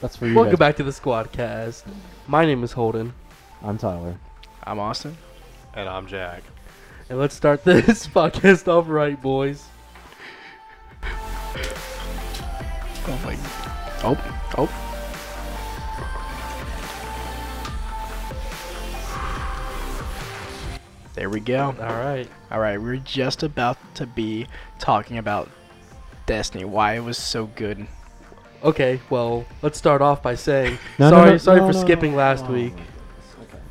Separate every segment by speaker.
Speaker 1: That's for you.
Speaker 2: Welcome
Speaker 1: guys.
Speaker 2: back to the squad cast. My name is Holden,
Speaker 1: I'm Tyler.
Speaker 3: I'm Austin.
Speaker 4: And I'm Jack.
Speaker 2: and let's start this podcast off right, boys.
Speaker 3: Oh my. Oh, oh. There we go.
Speaker 2: All right.
Speaker 3: All right, we're just about to be talking about Destiny, why it was so good.
Speaker 2: Okay, well, let's start off by saying
Speaker 1: No, no,
Speaker 2: sorry,
Speaker 1: no,
Speaker 2: sorry
Speaker 1: no,
Speaker 2: for
Speaker 1: no,
Speaker 2: skipping last
Speaker 1: no.
Speaker 2: week.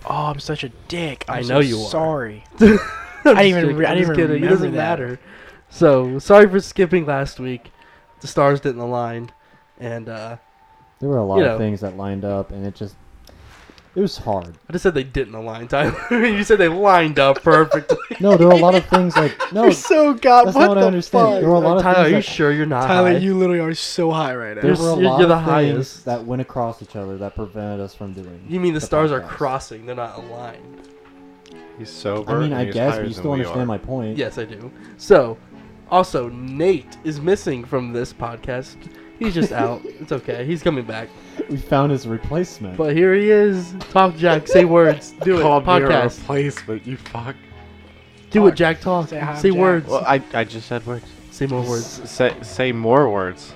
Speaker 3: Oh, I'm such a dick.
Speaker 2: I
Speaker 3: I'm
Speaker 2: know
Speaker 3: so
Speaker 2: you are.
Speaker 3: Sorry.
Speaker 2: I'm
Speaker 3: I didn't
Speaker 2: just
Speaker 3: even re- I
Speaker 2: I'm
Speaker 3: didn't
Speaker 2: just
Speaker 3: even
Speaker 2: kidding. It
Speaker 3: remember
Speaker 2: doesn't
Speaker 3: that.
Speaker 2: matter. So sorry for skipping last week. The stars didn't align, and uh,
Speaker 1: There were a lot
Speaker 2: You know.
Speaker 1: of things that lined up, and it just it was hard.
Speaker 2: I just said they didn't align, Tyler. you said they lined up perfectly.
Speaker 1: No, there were a lot of things like no.
Speaker 3: You're so god.
Speaker 1: that's
Speaker 3: what
Speaker 1: not what
Speaker 3: the
Speaker 1: I understand.
Speaker 3: fuck?
Speaker 1: There were a lot of
Speaker 2: Tyler, are
Speaker 1: things
Speaker 2: you
Speaker 1: that-
Speaker 2: sure you're not?
Speaker 3: Tyler,
Speaker 2: high?
Speaker 3: you literally are so high right
Speaker 1: there
Speaker 3: now.
Speaker 2: There's-
Speaker 1: were a
Speaker 2: you're-
Speaker 1: lot
Speaker 2: you're
Speaker 1: of things
Speaker 2: the highest.
Speaker 1: that went across each other that prevented us from doing.
Speaker 2: You mean the stars are
Speaker 1: podcast.
Speaker 2: crossing? They're not aligned.
Speaker 4: He's sober.
Speaker 1: I mean,
Speaker 4: and
Speaker 1: I
Speaker 4: he's
Speaker 1: guess,
Speaker 4: higher
Speaker 1: but you
Speaker 4: than
Speaker 1: still
Speaker 4: we
Speaker 1: understand
Speaker 4: are.
Speaker 1: my point.
Speaker 2: Yes, I do. So, also Nate is missing from this podcast. He's just out. It's okay. He's coming back.
Speaker 1: We found his replacement.
Speaker 2: But here he is. Talk, Jack. Say words. Do it.
Speaker 4: Called me a
Speaker 2: Podcast.
Speaker 4: replacement, you fuck.
Speaker 2: Do it, Jack. Talk.
Speaker 3: Say
Speaker 2: Say,
Speaker 3: hi, Jack.
Speaker 2: words.
Speaker 4: Well, I, I just said words.
Speaker 2: Say more words.
Speaker 4: S- say, say more words.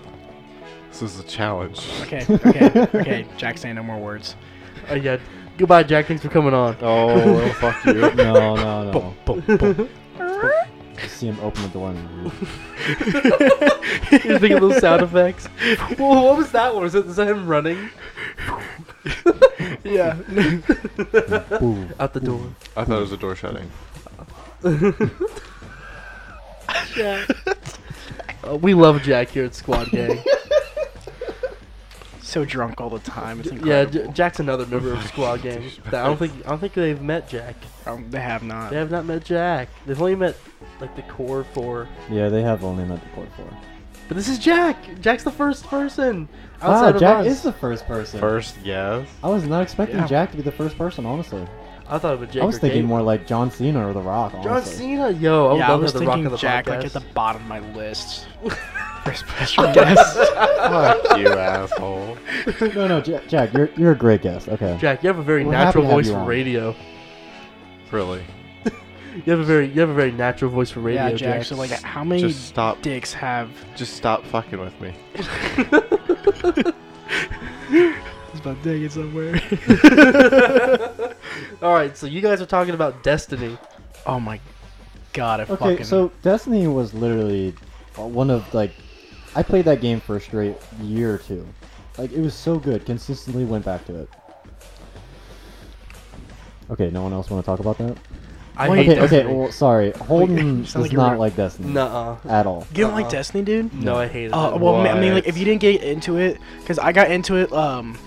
Speaker 4: This is a challenge.
Speaker 3: Okay, okay, okay. Jack, say no more words.
Speaker 2: Uh, yeah. Goodbye, Jack. Thanks for coming on.
Speaker 4: Oh, well, fuck you.
Speaker 1: no, no, no.
Speaker 3: Boom, boom.
Speaker 1: You see him open the door and leave.
Speaker 2: He's making little sound effects. Well, what was that one? Was it, is that him running
Speaker 3: yeah.
Speaker 1: Boom.
Speaker 2: out the door?
Speaker 4: I thought it was a door shutting.
Speaker 2: Uh, we love Jack here at Squad Gang.
Speaker 3: so drunk all the time. It's incredible.
Speaker 2: yeah, J- Jack's another member of Squad Gang. that I don't think I don't think they've met Jack.
Speaker 3: Um, they have not.
Speaker 2: They have not met Jack. They've only met like the core four.
Speaker 1: Yeah, they have only met the court for.
Speaker 2: But this is Jack. Jack's the first person outside
Speaker 1: Wow,
Speaker 2: of
Speaker 1: Jack
Speaker 2: us.
Speaker 1: is the first person.
Speaker 4: First, yes.
Speaker 1: I was not expecting
Speaker 3: Yeah.
Speaker 1: Jack to be the first person, honestly.
Speaker 2: I thought it was Jake.
Speaker 1: I was
Speaker 2: or
Speaker 1: thinking
Speaker 2: Gabe.
Speaker 1: more like John Cena or The Rock. Honestly.
Speaker 2: John Cena. Yo, I would
Speaker 3: yeah, I
Speaker 2: love
Speaker 3: was
Speaker 2: to have Oh, the Rock on
Speaker 3: thinking
Speaker 2: the
Speaker 3: Jack like at
Speaker 2: podcast.
Speaker 3: the bottom of my list for special guests.
Speaker 4: fuck you, asshole.
Speaker 1: No, no, Jack, Jack you're, you're a great guest. Okay.
Speaker 2: Jack, you have a very
Speaker 1: We're happy
Speaker 2: natural
Speaker 1: to have
Speaker 2: voice
Speaker 1: you
Speaker 2: for
Speaker 1: on.
Speaker 2: radio.
Speaker 4: Really.
Speaker 2: You have a very you have a very natural voice for radio,
Speaker 3: yeah, Jack. So like, how many
Speaker 4: Just stop.
Speaker 3: dicks have?
Speaker 4: Just stop fucking with me.
Speaker 3: It's about digging somewhere.
Speaker 2: All right, so you guys are talking about Destiny.
Speaker 3: oh my god! I
Speaker 1: Okay,
Speaker 3: fucking.
Speaker 1: so Destiny was literally uh, one of like I played that game for a straight year or two. Like it was so good, consistently went back to it. Okay, no one else want to talk about that?
Speaker 2: I
Speaker 3: Wait,
Speaker 2: hate
Speaker 1: okay,
Speaker 2: Destiny.
Speaker 1: okay, well, sorry. Holden
Speaker 3: you
Speaker 1: does
Speaker 3: sound like you
Speaker 1: not
Speaker 3: were-
Speaker 1: like Destiny
Speaker 2: Nuh-uh.
Speaker 1: at all.
Speaker 3: you don't like
Speaker 2: uh-uh.
Speaker 3: Destiny, dude?
Speaker 2: No, I hate it.
Speaker 3: Uh, well, I mean, like,
Speaker 4: What?
Speaker 3: if you didn't get into it, because I got into it, um,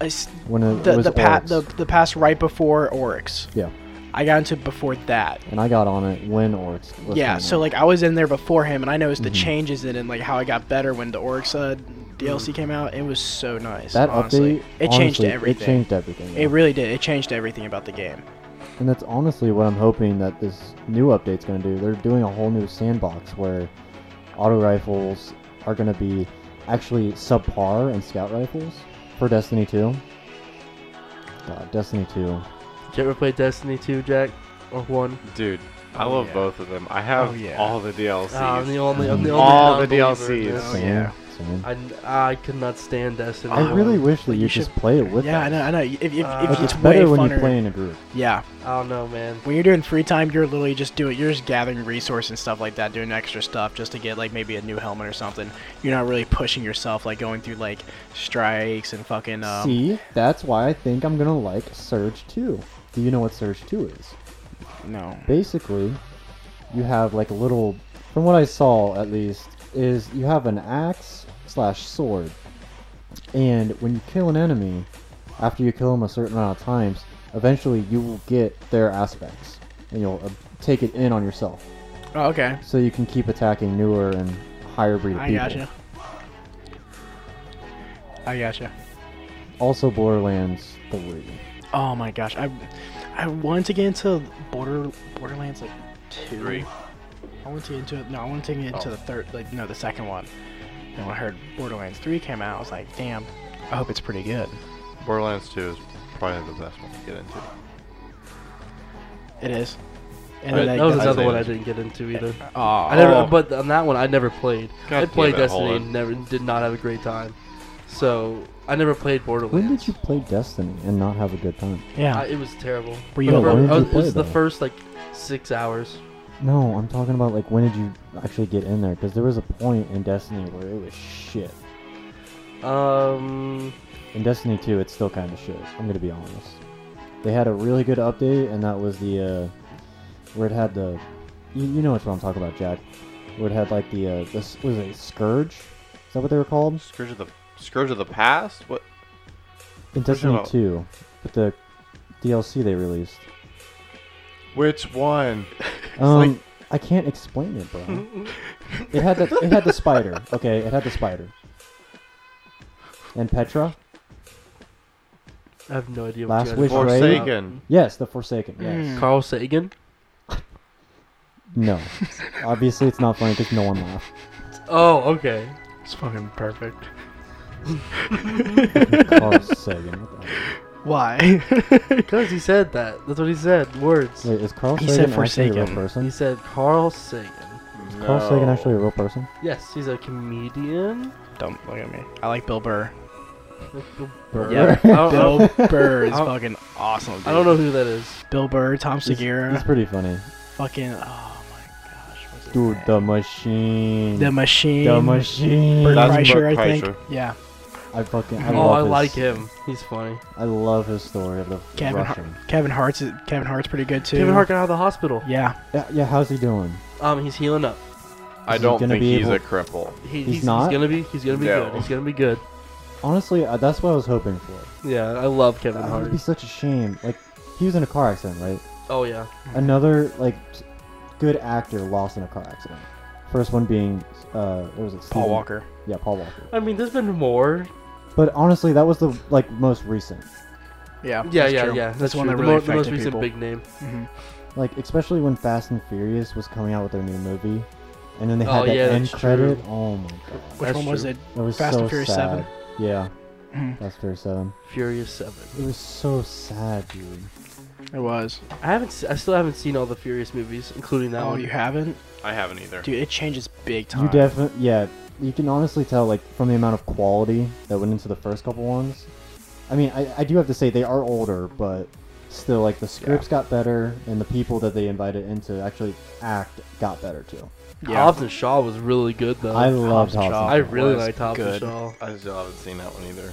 Speaker 3: I s
Speaker 1: When it, it
Speaker 3: the
Speaker 1: was
Speaker 3: the, pa-
Speaker 1: Oryx.
Speaker 3: the the pass right before Oryx.
Speaker 1: Yeah,
Speaker 3: I got into it before that.
Speaker 1: and I got on it when Oryx. Was
Speaker 3: yeah,
Speaker 1: coming
Speaker 3: so
Speaker 1: out.
Speaker 3: like I was in there before him, and I noticed
Speaker 1: Mhm.
Speaker 3: the changes in it, and like how I got better when the Oryx uh, DLC came out. It was so nice.
Speaker 1: Mm-hmm. that
Speaker 3: honestly.
Speaker 1: update,
Speaker 3: it changed
Speaker 1: honestly,
Speaker 3: everything.
Speaker 1: It changed everything. yeah.
Speaker 3: It really did. It changed everything about the game.
Speaker 1: And that's honestly what I'm hoping that this new update's going to do. They're doing a whole new sandbox where auto rifles are going to be actually subpar and scout rifles for Destiny 2. God, Destiny 2.
Speaker 2: Did you ever play Destiny 2, Jack? Or 1?
Speaker 4: Dude, I
Speaker 3: Oh,
Speaker 4: love
Speaker 3: yeah.
Speaker 4: both of them. I have
Speaker 3: Oh, yeah.
Speaker 4: all Ah, the DLCs.
Speaker 2: Uh, I'm the only, I'm the only
Speaker 4: All the
Speaker 2: non-believer in
Speaker 4: DLCs.
Speaker 2: this.
Speaker 3: Oh, yeah.
Speaker 1: same.
Speaker 2: I, I could not stand Destiny.
Speaker 1: I
Speaker 3: Oh,
Speaker 1: really wish that
Speaker 3: you
Speaker 1: you, just
Speaker 3: should-
Speaker 1: play it with
Speaker 3: yeah, I
Speaker 1: us.
Speaker 3: know. I know. If, if, if
Speaker 2: Uh,
Speaker 1: Like,
Speaker 3: it's,
Speaker 1: it's
Speaker 3: way
Speaker 1: better when
Speaker 3: funner.
Speaker 1: you play in a group.
Speaker 3: Yeah,
Speaker 2: I don't know, man.
Speaker 3: when you're doing free time, you're literally just doing. You're just gathering resources and stuff like that, doing extra stuff just to get like maybe a new helmet or something. You're not really pushing yourself, like going through like strikes and fucking. Um,
Speaker 1: See, that's why I think I'm going to like Surge 2. Do you know what Surge 2 is?
Speaker 3: No.
Speaker 1: basically you have like a little from what i saw at least is you have an axe slash sword and when you kill an enemy after you kill them a certain amount of times eventually you will get their aspects and you'll uh, take it in on yourself
Speaker 3: Oh, okay.
Speaker 1: so you can keep attacking newer and higher breed of
Speaker 3: I
Speaker 1: people
Speaker 3: gotcha. I gotcha.
Speaker 1: also borderlands 3
Speaker 3: Oh my gosh, I I wanted to get into Border Borderlands like two.
Speaker 4: Three.
Speaker 3: I wanted to get into it. No, I wanted to get into
Speaker 4: Oh.
Speaker 3: the third. Like no, the second one. And when I heard Borderlands three came out, I was like, damn, I hope it's pretty good.
Speaker 4: Borderlands 2 is probably the best one to get into.
Speaker 3: It is. And
Speaker 4: Right,
Speaker 3: then
Speaker 2: that was
Speaker 4: I'd
Speaker 2: another
Speaker 4: say
Speaker 2: one I
Speaker 4: that's-
Speaker 2: didn't get into either.
Speaker 4: Ah.
Speaker 3: Aw.
Speaker 1: Oh.
Speaker 2: I
Speaker 4: Oh.
Speaker 2: never, but on that one I never played.
Speaker 4: God
Speaker 2: I played
Speaker 4: damn it,
Speaker 2: Destiny
Speaker 4: Holland.
Speaker 2: and never did not have a great time. So I never played Borderlands.
Speaker 1: When did you play Destiny and not have a good time?
Speaker 3: yeah.
Speaker 2: I, it was terrible.
Speaker 3: Were you
Speaker 2: The
Speaker 1: No,
Speaker 2: fir-
Speaker 1: when did
Speaker 2: I
Speaker 1: you
Speaker 2: was- it
Speaker 1: play
Speaker 2: was the
Speaker 1: that?
Speaker 2: first like six hours.
Speaker 1: No, I'm talking about like when did you actually get in there? Because there was a point in Destiny where it was shit.
Speaker 2: Um,
Speaker 1: In Destiny 2, it's still kind of shit. I'm gonna be honest. They had a really good update, and that was the uh, where it had the you, you know which one I'm talking about, Jack. Where it had like the uh, this was a scourge. Is that what they were called
Speaker 4: Scourge of the Scourge of the Past? What?
Speaker 1: in
Speaker 4: What's it
Speaker 1: Destiny
Speaker 4: about?
Speaker 1: 2? But the DLC they released.
Speaker 4: Which one?
Speaker 1: Um,
Speaker 4: like-
Speaker 1: I can't explain it, bro. it had the it had the spider. Okay, it had the spider. And Petra.
Speaker 2: I have no idea.
Speaker 1: Last
Speaker 2: what you
Speaker 1: Wish
Speaker 2: guys are talking
Speaker 4: Forsaken.
Speaker 1: Yes, the Forsaken.
Speaker 4: Mm.
Speaker 1: Yes.
Speaker 2: about. Carl Sagan.
Speaker 1: No. Obviously, it's not funny because no one laughed.
Speaker 2: Oh, okay.
Speaker 3: It's fucking perfect.
Speaker 1: Carl Sagan. What the hell?
Speaker 3: Why?
Speaker 2: Because he said that. That's what he said. Words.
Speaker 1: Wait, is Carl
Speaker 3: He
Speaker 1: Sagan
Speaker 3: said
Speaker 1: actually a real
Speaker 3: Forsaken.
Speaker 1: person?
Speaker 2: He said Carl Sagan.
Speaker 1: Is Carl Sagan actually a real person?
Speaker 2: Yes, he's a comedian.
Speaker 3: Don't look at me. I like Bill Burr.
Speaker 2: Burr.
Speaker 3: Yeah,
Speaker 2: I, don't know,
Speaker 3: Bill Burr is
Speaker 2: I don't-
Speaker 3: fucking awesome. Dude.
Speaker 2: I don't know who that is.
Speaker 3: Bill Burr, Tom
Speaker 1: He's-
Speaker 3: Segura,
Speaker 1: He's pretty funny.
Speaker 3: fucking. Oh my gosh, what's his
Speaker 1: Dude,
Speaker 3: name?
Speaker 1: the machine.
Speaker 3: the machine.
Speaker 1: The machine.
Speaker 3: Bert
Speaker 4: That's
Speaker 3: Kreischer,
Speaker 4: Bert
Speaker 3: I think.
Speaker 4: Kreischer.
Speaker 3: Yeah,
Speaker 1: I fucking. I
Speaker 2: oh,
Speaker 1: love
Speaker 2: I
Speaker 1: his-
Speaker 2: like him. He's funny.
Speaker 1: I love his story of the
Speaker 3: Kevin Hart.
Speaker 1: Russian.
Speaker 3: Kevin Hart's Kevin Hart's pretty good too.
Speaker 2: Kevin Hart got out of the hospital.
Speaker 3: Yeah,
Speaker 1: Yeah, yeah. How's he doing?
Speaker 2: Um, he's healing up.
Speaker 4: I
Speaker 1: Is he
Speaker 4: don't
Speaker 1: gonna
Speaker 4: think
Speaker 1: be
Speaker 4: he's
Speaker 1: able-
Speaker 4: a cripple.
Speaker 2: He, he's,
Speaker 1: He's not?
Speaker 2: He's gonna be. He's gonna be
Speaker 4: No.
Speaker 2: good. He's gonna be good.
Speaker 1: Honestly, uh, that's what I was hoping for.
Speaker 2: Yeah, I love Kevin
Speaker 1: That
Speaker 2: Hart.
Speaker 1: would be such a shame. Like, he was in a car accident, right?
Speaker 3: Mm-hmm.
Speaker 2: Oh yeah.
Speaker 1: Another like s- good actor lost in a car accident. First one being uh, what was it?
Speaker 3: Paul
Speaker 1: Stephen-
Speaker 3: Walker.
Speaker 1: Yeah, Paul Walker.
Speaker 2: I mean, there's been more.
Speaker 1: But honestly, that was the like most recent.
Speaker 2: Yeah,
Speaker 3: Yeah, that's
Speaker 2: yeah,
Speaker 3: true.
Speaker 2: yeah. That's,
Speaker 3: one
Speaker 2: true.
Speaker 3: that
Speaker 2: the,
Speaker 3: really
Speaker 2: mo- the most
Speaker 3: affected
Speaker 2: recent
Speaker 3: people.
Speaker 2: big name.
Speaker 3: Mhm.
Speaker 1: Like especially when Fast and Furious was coming out with their new movie, and then they
Speaker 2: Oh,
Speaker 1: had that
Speaker 2: yeah,
Speaker 1: end
Speaker 2: that's
Speaker 1: credit.
Speaker 2: true.
Speaker 1: Oh my god,
Speaker 3: Which
Speaker 2: That's
Speaker 3: one was
Speaker 2: true.
Speaker 3: it?
Speaker 1: it was
Speaker 3: Fast
Speaker 1: so
Speaker 3: and Furious
Speaker 1: sad.
Speaker 3: 7?
Speaker 1: Yeah,
Speaker 3: Mhm.
Speaker 1: Fast and Furious Seven.
Speaker 2: Furious Seven.
Speaker 1: It was so sad, dude.
Speaker 3: It was.
Speaker 2: I haven't. Se- I still haven't seen all the Furious movies, including that
Speaker 3: Oh,
Speaker 2: one.
Speaker 3: you haven't,
Speaker 4: I haven't either.
Speaker 3: dude. It changes big time.
Speaker 1: You definitely, yeah. You can honestly tell, like, from the amount of quality that went into the first couple ones. I mean, I, I do have to say they are older, but still, like, the scripts got better, and the people that they invited in to actually act got better too.
Speaker 3: Yeah.
Speaker 2: Hobbs and Shaw was really good though.
Speaker 1: I loved
Speaker 3: Hobbs and
Speaker 1: Hobbs.
Speaker 3: Shaw.
Speaker 2: I really
Speaker 3: Oh, was
Speaker 2: liked Hobbs and
Speaker 3: good.
Speaker 2: Shaw.
Speaker 4: I still haven't seen that one either.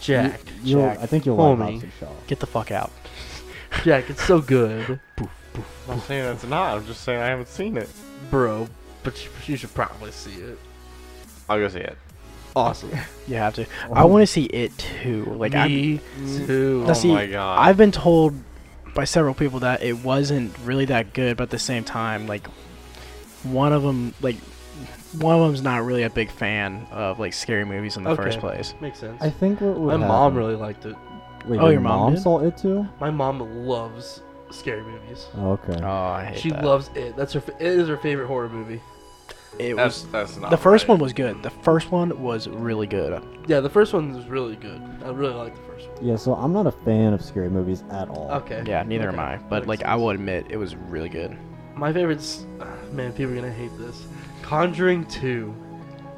Speaker 2: Jack.
Speaker 1: You'll,
Speaker 3: Jack.
Speaker 1: I think you'll
Speaker 2: Homie.
Speaker 1: like Hobbs and Shaw.
Speaker 3: Get the fuck out.
Speaker 2: Jack, it's so good,
Speaker 4: I'm not saying it's not. I'm just saying I haven't seen it.
Speaker 2: bro. But you, you should probably see it.
Speaker 4: I'll go see it.
Speaker 2: Awesome.
Speaker 3: You have to.
Speaker 1: Oh.
Speaker 3: I want to see it too. Like I'm,
Speaker 2: Me too.
Speaker 3: Now,
Speaker 4: oh
Speaker 3: see,
Speaker 4: my god.
Speaker 3: I've been told by several people that it wasn't really that good, but at the same time, like one of them, like one of them's not really a big fan of like scary movies in the
Speaker 2: Okay.
Speaker 3: first place.
Speaker 2: Makes sense.
Speaker 1: I think what would
Speaker 2: My mom
Speaker 1: happen-
Speaker 2: really liked it.
Speaker 1: Wait,
Speaker 3: Oh, your mom did?
Speaker 1: saw it too.
Speaker 2: My mom loves scary movies.
Speaker 1: Oh, okay.
Speaker 3: Oh, I hate
Speaker 2: She
Speaker 3: that.
Speaker 2: loves it. That's her. fa- It is her favorite horror movie.
Speaker 3: it.
Speaker 4: that's,
Speaker 3: Was
Speaker 4: that's not
Speaker 3: the first
Speaker 4: right.
Speaker 3: one was good. The first one was really good.
Speaker 2: Yeah, the first one was really good. I really like the first one.
Speaker 1: Yeah, so I'm not a fan of scary movies at all.
Speaker 2: Okay.
Speaker 3: Yeah, neither
Speaker 2: okay.
Speaker 3: am I. But
Speaker 2: Makes
Speaker 3: like, I
Speaker 2: sense.
Speaker 3: will admit, it was really good.
Speaker 2: My favorite's ah, man. People are gonna hate this. Conjuring Two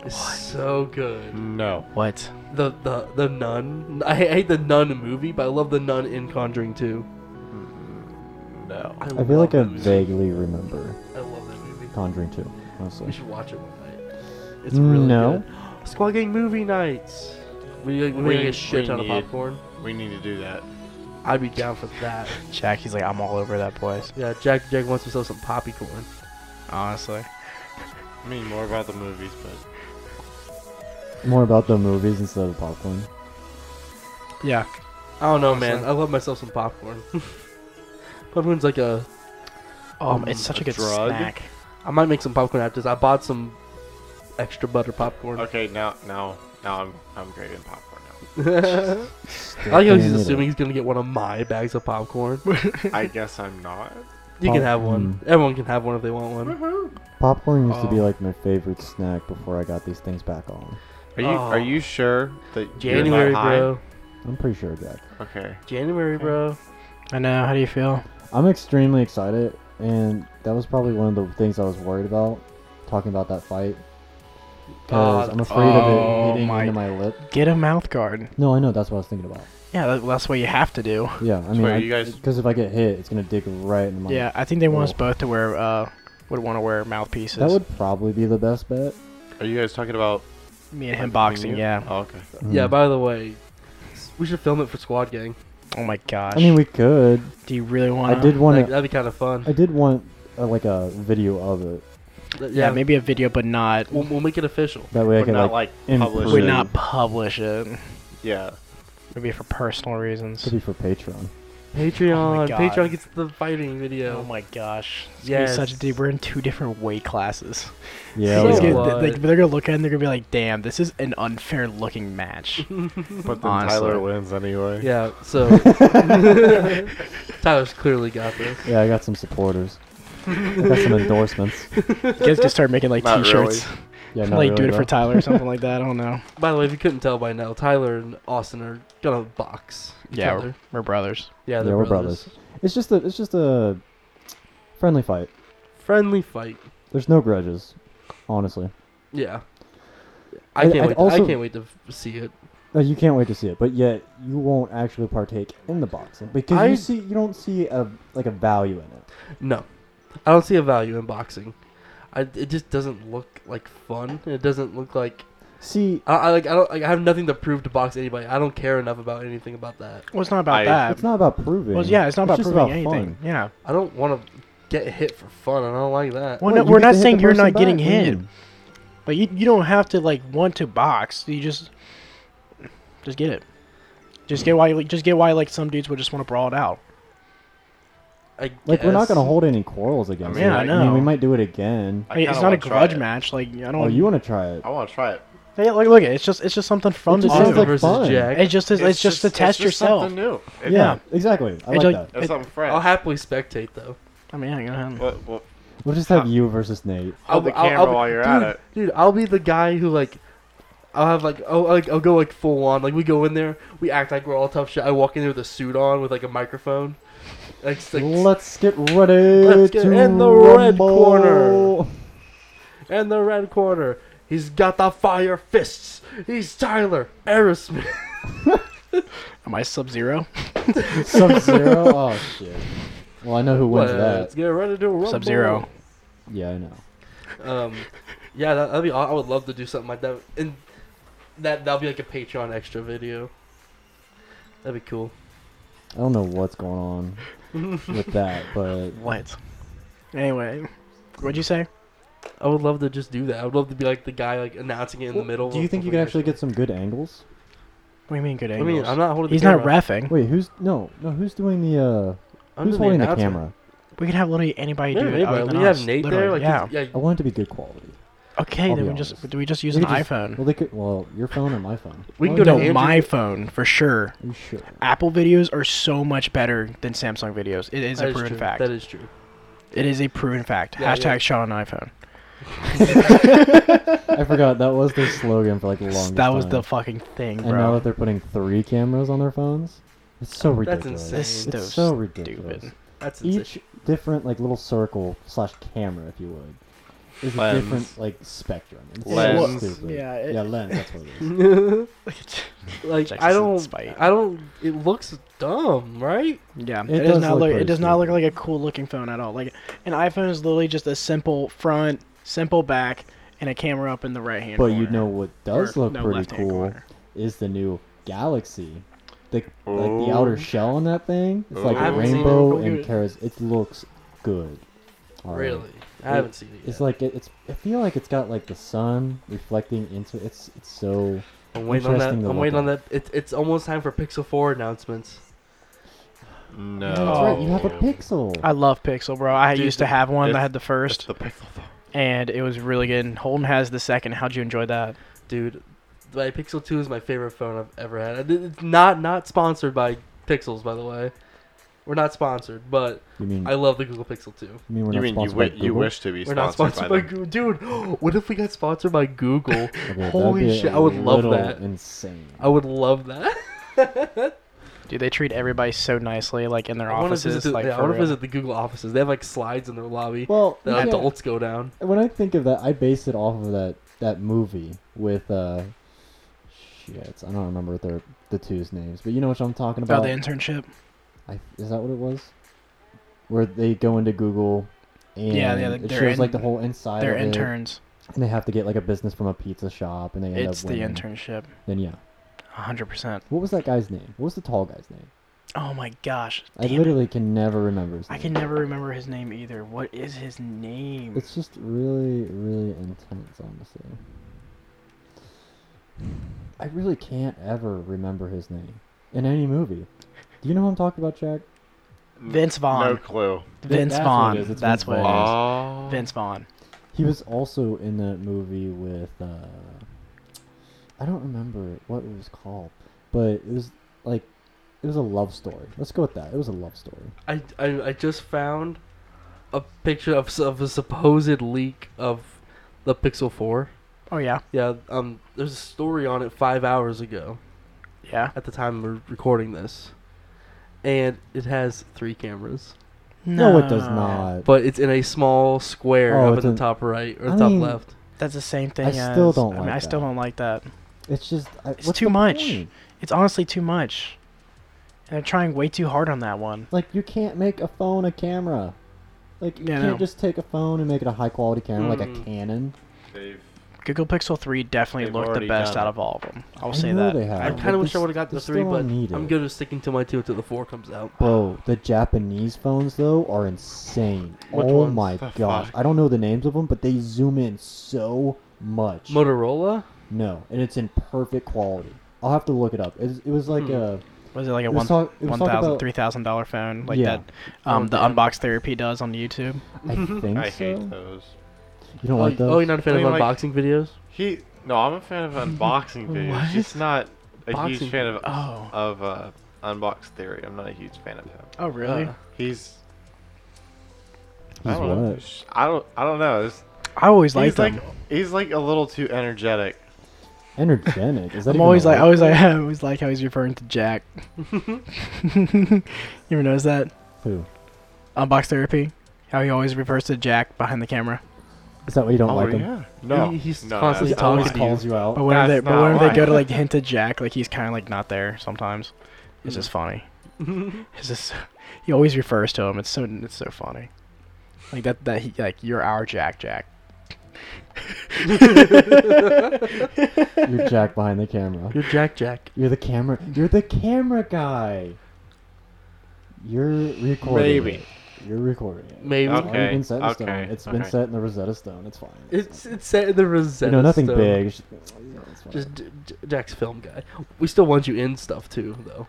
Speaker 2: is so good.
Speaker 4: No.
Speaker 3: What?
Speaker 2: The the the nun. I hate the nun movie, but I love the nun in Conjuring Two.
Speaker 4: No.
Speaker 2: I,
Speaker 1: I
Speaker 2: love
Speaker 1: feel like I
Speaker 2: that movie.
Speaker 1: vaguely remember
Speaker 2: I love that movie.
Speaker 1: Conjuring 2.
Speaker 2: We
Speaker 1: Honestly,
Speaker 2: should watch it one night. It's really
Speaker 1: No.
Speaker 2: good. Squad Gang movie nights. We like, we,
Speaker 4: We-
Speaker 2: make a shit
Speaker 4: we
Speaker 2: ton of
Speaker 4: need-
Speaker 2: popcorn.
Speaker 4: We need to do that.
Speaker 2: I'd be down for that.
Speaker 3: Jack, he's like, I'm all over that place.
Speaker 2: yeah, Jack Jack wants himself some poppy corn.
Speaker 3: Honestly.
Speaker 4: I mean, more about the movies, but
Speaker 1: more about the movies instead of the popcorn.
Speaker 3: Yeah.
Speaker 2: I don't know, man.
Speaker 3: Awesome.
Speaker 2: I love myself some popcorn. Popcorn's like a.
Speaker 3: Um,
Speaker 2: Um,
Speaker 3: it's such a,
Speaker 4: a
Speaker 3: good
Speaker 4: drug?
Speaker 3: snack.
Speaker 2: I might make some popcorn after this. I bought some extra butter popcorn.
Speaker 4: okay. Now, now, now I'm I'm craving popcorn now.
Speaker 2: I like how he's
Speaker 1: Damn it.
Speaker 2: assuming he's gonna get one of my bags of popcorn.
Speaker 4: I guess I'm not.
Speaker 2: You can have
Speaker 1: Popcorn.
Speaker 2: one. Everyone can have one if they want one.
Speaker 1: Popcorn used to be
Speaker 3: Um,
Speaker 1: like my favorite snack before I got these things back on.
Speaker 4: Are you
Speaker 2: Oh.
Speaker 4: are you sure that you're not
Speaker 2: January,
Speaker 4: high?
Speaker 2: bro.
Speaker 1: I'm pretty sure, Jack.
Speaker 4: Okay.
Speaker 2: January, bro.
Speaker 3: I know. How do you feel?
Speaker 1: I'm extremely excited, and that was probably one of the things I was worried about talking about that fight. Because
Speaker 2: Oh,
Speaker 1: I'm afraid of
Speaker 3: oh
Speaker 1: it hitting
Speaker 3: my-
Speaker 1: into my lip.
Speaker 3: Get a mouth guard.
Speaker 1: No, I know. That's what I was thinking about.
Speaker 3: Yeah, that, that's what you have to do.
Speaker 1: Yeah, I
Speaker 4: wait,
Speaker 1: mean,
Speaker 4: you guys-
Speaker 1: because if I get hit, it's gonna dig right in my.
Speaker 3: Yeah, I think they want us
Speaker 1: Oh.
Speaker 3: both to wear. Uh, would want to wear mouthpieces.
Speaker 1: That would probably be the best bet.
Speaker 4: Are you guys talking about
Speaker 3: me and him
Speaker 4: like,
Speaker 3: boxing.
Speaker 4: you?
Speaker 3: Yeah.
Speaker 4: Oh, okay.
Speaker 2: Yeah.
Speaker 1: Mm.
Speaker 2: By the way, s- we should film it for Squad Gang.
Speaker 3: Oh my gosh.
Speaker 1: I mean, we could.
Speaker 3: do you really
Speaker 1: I
Speaker 3: want?
Speaker 1: did
Speaker 2: Like,
Speaker 1: want to.
Speaker 2: that'd be kind of fun.
Speaker 1: I did want uh, like a video of it.
Speaker 2: yeah,
Speaker 3: Yeah, maybe a video, but not.
Speaker 2: We'll, we'll make it official.
Speaker 3: Oh
Speaker 1: That way I
Speaker 4: But
Speaker 1: could like.
Speaker 4: not like,
Speaker 1: in
Speaker 4: publish.
Speaker 1: person.
Speaker 3: Would
Speaker 4: it.
Speaker 3: not publish it.
Speaker 4: Yeah.
Speaker 3: Maybe for personal reasons.
Speaker 1: Could be for Patreon.
Speaker 2: Patreon.
Speaker 3: God.
Speaker 2: Patreon gets the fighting
Speaker 3: Oh
Speaker 2: video.
Speaker 3: my gosh. It's
Speaker 2: Yes.
Speaker 3: gonna be such a dude. We're in two different weight classes.
Speaker 1: Yeah.
Speaker 2: So
Speaker 1: we
Speaker 3: It's
Speaker 2: yeah.
Speaker 1: are.
Speaker 3: gonna-
Speaker 2: what?
Speaker 3: like, they're gonna look at it and they're gonna be like, damn, this is an unfair looking match.
Speaker 4: But then
Speaker 3: Honestly.
Speaker 4: Tyler wins anyway.
Speaker 2: yeah. So Tyler's clearly got this.
Speaker 1: Yeah, I got some supporters. I got some endorsements.
Speaker 3: you guys can start making like
Speaker 4: Not
Speaker 3: t shirts.
Speaker 1: Yeah,
Speaker 3: Like
Speaker 1: not really,
Speaker 3: do it
Speaker 1: bro.
Speaker 3: for Tyler or something like that. I don't know.
Speaker 2: By the way, if you couldn't tell by now, Tyler and Austin are gonna box each
Speaker 3: Yeah,
Speaker 2: other.
Speaker 3: We're brothers.
Speaker 2: Yeah,
Speaker 1: Yeah,
Speaker 2: they're
Speaker 1: we're
Speaker 2: brothers.
Speaker 1: It's just a. It's just a friendly fight.
Speaker 2: Friendly fight.
Speaker 1: There's no grudges, honestly.
Speaker 2: Yeah.
Speaker 1: I-
Speaker 2: I can't
Speaker 1: I'd
Speaker 2: wait. I
Speaker 1: also-
Speaker 2: can't wait to f- see it.
Speaker 1: No, you can't wait to see it, but yet you won't actually partake in the boxing because
Speaker 2: I-
Speaker 1: you see you don't see a like a value in it.
Speaker 2: No, I don't see a value in boxing. I, it just doesn't look like fun. It doesn't look like
Speaker 1: See,
Speaker 2: I, I like I don't like, I have nothing to prove to box anybody. I don't care enough about anything about that.
Speaker 3: Well, it's not about
Speaker 4: I-
Speaker 3: that.
Speaker 1: it's not about proving.
Speaker 3: well, yeah, it's not about
Speaker 1: just
Speaker 3: proving
Speaker 1: about
Speaker 3: anything.
Speaker 1: fun.
Speaker 3: Yeah.
Speaker 2: I don't want to get hit for fun. I don't like that.
Speaker 1: What,
Speaker 3: Well, no,
Speaker 1: you
Speaker 3: we're
Speaker 1: get to
Speaker 3: not
Speaker 1: hit the
Speaker 3: saying you're
Speaker 1: person
Speaker 3: not getting
Speaker 1: back?
Speaker 3: hit.
Speaker 1: Mm.
Speaker 3: Like you, you don't have to like want to box. You just just get it. Just get why just get why like some dudes would just want to brawl it out.
Speaker 2: I
Speaker 1: Like we're not
Speaker 2: guess.
Speaker 1: gonna hold any quarrels against
Speaker 4: mean,
Speaker 1: it.
Speaker 4: I
Speaker 1: I mean,
Speaker 3: know.
Speaker 1: we might do it again.
Speaker 4: I
Speaker 3: I mean, it's
Speaker 4: kinda
Speaker 3: not a
Speaker 4: wanna try
Speaker 3: grudge
Speaker 4: it.
Speaker 3: match. Like I don't.
Speaker 1: Oh, you want to try it?
Speaker 4: I want to try it.
Speaker 3: Hey, look, look, it's just it's just something fun
Speaker 1: It
Speaker 3: to
Speaker 1: just
Speaker 3: do.
Speaker 1: sounds like
Speaker 2: versus
Speaker 1: fun.
Speaker 2: Jack.
Speaker 3: it's just it's, just to
Speaker 4: it's
Speaker 3: test yourself.
Speaker 4: Something new. It-
Speaker 1: yeah, exactly. I like
Speaker 3: It's like-
Speaker 1: that.
Speaker 4: It's something fresh.
Speaker 2: I'll happily spectate though.
Speaker 3: I mean, yeah, go ahead.
Speaker 4: What- what-
Speaker 1: We'll just have you versus Nate.
Speaker 4: Hold the camera
Speaker 2: be-
Speaker 4: while you're
Speaker 2: dude,
Speaker 4: at it.
Speaker 2: Dude, I'll be the guy who like I'll have like oh like I'll go like full on. Like we go in there, we act like we're all tough shit. I walk in there with a suit on with like a microphone. Like, s- like s-
Speaker 1: Let's get ready
Speaker 2: Let's get
Speaker 1: to
Speaker 2: in the red
Speaker 1: rumble.
Speaker 2: corner. in the red corner. He's got the fire fists. He's Tyler Aerosmith.
Speaker 3: Am I sub zero?
Speaker 1: Sub Zero. Oh shit. Well, I know who wins
Speaker 2: Let's
Speaker 1: that.
Speaker 2: get ready to rumble.
Speaker 3: Sub zero.
Speaker 1: Yeah, I know.
Speaker 2: Um, yeah, that, that'd be. aw- I would love to do something like that, and that that'll be like a Patreon extra video. That'd be cool.
Speaker 1: I don't know what's going on with that, but
Speaker 3: What? Anyway, what'd you say?
Speaker 2: I would love to just do that. I would love to be like the guy like announcing it in
Speaker 1: Well,
Speaker 2: the middle.
Speaker 1: Do you
Speaker 2: of
Speaker 1: think you
Speaker 2: something
Speaker 1: can actually
Speaker 2: or
Speaker 1: get some good angles?
Speaker 3: What do you mean good
Speaker 2: something.
Speaker 3: angles?
Speaker 2: I mean, I'm not holding.
Speaker 3: He's
Speaker 2: the
Speaker 3: not
Speaker 2: camera.
Speaker 3: refing.
Speaker 1: Wait, who's no, no? Who's doing the? uh
Speaker 2: I'm
Speaker 1: Who's
Speaker 2: doing the
Speaker 1: holding the
Speaker 2: announcement.
Speaker 1: camera?
Speaker 3: We could have literally anybody
Speaker 2: Yeah,
Speaker 3: do it.
Speaker 2: maybe,
Speaker 3: other
Speaker 2: like,
Speaker 3: than
Speaker 2: we have
Speaker 3: us,
Speaker 2: Nate there.
Speaker 3: literally,
Speaker 2: Like,
Speaker 3: yeah. Oh,
Speaker 2: he's- yeah.
Speaker 1: I want it to be good quality.
Speaker 3: Okay,
Speaker 1: I'll
Speaker 3: then
Speaker 1: be
Speaker 3: we just
Speaker 1: honest.
Speaker 3: do we just use
Speaker 1: We
Speaker 3: an
Speaker 1: could just-
Speaker 3: iPhone?
Speaker 1: Well, they could. Well, your phone or my phone?
Speaker 2: We can
Speaker 1: Oh,
Speaker 2: go to
Speaker 1: no.
Speaker 3: no,
Speaker 2: Andrew-
Speaker 3: my phone for sure.
Speaker 1: Are you sure?
Speaker 3: Apple videos are so much better than Samsung videos. It is
Speaker 2: That
Speaker 3: a
Speaker 2: is
Speaker 3: proven
Speaker 2: true.
Speaker 3: fact.
Speaker 2: That is true.
Speaker 3: it is a proven fact.
Speaker 2: Yeah,
Speaker 3: Hashtag
Speaker 2: yeah.
Speaker 3: shot on iPhone.
Speaker 1: I forgot that was their slogan for like the longest.
Speaker 3: That was
Speaker 1: time.
Speaker 3: the fucking thing,
Speaker 1: And now
Speaker 3: bro.
Speaker 1: that they're putting three cameras on their phones, it's so
Speaker 2: That's
Speaker 1: ridiculous.
Speaker 2: insane.
Speaker 3: This
Speaker 1: It's
Speaker 3: is
Speaker 1: so
Speaker 3: so
Speaker 1: ridiculous.
Speaker 3: stupid.
Speaker 2: That's insane.
Speaker 1: Each different like little circle slash camera, if you would, is a
Speaker 4: Lens.
Speaker 1: different like spectrum. It's so
Speaker 4: Lens.
Speaker 1: stupid.
Speaker 3: Yeah, it-
Speaker 1: yeah, lens. That's what it is.
Speaker 2: like
Speaker 3: Jackson's
Speaker 2: I don't,
Speaker 3: spite.
Speaker 2: I don't. It looks dumb, right?
Speaker 3: Yeah,
Speaker 1: It
Speaker 3: it, does
Speaker 1: does
Speaker 3: not
Speaker 1: look
Speaker 3: look.
Speaker 1: pretty
Speaker 3: It does not look
Speaker 1: stupid.
Speaker 3: like a cool looking phone at all. Like an iPhone is literally just a simple front, simple back, and a camera up in the right hand.
Speaker 1: But you know what does look pretty cool
Speaker 3: Corner.
Speaker 1: is the new Galaxy. The like the
Speaker 4: Oh.
Speaker 1: outer shell on that thing. It's like
Speaker 4: I haven't seen it.
Speaker 1: rainbow
Speaker 3: Don't
Speaker 1: and
Speaker 3: do it.
Speaker 1: carrots. It looks good. Alright.
Speaker 2: Really, I haven't seen it yet.
Speaker 1: It's like it, it's. I feel like it's got like the sun reflecting into it's. It's so.
Speaker 2: I'm waiting on that.
Speaker 1: interesting to
Speaker 2: I'm
Speaker 1: look
Speaker 2: waiting on
Speaker 1: at.
Speaker 2: that. It's it's almost time for Pixel Four announcements.
Speaker 4: No.
Speaker 1: That's right. You have a
Speaker 4: Oh.
Speaker 1: pixel.
Speaker 3: I love Pixel, bro. I
Speaker 2: Dude,
Speaker 3: used to
Speaker 2: the-
Speaker 3: have one. I
Speaker 4: it's-
Speaker 3: had the
Speaker 4: It's
Speaker 3: first,
Speaker 4: the pixel phone.
Speaker 3: and it was really good. And Holden has the second. How'd you enjoy that?
Speaker 2: Dude, my Pixel 2 is my favorite phone I've ever had. It- It's not not sponsored by Pixels, by the way. We're not sponsored, but
Speaker 1: You mean?
Speaker 2: I love the Google Pixel 2.
Speaker 1: you mean we're
Speaker 4: You
Speaker 1: not
Speaker 4: mean you,
Speaker 1: sponsored
Speaker 4: wi-
Speaker 1: by
Speaker 4: you
Speaker 1: Google?
Speaker 4: wish to be
Speaker 2: We're
Speaker 4: sponsored,
Speaker 2: not sponsored
Speaker 4: by
Speaker 2: by
Speaker 4: them?
Speaker 2: Google. Dude, what if we got sponsored by Google?
Speaker 1: Okay, that'd
Speaker 2: Holy
Speaker 1: be a
Speaker 2: shit, I would love
Speaker 1: little
Speaker 2: that.
Speaker 1: Insane.
Speaker 2: I would love that.
Speaker 3: Dude, they treat everybody so nicely, like in their
Speaker 2: I want to
Speaker 3: offices.
Speaker 2: visit, the,
Speaker 3: like,
Speaker 2: yeah, I
Speaker 3: for
Speaker 2: wanna
Speaker 3: real.
Speaker 2: visit the Google offices. They have like slides in their lobby
Speaker 1: Well,
Speaker 2: that
Speaker 1: yeah,
Speaker 2: adults go down.
Speaker 1: when I think of that, I base it off of that that movie with uh, shit. I don't remember their the two's names, but you know what I'm talking
Speaker 3: Oh,
Speaker 1: about.
Speaker 3: the internship.
Speaker 1: I, is that what it was? Where they go into Google and
Speaker 3: Yeah, yeah,
Speaker 1: it
Speaker 3: they're
Speaker 1: shows
Speaker 3: in-
Speaker 1: like the whole inside.
Speaker 3: They're
Speaker 1: of it,
Speaker 3: interns.
Speaker 1: and they have to get like a business from a pizza shop, and they end
Speaker 3: It's
Speaker 1: up
Speaker 3: the
Speaker 1: winning.
Speaker 3: internship.
Speaker 1: Then yeah,
Speaker 3: 100%.
Speaker 1: what was that guy's name? What was the tall guy's name?
Speaker 3: Oh my gosh.
Speaker 1: I
Speaker 3: damn it.
Speaker 1: literally can never remember his
Speaker 3: I
Speaker 1: name.
Speaker 3: can never remember his name either. What is his name?
Speaker 1: It's just really, really intense, honestly. I really can't ever remember his name in any movie. Do you know who I'm talking about, Jack?
Speaker 3: Vince Vaughn.
Speaker 4: No clue.
Speaker 3: Vince
Speaker 1: that's what it
Speaker 3: Vaughn.
Speaker 1: is, it's
Speaker 3: that's
Speaker 1: Vince
Speaker 3: what it is.
Speaker 1: Vaughn.
Speaker 4: Oh.
Speaker 3: Vince Vaughn.
Speaker 1: He was also in that movie with uh I don't remember what it was called, but it was like it was a love story. Let's go with that. It was a love story.
Speaker 2: I, I, I just found a picture of, s- of a supposed leak of the Pixel 4.
Speaker 3: Oh yeah.
Speaker 2: Yeah, um, there's a story on it five hours ago
Speaker 3: Yeah.
Speaker 2: at the time we're recording this. And it has three cameras.
Speaker 1: No, it does not.
Speaker 2: But it's in a small square
Speaker 1: Oh,
Speaker 2: up
Speaker 1: it's
Speaker 2: in the
Speaker 1: in-
Speaker 2: top right or
Speaker 1: I
Speaker 2: the top
Speaker 1: mean-
Speaker 2: left.
Speaker 3: That's the same thing.
Speaker 1: I still
Speaker 3: as-
Speaker 1: don't
Speaker 3: I, mean,
Speaker 1: like
Speaker 3: I still
Speaker 1: that.
Speaker 3: don't like that.
Speaker 1: It's just I,
Speaker 3: It's
Speaker 1: what's
Speaker 3: too
Speaker 1: the
Speaker 3: much.
Speaker 1: point?
Speaker 3: It's honestly too much. And they're trying way too hard on that one.
Speaker 1: Like you can't make a phone a camera. Like you
Speaker 3: Yeah, I
Speaker 1: can't
Speaker 3: know. Hmm.
Speaker 1: just take a phone and make it a high quality camera like a
Speaker 2: Mm.
Speaker 1: Canon.
Speaker 4: Dave.
Speaker 3: Google Pixel 3 definitely
Speaker 4: They've
Speaker 3: looked the
Speaker 4: already
Speaker 3: best
Speaker 4: done
Speaker 3: out
Speaker 4: it.
Speaker 3: of all of them. I'll
Speaker 1: I
Speaker 3: say
Speaker 1: know
Speaker 3: that.
Speaker 1: they have.
Speaker 2: I
Speaker 1: but
Speaker 2: kind of wish I
Speaker 1: this-
Speaker 2: would have got the
Speaker 1: they
Speaker 2: three,
Speaker 1: still
Speaker 2: but
Speaker 1: don't need
Speaker 2: I'm
Speaker 1: it.
Speaker 2: good with sticking to my two until the four comes out.
Speaker 1: Bro, the Japanese phones though are insane.
Speaker 2: Which
Speaker 1: oh
Speaker 2: ones?
Speaker 1: my
Speaker 4: The
Speaker 1: gosh,
Speaker 4: fuck?
Speaker 1: I don't know the names of them, but they zoom in so much.
Speaker 2: Motorola?
Speaker 1: no, and it's in perfect quality. I'll have to look it up. It, it was like
Speaker 2: Hmm.
Speaker 1: a
Speaker 3: Was it like a
Speaker 1: It
Speaker 3: one
Speaker 1: was talk- it was
Speaker 3: one
Speaker 1: talk
Speaker 3: thousand,
Speaker 1: about-
Speaker 3: three thousand dollar phone like
Speaker 1: Yeah.
Speaker 3: that? Um,
Speaker 2: Oh,
Speaker 3: the
Speaker 2: damn.
Speaker 3: unbox therapy does on YouTube.
Speaker 1: I think
Speaker 4: I
Speaker 1: so.
Speaker 4: hate those.
Speaker 1: You don't
Speaker 2: oh,
Speaker 1: like
Speaker 2: you-
Speaker 1: those?
Speaker 2: oh, you're not a fan
Speaker 4: I mean,
Speaker 2: of
Speaker 4: like-
Speaker 2: unboxing videos?
Speaker 4: He. No, I'm a fan of unboxing videos.
Speaker 2: What?
Speaker 4: He's not a
Speaker 2: Boxing
Speaker 4: huge fan of
Speaker 3: Oh.
Speaker 4: of uh, Unbox Theory. I'm not a huge fan of him.
Speaker 3: Oh really?
Speaker 2: Uh,
Speaker 4: He's. I
Speaker 1: He's
Speaker 4: don't know.
Speaker 1: what?
Speaker 4: Sh- I don't. I don't know. It's,
Speaker 3: I always
Speaker 4: he's
Speaker 3: liked
Speaker 4: like
Speaker 3: them.
Speaker 4: he's like a little too energetic.
Speaker 1: Energetic. Is that
Speaker 3: I'm
Speaker 1: even
Speaker 3: always
Speaker 1: a
Speaker 3: like, I
Speaker 1: word?
Speaker 3: always like, I always like how he's referring to Jack. you ever notice that
Speaker 1: Who?
Speaker 3: unbox therapy? How he always refers to Jack behind the camera.
Speaker 1: Is that why you
Speaker 3: Oh,
Speaker 1: don't like him?
Speaker 4: Oh, yeah. No.
Speaker 2: He- he's
Speaker 4: no,
Speaker 2: constantly
Speaker 1: He
Speaker 4: that's-
Speaker 2: talking
Speaker 1: always
Speaker 2: to you.
Speaker 1: calls you out.
Speaker 3: But whenever, they,
Speaker 4: That's
Speaker 3: but
Speaker 4: not
Speaker 3: whenever they go to
Speaker 4: why.
Speaker 3: like hint at Jack, like he's kind of like not there sometimes. It's
Speaker 4: Mm.
Speaker 3: just funny.
Speaker 2: Uh.
Speaker 3: It's just he always refers to him. It's so it's so funny. Like that that he like you're our Jack Jack.
Speaker 1: You're Jack behind the camera.
Speaker 2: You're Jack Jack.
Speaker 1: You're the camera. You're the camera guy. You're recording.
Speaker 4: Maybe.
Speaker 1: it. You're recording. it.
Speaker 2: Maybe.
Speaker 1: It's already
Speaker 4: Okay,
Speaker 1: been set in
Speaker 4: okay,
Speaker 1: stone. It's been
Speaker 4: okay.
Speaker 1: set in the Rosetta Stone. It's fine.
Speaker 2: It's it's set in the
Speaker 1: you
Speaker 2: Rosetta
Speaker 1: know nothing
Speaker 2: Stone.
Speaker 1: big. It's just- it's fine.
Speaker 2: Just J- J- Jack's film guy. We still want you in stuff too, though.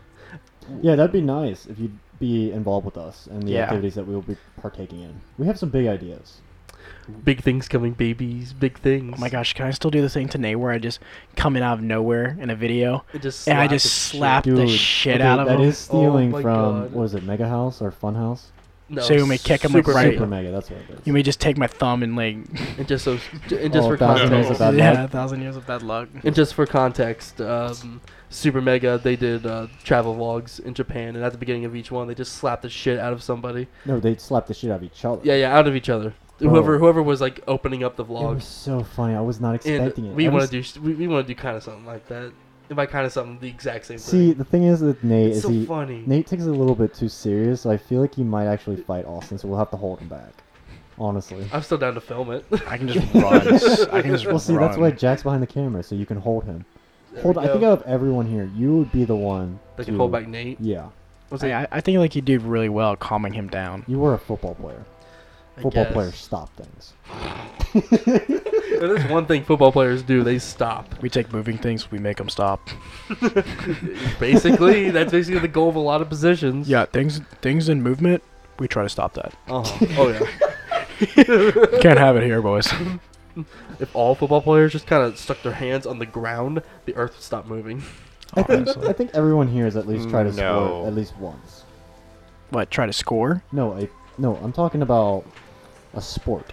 Speaker 1: yeah, that'd be nice if you'd be involved with us and the
Speaker 3: Yeah.
Speaker 1: activities that we will be partaking in. We have some big ideas.
Speaker 2: Big things coming, babies. Big things.
Speaker 3: Oh my gosh, can I still do the thing today where I just come in out of nowhere in a video
Speaker 2: It just
Speaker 3: and I
Speaker 2: slapped
Speaker 3: just
Speaker 2: the shit.
Speaker 3: slap the shit
Speaker 1: okay,
Speaker 3: out of
Speaker 1: That
Speaker 3: him?
Speaker 1: is stealing
Speaker 2: Oh my
Speaker 1: from
Speaker 2: God.
Speaker 1: what is it, Mega House or Fun House?
Speaker 2: No,
Speaker 3: So you may kick him, like,
Speaker 2: super
Speaker 3: right-
Speaker 1: Super
Speaker 2: mega.
Speaker 1: Mega. That's what it is.
Speaker 3: You may just take my thumb and like
Speaker 2: And just so and just
Speaker 1: Oh,
Speaker 2: for
Speaker 1: Thousand
Speaker 4: Days of
Speaker 2: context,
Speaker 1: Bad
Speaker 3: yeah,
Speaker 1: Luck?
Speaker 3: a thousand years of bad luck.
Speaker 2: and just for context, um, Super Mega they did uh, travel vlogs in Japan, and at the beginning of each one, they just slapped the shit out of somebody.
Speaker 1: no, they slap the shit out of each other.
Speaker 2: Yeah, yeah, out of each other.
Speaker 1: Bro.
Speaker 2: Whoever whoever was like opening up the
Speaker 1: It was
Speaker 2: vlogs,
Speaker 1: so funny. I was not
Speaker 2: and
Speaker 1: expecting it.
Speaker 2: we
Speaker 1: Every
Speaker 2: want to do sh- we, we want to do kind of something like that. And by kind of something, the exact same
Speaker 1: See,
Speaker 2: thing.
Speaker 1: the thing is with Nate
Speaker 2: It's
Speaker 1: is
Speaker 2: so
Speaker 1: he
Speaker 2: funny.
Speaker 1: Nate takes it a little bit too serious, so I feel like he might actually fight Austin, so we'll have to hold him back. Honestly.
Speaker 2: I'm still down to film it.
Speaker 3: I can just run. I can just
Speaker 1: Well, see, that's
Speaker 3: run.
Speaker 1: why Jack's behind the camera, so you can hold him. Hold.
Speaker 2: we
Speaker 1: I think
Speaker 2: go.
Speaker 1: out of everyone here, you would be the one.
Speaker 2: They
Speaker 1: to-
Speaker 2: can hold back Nate.
Speaker 1: Yeah,
Speaker 2: Was
Speaker 3: I, I- I think like you did really well calming him down.
Speaker 1: you were a football player.
Speaker 2: I
Speaker 1: Football
Speaker 2: guess.
Speaker 1: players stop things.
Speaker 2: If There's one thing football players do. They stop.
Speaker 3: We take moving things, we make them stop.
Speaker 2: Basically, that's basically the goal of a lot of positions.
Speaker 3: Yeah, things things in movement, we try to stop that.
Speaker 2: Uh-huh. Oh yeah.
Speaker 3: Can't have it here, boys.
Speaker 2: If all football players just kind of stuck their hands on the ground, the Earth would stop moving.
Speaker 1: I think. I think everyone here has at least tried a
Speaker 4: No.
Speaker 1: sport at least once.
Speaker 3: What? Try to score?
Speaker 1: No, a no. I'm talking about a sport.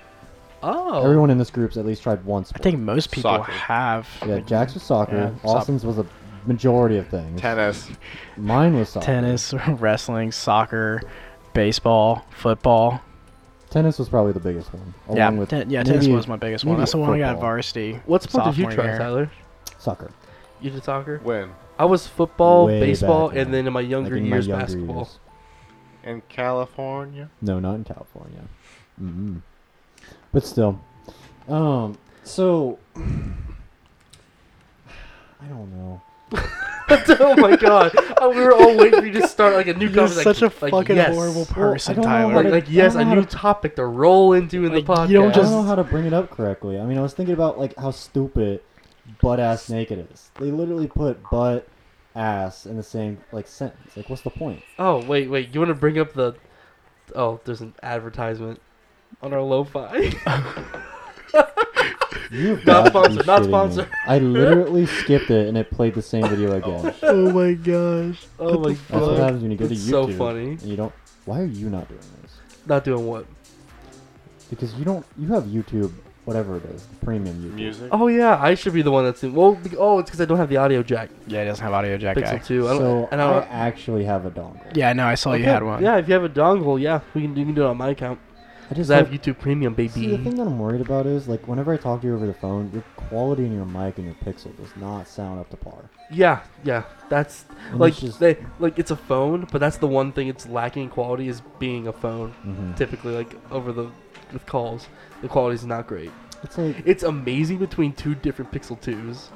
Speaker 2: Oh.
Speaker 1: Everyone in this group's at least tried once.
Speaker 3: I think most people
Speaker 4: Soccer.
Speaker 3: have.
Speaker 1: Yeah, Jack's was soccer.
Speaker 3: Yeah, soc-
Speaker 1: Austin's was a majority of things.
Speaker 4: Tennis.
Speaker 1: Mine was soccer.
Speaker 3: tennis, wrestling, soccer, baseball, football.
Speaker 1: Tennis was probably the biggest one.
Speaker 3: yeah,
Speaker 1: along with
Speaker 3: ten- yeah. Tennis
Speaker 1: maybe
Speaker 3: was my biggest one.
Speaker 1: maybe
Speaker 3: That's the one I got at
Speaker 1: football.
Speaker 3: varsity.
Speaker 2: What sport did you
Speaker 3: Sophomore
Speaker 2: try,
Speaker 3: year.
Speaker 2: Tyler?
Speaker 1: Soccer.
Speaker 2: You did soccer.
Speaker 4: When?
Speaker 2: I was football,
Speaker 1: Way
Speaker 2: baseball,
Speaker 1: back when.
Speaker 2: and then in my younger
Speaker 1: Like in my
Speaker 2: years,
Speaker 1: younger
Speaker 2: basketball.
Speaker 1: years.
Speaker 4: In California?
Speaker 1: No, not in California. mm But still, um, so I don't know.
Speaker 2: oh my god! Oh, we were all waiting for you to start like a new
Speaker 3: You're
Speaker 2: conversation.
Speaker 3: such a
Speaker 2: like,
Speaker 3: fucking
Speaker 2: yes.
Speaker 3: horrible
Speaker 1: Well, I
Speaker 3: person,
Speaker 1: don't know
Speaker 3: Tyler.
Speaker 1: how to-
Speaker 2: Like, like
Speaker 1: I
Speaker 2: yes,
Speaker 1: don't
Speaker 2: a
Speaker 1: know how
Speaker 2: new
Speaker 1: to-
Speaker 2: topic to roll into in the podcast.
Speaker 3: Like, you don't
Speaker 1: I
Speaker 3: just-
Speaker 1: don't know how to bring it up correctly. I mean, I was thinking about like how stupid butt ass naked is. They literally put butt ass in the same like sentence. Like, what's the point?
Speaker 2: Oh wait, wait. You want to bring up the? Oh, there's an advertisement on our lo-fi.
Speaker 1: You've
Speaker 2: Not
Speaker 1: got to be
Speaker 2: sponsored, not
Speaker 1: shitting me.
Speaker 2: sponsored.
Speaker 1: I literally skipped it and it played the same video again.
Speaker 3: oh my gosh.
Speaker 2: oh my
Speaker 1: That's what
Speaker 2: god!
Speaker 1: happens when you go to
Speaker 2: It's
Speaker 1: YouTube.
Speaker 2: so funny.
Speaker 1: And you don't. Why are you not doing this?
Speaker 2: Not doing what?
Speaker 1: Because you don't. You have YouTube, whatever it is, premium YouTube.
Speaker 4: Music?
Speaker 2: Oh yeah, I should be the one that's in. Well, be- oh, it's because I don't have the audio jack.
Speaker 3: Yeah, it doesn't have audio jack guy.
Speaker 2: Pixel two. I don't,
Speaker 1: so
Speaker 2: and I don't,
Speaker 1: actually have a dongle.
Speaker 3: Yeah, no, I saw you
Speaker 2: Okay,
Speaker 3: had one.
Speaker 2: Yeah, if you have a dongle, yeah, we can you can do it on my account.
Speaker 1: I
Speaker 2: Cause
Speaker 1: just
Speaker 2: I have
Speaker 1: have
Speaker 2: YouTube Premium, baby.
Speaker 1: See, the thing that I'm worried about is like whenever I talk to you over the phone, your quality in your mic and your pixel does not sound up to par.
Speaker 2: Yeah, yeah. That's
Speaker 1: And
Speaker 2: like
Speaker 1: it's just-
Speaker 2: they like it's a phone, but that's the one thing it's lacking in quality is being a phone.
Speaker 1: Mhm.
Speaker 2: Typically, like over the with calls, the quality's not great.
Speaker 1: It's like
Speaker 2: It's amazing between two different Pixel twos.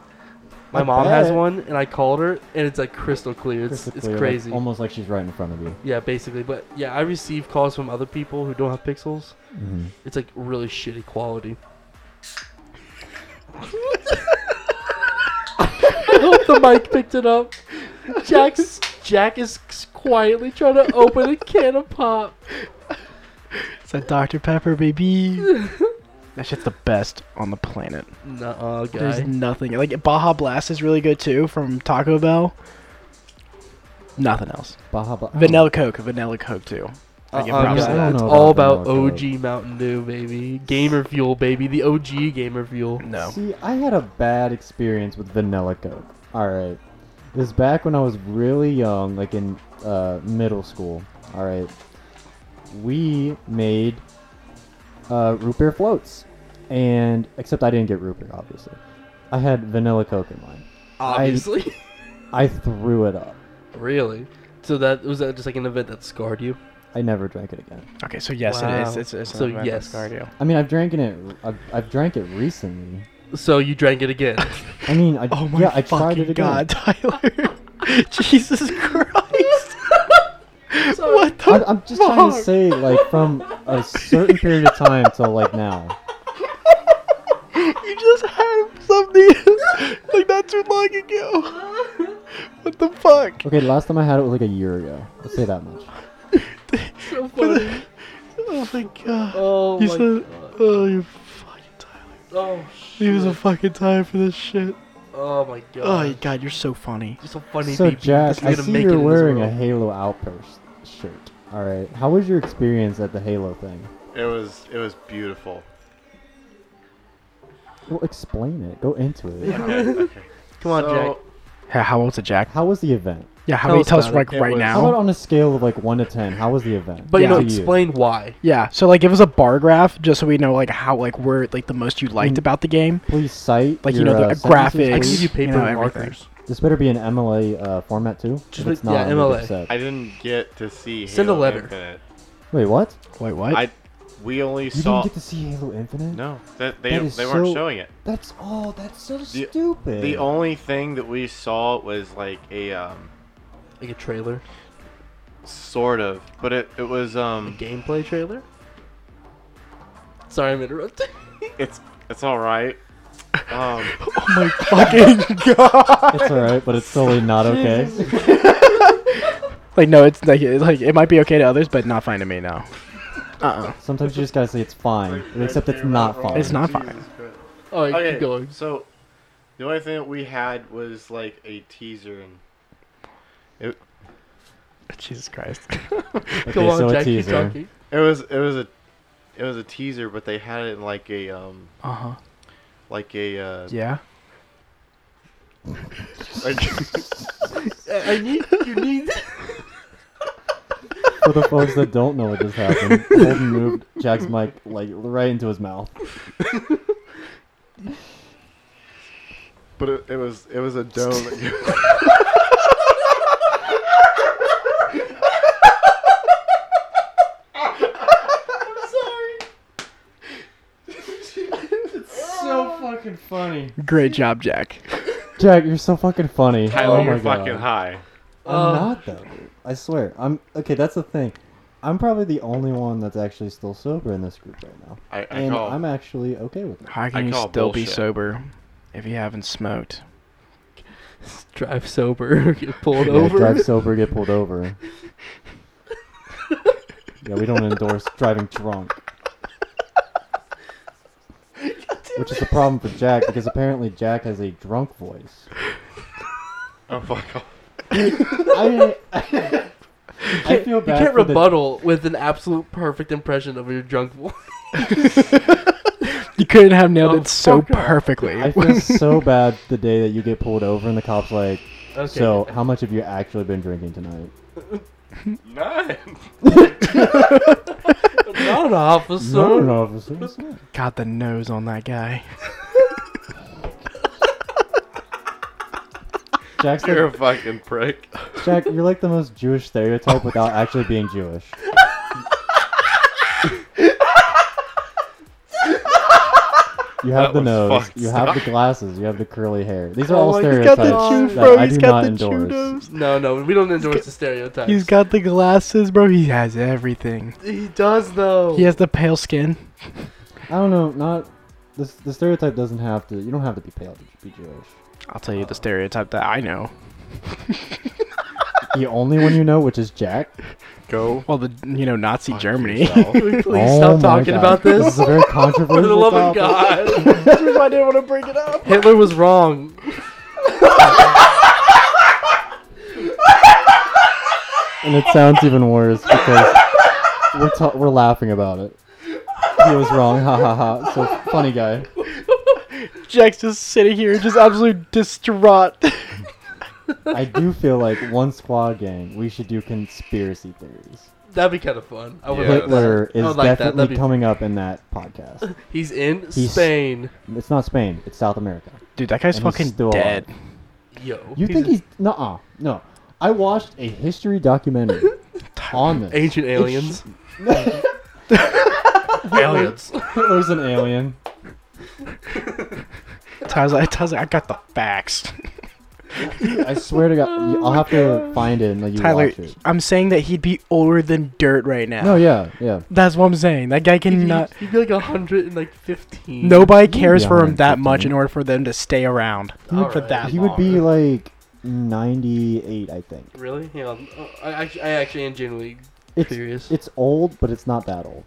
Speaker 2: My
Speaker 1: I
Speaker 2: mom has
Speaker 1: bet.
Speaker 2: one, and I called her, and it's like crystal clear. It's
Speaker 1: crystal
Speaker 2: it's
Speaker 1: clear, like,
Speaker 2: crazy.
Speaker 1: almost like she's right in front of you.
Speaker 2: yeah, basically. But yeah, I receive calls from other people who don't have pixels.
Speaker 3: Mm-hmm.
Speaker 1: Mhm.
Speaker 2: It's like really shitty quality. I hope the mic picked it up. Jack's Jack is quietly trying to open a can of pop.
Speaker 3: It's a Dr. Pepper, baby. that shit's the best on the planet.
Speaker 2: Nuh-uh,
Speaker 3: There's
Speaker 2: guy.
Speaker 3: nothing. Like, Baja Blast is really good too from Taco Bell. Nothing else.
Speaker 1: Baja, Bla- I don't-
Speaker 3: Vanilla Coke, Vanilla Coke too. I give
Speaker 2: Uh-uh,
Speaker 3: props
Speaker 2: guy.
Speaker 3: to that.
Speaker 2: It's
Speaker 1: know
Speaker 2: all
Speaker 1: about
Speaker 2: about
Speaker 1: vanilla
Speaker 2: OG Mountain Dew, baby. Gamer Fuel, baby. The OG Gamer Fuel.
Speaker 3: No.
Speaker 1: See, I had a bad experience with vanilla coke. All right, it was back when I was really young, like in uh, middle school. All right, we made uh, root beer floats, and except I didn't get root beer, obviously. I had vanilla coke in mine.
Speaker 2: Obviously.
Speaker 1: I threw it up.
Speaker 2: really? So that was that just like an event that scarred you?
Speaker 1: I never drank it again.
Speaker 3: Okay, so yes, it is.
Speaker 2: Wow.
Speaker 3: It's, it's
Speaker 2: So
Speaker 3: an event
Speaker 2: yes.
Speaker 3: that's cardio.
Speaker 1: I mean, I've drank it. I've, I've drank it recently.
Speaker 2: So you drank it again.
Speaker 1: I mean, I,
Speaker 3: Oh my
Speaker 1: yeah, I tried
Speaker 3: fucking
Speaker 1: it again.
Speaker 3: god, Tyler. Jesus Christ. what the
Speaker 1: I, I'm just trying to
Speaker 3: fuck?
Speaker 1: say, like, from a certain period of time till like now.
Speaker 3: You just had something like not too long ago. What the fuck?
Speaker 1: Okay, the last time I had it was like a year ago. Let's say that much.
Speaker 2: so funny.
Speaker 3: Oh my god.
Speaker 2: Oh
Speaker 3: you
Speaker 2: my
Speaker 3: said,
Speaker 2: god.
Speaker 3: oh, you fucking Tyler.
Speaker 2: Oh
Speaker 3: He was a
Speaker 2: shit.
Speaker 3: fucking time for this shit.
Speaker 2: Oh my god.
Speaker 3: Oh my god, you're so funny.
Speaker 2: You're so funny,
Speaker 1: so
Speaker 2: baby.
Speaker 1: Jack,
Speaker 2: You're
Speaker 1: I
Speaker 2: gonna
Speaker 1: see
Speaker 2: make it
Speaker 1: you're
Speaker 2: in this
Speaker 1: wearing a
Speaker 2: world.
Speaker 1: Halo Outburst shirt. All right, how was your experience at the Halo thing?
Speaker 4: It was it was beautiful.
Speaker 1: Well, explain it. Go into it.
Speaker 4: Okay, okay.
Speaker 2: Come on,
Speaker 4: So,
Speaker 3: how old's it, Jack?
Speaker 1: How was the event?
Speaker 3: Yeah, how
Speaker 2: Tell
Speaker 3: many
Speaker 2: us
Speaker 3: tell us
Speaker 2: about
Speaker 3: like
Speaker 4: it. It
Speaker 3: right
Speaker 4: was-
Speaker 1: How about
Speaker 3: now?
Speaker 1: on a scale of like one to ten? How was the event?
Speaker 2: But you
Speaker 3: Yeah.
Speaker 2: know,
Speaker 1: To
Speaker 2: explain why.
Speaker 3: Yeah, so like give us a bar graph just so we know like how like where like the most you liked
Speaker 1: Mm.
Speaker 3: about the game.
Speaker 1: Please cite
Speaker 3: Like, you
Speaker 1: your,
Speaker 3: know, the
Speaker 1: uh, sentences,
Speaker 3: graphics.
Speaker 2: I can
Speaker 1: please.
Speaker 2: give you
Speaker 3: You
Speaker 2: paper
Speaker 3: know, everything.
Speaker 2: markers.
Speaker 1: This better be an MLA uh, format too.
Speaker 2: Just
Speaker 1: If
Speaker 2: like-
Speaker 1: it's not,
Speaker 2: yeah,
Speaker 1: I'm gonna
Speaker 2: MLA.
Speaker 1: get upset.
Speaker 4: I didn't get to see
Speaker 2: Send a
Speaker 4: Halo
Speaker 2: letter.
Speaker 4: Infinite.
Speaker 1: Wait, what?
Speaker 3: Wait, what?
Speaker 4: I we only
Speaker 1: You
Speaker 4: saw
Speaker 1: didn't get to see Halo Infinite?
Speaker 4: No, that, they
Speaker 1: That is
Speaker 4: they weren't
Speaker 1: so-
Speaker 4: showing it.
Speaker 1: That's all. that's so
Speaker 4: The-
Speaker 1: stupid.
Speaker 4: The only thing that we saw was like a um
Speaker 2: Like a trailer,
Speaker 4: sort of, but it it was
Speaker 2: a
Speaker 4: um
Speaker 2: gameplay trailer. Sorry, I'm interrupting.
Speaker 4: it's it's all right. Um,
Speaker 3: oh my fucking god!
Speaker 1: It's alright, but it's totally not okay.
Speaker 3: Like no, it's like it, like it might be okay to others, but not fine to me now. Uh
Speaker 1: Sometimes you just gotta say it's fine, except it's not fine.
Speaker 3: It's not fine.
Speaker 2: All right,
Speaker 4: Oh, Okay,
Speaker 2: keep going.
Speaker 4: so the only thing that we had was like a teaser and it
Speaker 3: Jesus Christ.
Speaker 2: Go on,
Speaker 1: so a
Speaker 2: Jack, keep
Speaker 1: teaser.
Speaker 2: talking.
Speaker 4: It was it was a it was a teaser, but they had it in like a um
Speaker 3: Uh huh.
Speaker 4: like a uh,
Speaker 3: Yeah.
Speaker 4: like-
Speaker 2: I, I need you need.
Speaker 1: For the folks that don't know what just happened, Colton moved Jack's mic like right into his mouth.
Speaker 4: but it, it was it was a dome. That you,
Speaker 1: So fucking funny.
Speaker 3: Great job, Jack.
Speaker 1: Jack, you're so fucking funny.
Speaker 4: Tyler,
Speaker 1: oh my
Speaker 4: you're
Speaker 1: God.
Speaker 4: fucking high.
Speaker 1: I'm
Speaker 2: Uh,
Speaker 1: not though. I swear. I'm okay. That's the thing. I'm probably the only one that's actually still sober in this group right now,
Speaker 4: I, I
Speaker 1: and
Speaker 4: call.
Speaker 1: I'm actually okay with it.
Speaker 3: How can
Speaker 4: I
Speaker 3: you
Speaker 4: call
Speaker 3: still be
Speaker 4: bullshit.
Speaker 3: sober if you haven't smoked?
Speaker 2: Drive sober, get pulled
Speaker 1: Yeah,
Speaker 2: over.
Speaker 1: drive sober, get pulled over. yeah, we don't endorse driving drunk. Which is a problem for Jack because apparently Jack has a drunk voice.
Speaker 4: oh fuck off.
Speaker 1: I, I, feel
Speaker 2: You
Speaker 1: bad.
Speaker 2: can't
Speaker 1: for the-
Speaker 2: rebuttal with an absolute perfect impression of your drunk voice.
Speaker 3: You couldn't have nailed
Speaker 2: Oh,
Speaker 3: it so
Speaker 2: fuck off.
Speaker 3: perfectly.
Speaker 1: I feel so bad the day that you get pulled over and the cops like,
Speaker 2: Okay.
Speaker 1: so how much have you actually been drinking tonight?
Speaker 4: Nine.
Speaker 2: not an officer.
Speaker 1: No, no, officer. it's not."
Speaker 3: Got the nose on that guy.
Speaker 1: Jack's like,
Speaker 4: You're a fucking prick.
Speaker 1: Jack, you're like the most Jewish stereotype without actually being Jewish. You have
Speaker 4: That
Speaker 1: the
Speaker 4: was
Speaker 1: nose,
Speaker 4: fucked.
Speaker 1: you have the glasses, you have the curly hair. These are all
Speaker 3: Oh my- he's got
Speaker 1: stereotypes
Speaker 3: the chew,
Speaker 1: that
Speaker 3: bro.
Speaker 1: I
Speaker 3: He's
Speaker 1: do
Speaker 3: got
Speaker 1: not
Speaker 3: the chew
Speaker 1: endorse.
Speaker 3: nose.
Speaker 2: No, no, we don't endorse the stereotypes.
Speaker 3: He's got the glasses, bro. He has everything.
Speaker 2: he does
Speaker 1: Oh.
Speaker 2: though.
Speaker 3: He has the pale skin.
Speaker 1: I don't know, not this. The stereotype doesn't have to. You don't have to be pale to be Jewish.
Speaker 3: I'll tell you the stereotype that I know.
Speaker 1: The only one you know, which is Jack.
Speaker 4: Go.
Speaker 3: Well, the you know Nazi
Speaker 4: fuck
Speaker 3: Germany.
Speaker 4: yourself.
Speaker 2: Can we please
Speaker 1: Oh
Speaker 2: stop
Speaker 1: my
Speaker 2: talking
Speaker 1: God.
Speaker 2: about this?
Speaker 1: This is a very controversial
Speaker 2: For the love of
Speaker 1: topic.
Speaker 2: God.
Speaker 3: I didn't want to bring it up.
Speaker 2: Hitler was wrong.
Speaker 1: And it sounds even worse because we're ta- we're laughing about it. He was wrong, ha ha ha. So funny guy.
Speaker 3: Jack's just sitting here, just absolutely distraught.
Speaker 1: I do feel like one squad gang. We should do conspiracy theories.
Speaker 2: That'd be kind of fun. I would
Speaker 4: Yeah,
Speaker 2: like
Speaker 1: Hitler
Speaker 2: that. I
Speaker 1: is
Speaker 2: would like that.
Speaker 1: definitely
Speaker 2: That'd be.
Speaker 1: coming up in that podcast.
Speaker 2: He's in
Speaker 1: He's-
Speaker 2: Spain.
Speaker 1: It's not Spain. It's South America.
Speaker 3: Dude, that guy's
Speaker 1: And he's
Speaker 3: fucking
Speaker 1: still
Speaker 3: dead.
Speaker 1: alive.
Speaker 2: Yo.
Speaker 1: You think
Speaker 2: a-
Speaker 1: he's nuh-uh, no? I watched a history documentary on this.
Speaker 2: ancient aliens? aliens.
Speaker 1: Hitler's an alien.
Speaker 3: Tyler's like, Tyler's like, I got the facts.
Speaker 1: I swear to God, I'll have to find it and like you
Speaker 3: Tyler,
Speaker 1: watch it.
Speaker 3: I'm saying that he'd be older than dirt right now.
Speaker 1: No, yeah, yeah.
Speaker 3: That's what I'm saying. That guy
Speaker 2: He'd,
Speaker 3: cannot.
Speaker 2: he'd be like a hundred and like fifteen.
Speaker 3: Nobody
Speaker 1: be
Speaker 3: cares for him that
Speaker 1: 115.
Speaker 3: much in order for them to stay around
Speaker 2: All
Speaker 3: for
Speaker 2: right.
Speaker 3: that
Speaker 1: He would
Speaker 3: long.
Speaker 1: be like 98, I think.
Speaker 2: Really? Hang on. Oh, I, I, I actually am genuinely
Speaker 1: It's
Speaker 2: curious.
Speaker 1: it's old, but it's not that old.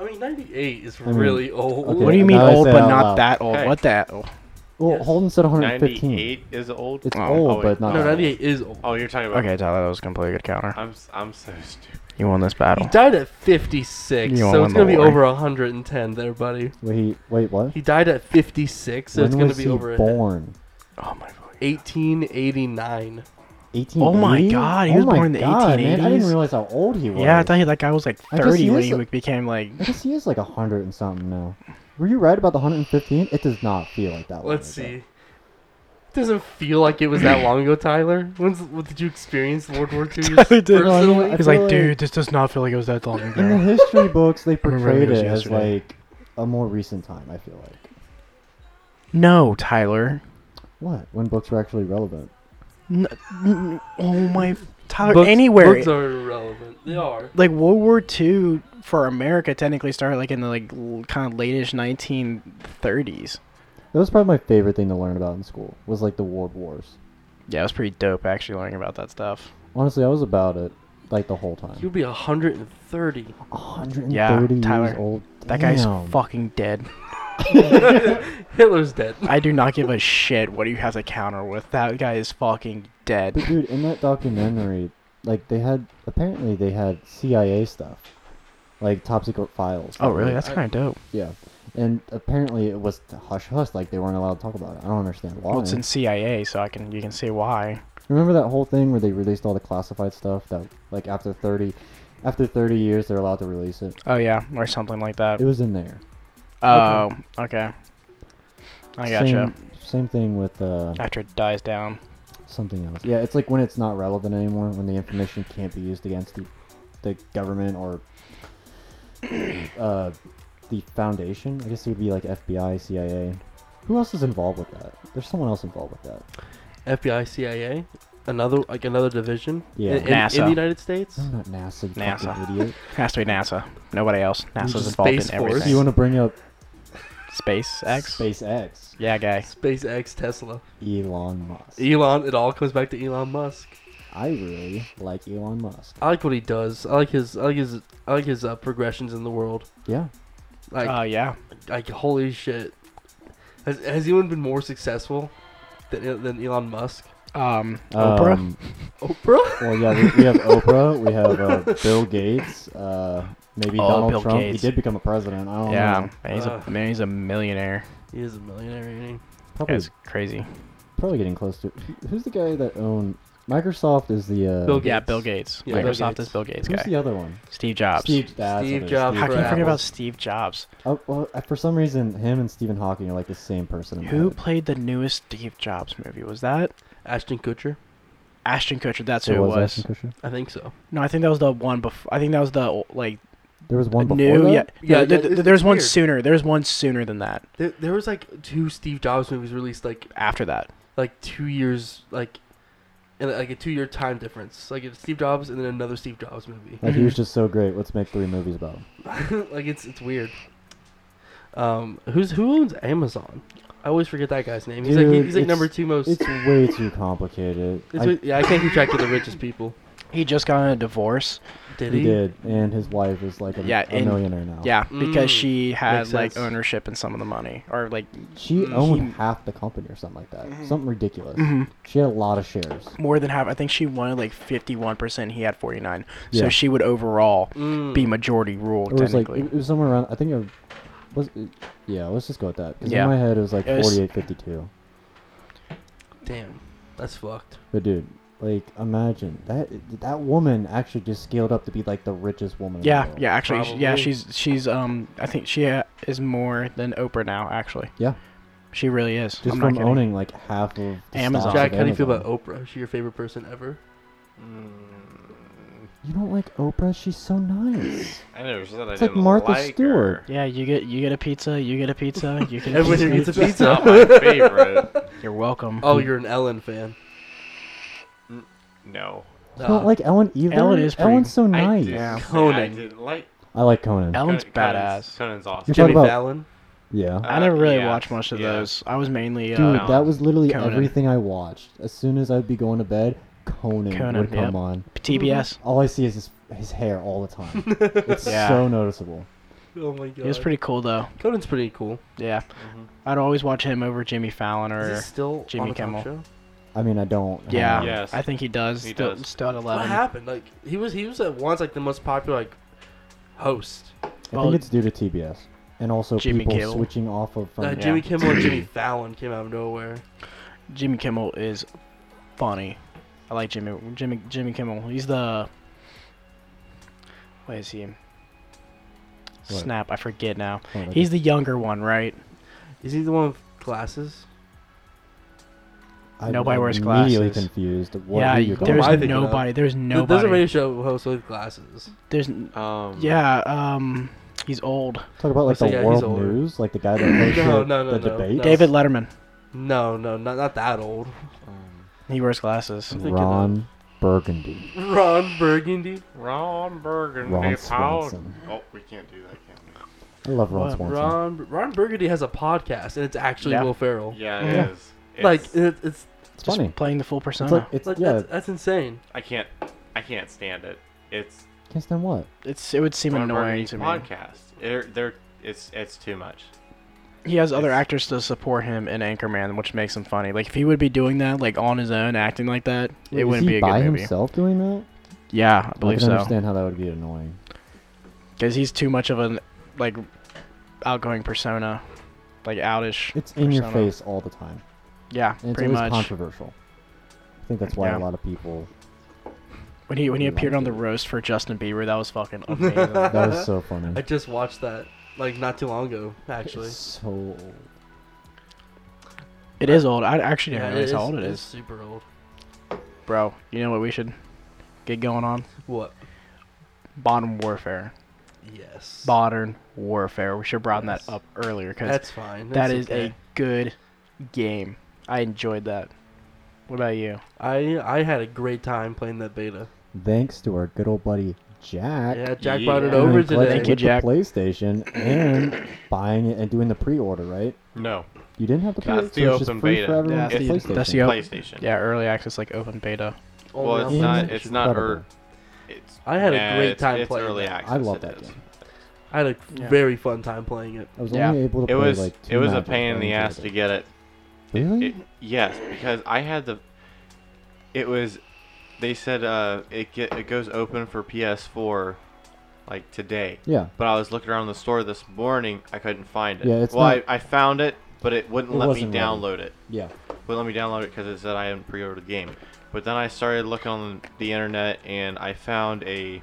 Speaker 2: I mean, ninety-eight is
Speaker 1: mean,
Speaker 2: really old.
Speaker 1: okay.
Speaker 3: What do you mean
Speaker 1: now I
Speaker 3: old
Speaker 1: say
Speaker 3: but
Speaker 1: out
Speaker 3: not
Speaker 1: loud.
Speaker 3: that old?
Speaker 4: Hey.
Speaker 3: What that? old?
Speaker 1: Well,
Speaker 2: Yes.
Speaker 1: Holden said 115.
Speaker 4: 98 is old.
Speaker 1: It's
Speaker 3: Oh,
Speaker 1: old,
Speaker 4: oh,
Speaker 1: but not.
Speaker 2: No,
Speaker 1: that old.
Speaker 2: ninety-eight is old.
Speaker 4: Oh, you're talking about.
Speaker 3: Okay, Tyler, that was completely a good counter.
Speaker 4: I'm s- I'm so stupid.
Speaker 3: You won this
Speaker 2: He
Speaker 3: battle.
Speaker 2: died at fifty-six,
Speaker 3: You
Speaker 2: so
Speaker 3: won
Speaker 2: it's
Speaker 3: the
Speaker 2: gonna be
Speaker 3: war.
Speaker 2: over hundred and ten there, buddy.
Speaker 1: Wait, wait, what?
Speaker 2: He died at fifty-six, so
Speaker 1: when
Speaker 2: it's gonna
Speaker 1: was
Speaker 2: be
Speaker 1: he
Speaker 2: over
Speaker 1: born?
Speaker 3: Oh my god.
Speaker 2: eighteen eighty-nine.
Speaker 1: 18.
Speaker 3: Oh my God, he was born in the
Speaker 1: Man, I didn't
Speaker 3: 1880s.
Speaker 1: realize how old he was.
Speaker 3: Yeah, I thought he, that guy was like
Speaker 1: I guess he
Speaker 3: 30 when
Speaker 1: is
Speaker 3: he
Speaker 1: a-
Speaker 3: like, became like.
Speaker 1: I guess he is like 100 and something now. Were you right about the 115? It does not feel like that. long
Speaker 2: Let's
Speaker 1: ago.
Speaker 2: see. Doesn't feel like it was that long ago, Tyler. When's what did you experience World War II?
Speaker 3: Tyler did.
Speaker 1: No, I
Speaker 2: Personally,
Speaker 1: mean, feel
Speaker 3: He's like,
Speaker 1: like-
Speaker 3: dude, this does not feel like it was that long
Speaker 1: In the
Speaker 3: ago.
Speaker 1: history books, they
Speaker 3: remember it
Speaker 1: portrayed
Speaker 3: was
Speaker 1: it as
Speaker 3: yesterday.
Speaker 1: like a more recent time. I feel like.
Speaker 3: no, Tyler.
Speaker 1: What? When books were actually relevant?
Speaker 3: N- n- oh my. Tyler,
Speaker 2: Books-
Speaker 3: anywhere.
Speaker 2: Books are irrelevant. They are.
Speaker 3: like World War II for America technically started like in the like kind of lateish 1930s.
Speaker 1: That was probably my favorite thing to learn about in school. Was like the world wars.
Speaker 3: Yeah, it was pretty dope actually learning about that stuff.
Speaker 1: Honestly, I was about it like the whole time.
Speaker 2: You'll be hundred and thirty.
Speaker 1: 130
Speaker 3: Tyler,
Speaker 1: years old.
Speaker 3: That guy's
Speaker 1: Damn.
Speaker 3: fucking dead.
Speaker 2: Hitler's dead.
Speaker 3: I do not give a shit what you have to counter with. That guy is fucking dead.
Speaker 1: But dude, in that documentary, like they had apparently they had CIA stuff, like top secret files.
Speaker 3: Oh, really? That's
Speaker 2: I-
Speaker 3: kind of dope.
Speaker 1: yeah. And apparently it was hush hush, like they weren't allowed to talk about it. I don't understand why.
Speaker 3: Well, it's in CIA, so I can you can see why.
Speaker 1: Remember that whole thing where they released all the classified stuff that like after thirty, after thirty years they're allowed to release it.
Speaker 3: Oh yeah, or something like that.
Speaker 1: It was in there.
Speaker 3: Oh, okay. I gotcha.
Speaker 1: Same, same thing with uh,
Speaker 3: After it dies down.
Speaker 1: something else. Yeah, it's like when it's not relevant anymore, when the information can't be used against the, the government or uh, the foundation. I guess it would be like FBI, CIA. Who else is involved with that? There's someone else involved with that.
Speaker 2: FBI, CIA, another like another division.
Speaker 1: Yeah. Hmm.
Speaker 2: in, in- in
Speaker 3: NASA.
Speaker 2: the United States.
Speaker 1: No, not NASA. You
Speaker 3: NASA.
Speaker 1: fucking idiot.
Speaker 3: Has to be NASA. Nobody else. NASA's
Speaker 2: Just
Speaker 3: involved
Speaker 2: Space
Speaker 1: Do
Speaker 2: Force.
Speaker 3: in
Speaker 1: you
Speaker 3: everything.
Speaker 1: want to bring up
Speaker 3: SpaceX.
Speaker 1: SpaceX?
Speaker 3: Yeah, guy.
Speaker 2: SpaceX, Tesla,
Speaker 1: Elon Musk.
Speaker 3: E-
Speaker 2: Elon. It all comes back to Elon Musk.
Speaker 1: I really like Elon Musk.
Speaker 3: Uh,
Speaker 2: I like what he does. I like his I like his I like his uh, progressions in the world.
Speaker 1: Yeah.
Speaker 2: Like
Speaker 3: uh, yeah.
Speaker 2: like holy shit. Has, has anyone been more successful than than Elon Musk?
Speaker 3: Um, Oprah.
Speaker 1: Um,
Speaker 2: Oprah.
Speaker 1: Well, yeah, we, we have Oprah, we have uh, Bill Gates, uh, maybe
Speaker 3: Oh,
Speaker 1: Donald
Speaker 3: Bill
Speaker 1: Trump.
Speaker 3: Gates.
Speaker 1: He did become a president. I don't
Speaker 3: yeah,
Speaker 1: know.
Speaker 3: man, he's
Speaker 2: Ugh.
Speaker 3: a man, he's a millionaire.
Speaker 2: He is a millionaire. Ain't he?
Speaker 1: Probably,
Speaker 3: That's crazy.
Speaker 1: probably getting close to. Who's the guy that owned Microsoft? Is the uh,
Speaker 2: Bill Gates.
Speaker 3: Yeah, Bill Gates.
Speaker 2: Yeah, Bill
Speaker 3: Microsoft
Speaker 2: Gates.
Speaker 3: is Bill Gates
Speaker 1: Who's
Speaker 3: guy.
Speaker 1: the other one?
Speaker 3: Steve Jobs.
Speaker 1: Steve. That's
Speaker 2: Steve
Speaker 1: what it is,
Speaker 2: Jobs
Speaker 1: Steve
Speaker 3: How can you
Speaker 2: Jobs.
Speaker 3: forget about Steve Jobs?
Speaker 1: Oh, well, I- for some reason, him and Stephen Hawking are like the same person. in my
Speaker 3: Who
Speaker 1: head.
Speaker 3: played the newest Steve Jobs movie? Was that
Speaker 2: Ashton Kutcher.
Speaker 3: Ashton Kutcher? That's
Speaker 1: It
Speaker 3: who it was.
Speaker 1: Ashton Kutcher?
Speaker 2: I think so.
Speaker 3: No, I think that was the one before. I think that was the o- like
Speaker 1: There was one before
Speaker 3: new.
Speaker 1: that?
Speaker 3: Yeah,
Speaker 2: Yeah,
Speaker 3: yeah.
Speaker 2: yeah,
Speaker 3: th- th-
Speaker 2: it's-
Speaker 3: there's
Speaker 2: it's
Speaker 3: one
Speaker 2: weird.
Speaker 3: sooner. There's one sooner than that.
Speaker 2: There, there was like two Steve Jobs movies released like
Speaker 3: After that,
Speaker 2: like two years like in like a two year time difference. Like it's Steve Jobs and then another Steve Jobs movie.
Speaker 1: Like he was just so great. Let's make three movies about him.
Speaker 2: like it's it's weird. Um, who's who owns Amazon? I always forget that guy's name. He's like
Speaker 1: Dude,
Speaker 2: he's like
Speaker 1: it's-
Speaker 2: number two most.
Speaker 1: It's way too complicated.
Speaker 2: it's
Speaker 1: I-
Speaker 2: what- yeah, I can't keep track of the richest people.
Speaker 3: he just got a divorce.
Speaker 2: Did
Speaker 1: he
Speaker 2: he?
Speaker 1: did, and his wife is like a,
Speaker 3: Yeah,
Speaker 1: a
Speaker 3: and-
Speaker 1: millionaire now.
Speaker 3: Yeah, because
Speaker 2: Mm,
Speaker 3: she had
Speaker 2: makes
Speaker 3: like
Speaker 2: sense.
Speaker 3: ownership in some of the money, or like
Speaker 1: She
Speaker 3: Mm,
Speaker 1: owned
Speaker 3: he-
Speaker 1: half the company or something like that.
Speaker 2: Mm-hmm.
Speaker 3: Mhm.
Speaker 1: Something ridiculous.
Speaker 3: Mhm.
Speaker 1: She had a lot of shares.
Speaker 3: more than half. I think she wanted like 51 percent. He had 49.
Speaker 1: Yeah.
Speaker 3: So she would overall
Speaker 2: Mm.
Speaker 3: be majority rule
Speaker 1: It was like mm,
Speaker 3: technically.
Speaker 1: it was somewhere around. I think it was. It, yeah, let's just go with that. Because
Speaker 3: Yeah.
Speaker 1: in my head it was like
Speaker 3: It was-
Speaker 1: forty-eight, fifty-two.
Speaker 2: Damn, that's fucked.
Speaker 1: But dude, like imagine that that woman actually just scaled up to be like the richest woman. in the
Speaker 3: yeah,
Speaker 1: world.
Speaker 3: yeah. Actually, sh- yeah.
Speaker 2: Probably.
Speaker 3: She's she's um. I think she uh, is more than Oprah now. Actually,
Speaker 1: Yeah,
Speaker 3: she really is.
Speaker 1: just
Speaker 3: I'm not
Speaker 1: from
Speaker 3: kidding.
Speaker 1: owning like half of the
Speaker 3: Oh, Amazon.
Speaker 1: stocks
Speaker 2: Jack,
Speaker 1: of
Speaker 2: how do you feel about
Speaker 1: Amazon.
Speaker 2: Oprah? Is she your favorite person ever?
Speaker 4: Mm,
Speaker 1: You don't like Oprah? She's so nice.
Speaker 4: I never said I
Speaker 1: It's like
Speaker 4: didn't
Speaker 1: Martha
Speaker 4: like
Speaker 1: Stewart.
Speaker 4: her.
Speaker 3: Yeah, you get you get a pizza. You get a pizza. You get a
Speaker 2: Everyone here
Speaker 3: pizza.
Speaker 2: gets a
Speaker 4: It's
Speaker 2: pizza.
Speaker 4: not my favorite.
Speaker 3: You're welcome.
Speaker 2: Oh, you're an Ellen fan.
Speaker 4: No.
Speaker 1: You don't like Ellen either.
Speaker 3: Ellen is pretty-
Speaker 1: Ellen's so
Speaker 4: I
Speaker 1: nice.
Speaker 4: didn't
Speaker 3: Yeah.
Speaker 4: say I
Speaker 2: Conan.
Speaker 4: didn't like
Speaker 1: I like Conan.
Speaker 3: Ellen's
Speaker 4: Con- Conan's-
Speaker 3: badass.
Speaker 4: Conan's
Speaker 1: You're
Speaker 4: awesome.
Speaker 1: talking
Speaker 2: Jimmy
Speaker 1: about-
Speaker 2: Fallon.
Speaker 1: yeah.
Speaker 3: I never really
Speaker 4: yeah,
Speaker 3: watched much of
Speaker 4: yeah.
Speaker 3: those. Uh, I was mainly
Speaker 1: Dude,
Speaker 3: uh,
Speaker 4: Yeah.
Speaker 1: that was literally
Speaker 3: Conan.
Speaker 1: everything I watched. As soon as I'd be going to bed, Conan,
Speaker 3: Conan,
Speaker 1: would come
Speaker 3: yep.
Speaker 1: on.
Speaker 3: TBS.
Speaker 1: All I see is his, his hair all the time. It's
Speaker 3: Yeah.
Speaker 1: so noticeable.
Speaker 2: Oh my god.
Speaker 3: He was pretty cool though.
Speaker 2: Conan's pretty cool.
Speaker 3: Yeah, I'd always watch him over Jimmy Fallon
Speaker 2: Is he
Speaker 3: or
Speaker 2: still
Speaker 3: Jimmy
Speaker 2: on a talk
Speaker 3: Kimmel.
Speaker 2: show?
Speaker 1: I mean, I don't. I
Speaker 3: yeah.
Speaker 1: don't know.
Speaker 4: Yes.
Speaker 3: I think he does.
Speaker 4: He
Speaker 3: still,
Speaker 4: does.
Speaker 3: still at eleven.
Speaker 2: What happened? Like he was he was at once like the most popular like host.
Speaker 1: I
Speaker 3: Well,
Speaker 1: think it's due to TBS and also
Speaker 3: Jimmy
Speaker 1: people
Speaker 3: Kimmel.
Speaker 1: switching off of from.
Speaker 2: Uh,
Speaker 3: yeah.
Speaker 2: Jimmy Kimmel and Jimmy Fallon came out of nowhere.
Speaker 3: Jimmy Kimmel is funny. I like Jimmy Jimmy Jimmy Kimmel. He's the what is he? Snap, I forget now.
Speaker 1: oh, like-
Speaker 3: He's the younger one, right?
Speaker 2: Is he the one with glasses?
Speaker 1: I'm
Speaker 3: nobody wears
Speaker 1: Immediately
Speaker 3: glasses.
Speaker 1: confused. at What
Speaker 3: yeah,
Speaker 1: who
Speaker 3: you-
Speaker 1: you're going
Speaker 3: there's
Speaker 2: I
Speaker 1: with.
Speaker 2: think of?
Speaker 3: nobody. There's
Speaker 2: Th- There's a
Speaker 3: nobody.
Speaker 2: radio show host with glasses.
Speaker 3: There's
Speaker 4: Um,
Speaker 3: yeah. Um, he's old.
Speaker 1: Talk about like
Speaker 2: So,
Speaker 1: the
Speaker 2: yeah, he's
Speaker 1: world
Speaker 2: older.
Speaker 1: news, like the guy that hosts
Speaker 2: No,
Speaker 1: the,
Speaker 2: no, no,
Speaker 1: the
Speaker 2: no,
Speaker 1: debate.
Speaker 2: no.
Speaker 3: David Letterman.
Speaker 2: No, no, not not that old.
Speaker 4: um,
Speaker 3: He wears glasses.
Speaker 2: I'm thinking of-
Speaker 1: Ron Burgundy.
Speaker 2: Ron Burgundy.
Speaker 4: Ron Burgundy.
Speaker 1: Ron
Speaker 4: Paul-
Speaker 1: Swanson.
Speaker 4: Oh, we can't do that, can
Speaker 1: I love Ron
Speaker 3: What?
Speaker 1: Swanson.
Speaker 2: Ron Ron Burgundy has a podcast and it's actually
Speaker 3: Yeah.
Speaker 2: Will Ferrell.
Speaker 4: we? Yeah,
Speaker 1: Yeah.
Speaker 4: it is. It's,
Speaker 2: Like uh, it, it's
Speaker 1: it's
Speaker 3: Just
Speaker 1: funny.
Speaker 3: playing the full
Speaker 1: It's
Speaker 3: persona.
Speaker 1: like it's
Speaker 2: like
Speaker 1: yeah.
Speaker 2: that's, that's insane.
Speaker 4: I can't, I can't stand it. It's
Speaker 1: Can't stand what?
Speaker 3: it's it would seem
Speaker 4: Ron
Speaker 3: annoying
Speaker 4: Burgundy's
Speaker 3: to me.
Speaker 4: podcast. They're, they're, it's, it's too much.
Speaker 3: He has other
Speaker 4: It's-
Speaker 3: actors to support him in Anchorman, which makes him funny. Like if he would be doing that, like on his own, acting like that,
Speaker 1: Wait,
Speaker 3: it
Speaker 1: is
Speaker 3: wouldn't
Speaker 1: he
Speaker 3: be a
Speaker 1: by
Speaker 3: good movie.
Speaker 1: himself doing that?
Speaker 3: Yeah, I
Speaker 1: I
Speaker 3: believe
Speaker 1: can
Speaker 3: so.
Speaker 1: understand how that would be annoying.
Speaker 3: Because he's too much of an like outgoing persona, like outish.
Speaker 1: It's in your
Speaker 3: persona.
Speaker 1: face all the time.
Speaker 3: Yeah,
Speaker 1: And it's
Speaker 3: pretty
Speaker 1: always
Speaker 3: much.
Speaker 1: controversial. I think that's why
Speaker 3: Yeah.
Speaker 1: a lot of people.
Speaker 3: when he when he
Speaker 1: Like
Speaker 3: appeared on the
Speaker 1: it.
Speaker 3: roast for Justin Bieber, that was fucking amazing.
Speaker 1: That was so funny.
Speaker 2: I just watched that like not too long ago, actually.
Speaker 1: It's so old.
Speaker 3: it is old. I actually didn't realize
Speaker 2: it
Speaker 3: how
Speaker 2: is-
Speaker 3: old it
Speaker 2: it's
Speaker 3: is,
Speaker 2: Super old.
Speaker 3: bro. You know what we should get going on?
Speaker 2: What?
Speaker 3: Modern warfare,
Speaker 2: Yes.
Speaker 3: modern warfare. We should broaden
Speaker 2: Yes.
Speaker 3: that up earlier because
Speaker 2: That's fine.
Speaker 3: that
Speaker 2: That's
Speaker 3: is
Speaker 2: okay.
Speaker 3: a good game. I enjoyed that. What about you?
Speaker 2: I I had a great time playing that beta.
Speaker 1: Thanks to our good old buddy Jack.
Speaker 2: Yeah, Jack brought it
Speaker 4: Yeah.
Speaker 2: over
Speaker 1: coming clutch
Speaker 2: today.
Speaker 3: Thank you,
Speaker 1: with
Speaker 3: Jack.
Speaker 1: The PlayStation and buying it and doing the pre-order, right?
Speaker 4: No.
Speaker 1: You didn't have to pay.
Speaker 4: That's
Speaker 1: it,
Speaker 4: the
Speaker 1: so it's just
Speaker 4: open
Speaker 1: free
Speaker 4: beta.
Speaker 1: For everyone
Speaker 3: That's
Speaker 1: with
Speaker 3: the-
Speaker 1: PlayStation.
Speaker 3: that's the Yep.
Speaker 4: PlayStation.
Speaker 3: Yeah, early access, like open beta.
Speaker 2: Only
Speaker 4: Well, it's
Speaker 2: on
Speaker 4: not.
Speaker 2: Xbox.
Speaker 4: It's not. Er,
Speaker 1: Incredible.
Speaker 4: it's.
Speaker 2: I had a
Speaker 4: nah,
Speaker 2: great
Speaker 4: it's-
Speaker 2: time
Speaker 4: it's
Speaker 2: playing
Speaker 4: early
Speaker 2: that.
Speaker 4: access.
Speaker 1: I love
Speaker 4: it
Speaker 1: that
Speaker 4: is.
Speaker 1: game.
Speaker 2: I had a
Speaker 3: Yeah.
Speaker 2: very fun time playing it.
Speaker 1: I was
Speaker 3: Yeah.
Speaker 1: only able to
Speaker 4: It
Speaker 1: play
Speaker 4: was.
Speaker 1: like two
Speaker 4: it was a
Speaker 1: matches
Speaker 4: pain in
Speaker 1: on
Speaker 4: the
Speaker 1: each
Speaker 4: ass
Speaker 1: other.
Speaker 4: to get it.
Speaker 1: Really?
Speaker 4: It- yes, because I had the. It was, they said uh, it get it goes open for PS4, like today.
Speaker 1: yeah.
Speaker 4: But I was looking around the store this morning. I couldn't find it.
Speaker 1: Yeah, it's
Speaker 4: well,
Speaker 1: not-
Speaker 4: I, I found it, but it wouldn't
Speaker 1: It
Speaker 4: let me
Speaker 1: wasn't ready.
Speaker 4: download it.
Speaker 1: Yeah.
Speaker 4: Wouldn't let me download it because it said I hadn't pre-ordered the game. But then I started looking on the internet and I found a.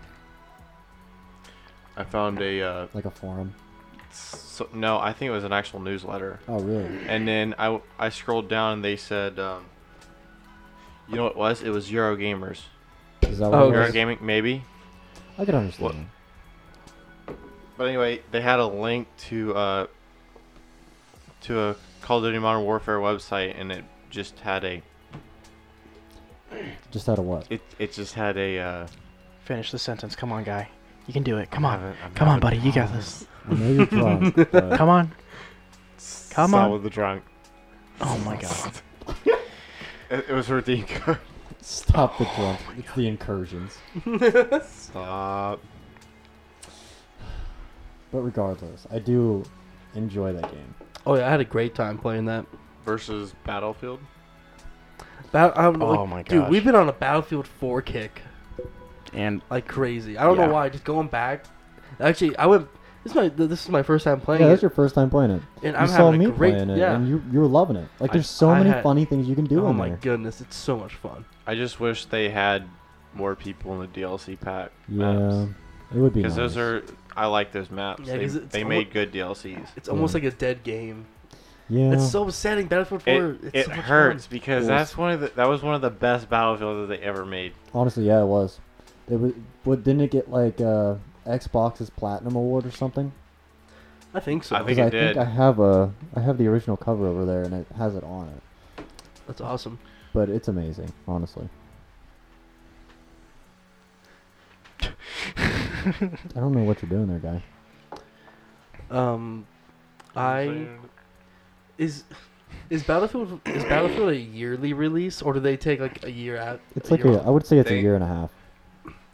Speaker 4: I found a. Uh,
Speaker 1: Like a forum.
Speaker 4: so, no, I think it was an actual newsletter.
Speaker 1: Oh, really?
Speaker 4: And then I, w- I scrolled down and they said, um, you know what it was? It was Eurogamers.
Speaker 1: Is that what
Speaker 2: Oh,
Speaker 1: it was?
Speaker 2: okay.
Speaker 4: Eurogaming, maybe.
Speaker 1: I could understand.
Speaker 4: What- But anyway, they had a link to uh, to a Call of Duty Modern Warfare website, and it just had a
Speaker 1: Just out of what?
Speaker 4: it, it just had a. Uh,
Speaker 3: Finish the sentence. Come on, guy. You can do it. Come on.
Speaker 4: I'm
Speaker 3: Come on,
Speaker 4: having
Speaker 3: buddy. You got this.
Speaker 1: I know you're drunk. but
Speaker 3: Come on. Come on.
Speaker 4: Solid the drunk.
Speaker 3: Oh my god.
Speaker 4: It, it was her theme card.
Speaker 1: stop the drunk. It's the incursions.
Speaker 4: Stop.
Speaker 1: But regardless, I do enjoy that game.
Speaker 2: Oh yeah, I had a great time playing that.
Speaker 4: Versus Battlefield.
Speaker 2: Ba- I'm
Speaker 3: Oh
Speaker 2: like-
Speaker 3: my
Speaker 2: Dude,
Speaker 3: gosh.
Speaker 2: we've been on a Battlefield 4 kick
Speaker 3: And
Speaker 2: like crazy. I don't
Speaker 3: Yeah.
Speaker 2: know why. Just going back. Actually, I went. This is my this is my first time playing
Speaker 1: Yeah,
Speaker 2: it,
Speaker 1: that's your first time playing it.
Speaker 2: and
Speaker 1: you
Speaker 2: I'm
Speaker 1: saw
Speaker 2: having
Speaker 1: me
Speaker 2: a great
Speaker 1: playing it,
Speaker 2: yeah.
Speaker 1: and you you were loving it. Like,
Speaker 4: I-
Speaker 1: there's so
Speaker 2: I
Speaker 1: many
Speaker 2: had-
Speaker 1: funny things you can do
Speaker 2: oh
Speaker 1: in
Speaker 2: my
Speaker 1: there.
Speaker 2: goodness, it's so much fun.
Speaker 4: I just wish they had more people in the DLC pack.
Speaker 1: Yeah, it would be nice.
Speaker 4: Because those are I like those maps.
Speaker 2: Yeah,
Speaker 4: they
Speaker 2: 'cause it's
Speaker 4: they
Speaker 2: almo-
Speaker 4: made good DLCs.
Speaker 2: It's almost
Speaker 1: Yeah.
Speaker 2: like a dead game.
Speaker 1: yeah.
Speaker 2: It's so upsetting. Battlefield 4.
Speaker 4: It,
Speaker 2: it's
Speaker 4: it
Speaker 2: so much
Speaker 4: hurts
Speaker 2: Fun.
Speaker 4: because
Speaker 1: Yes.
Speaker 4: that's one of the that was one of the best battlefields that they ever made.
Speaker 1: Honestly, yeah, it was. It was. But didn't it get like uh, Xbox's Platinum Award or something?
Speaker 2: I think so.
Speaker 4: I think
Speaker 1: 'Cause
Speaker 4: it
Speaker 1: I
Speaker 4: did.
Speaker 1: think I have a I have the original cover over there, and it has it on it.
Speaker 2: that's awesome.
Speaker 1: But it's amazing, honestly. I don't know what you're doing there, guy.
Speaker 2: Um, I is is Battlefield is Battlefield a yearly release or do they take like a year out?
Speaker 1: It's like a, I would say it's a
Speaker 4: They-
Speaker 1: year and a half.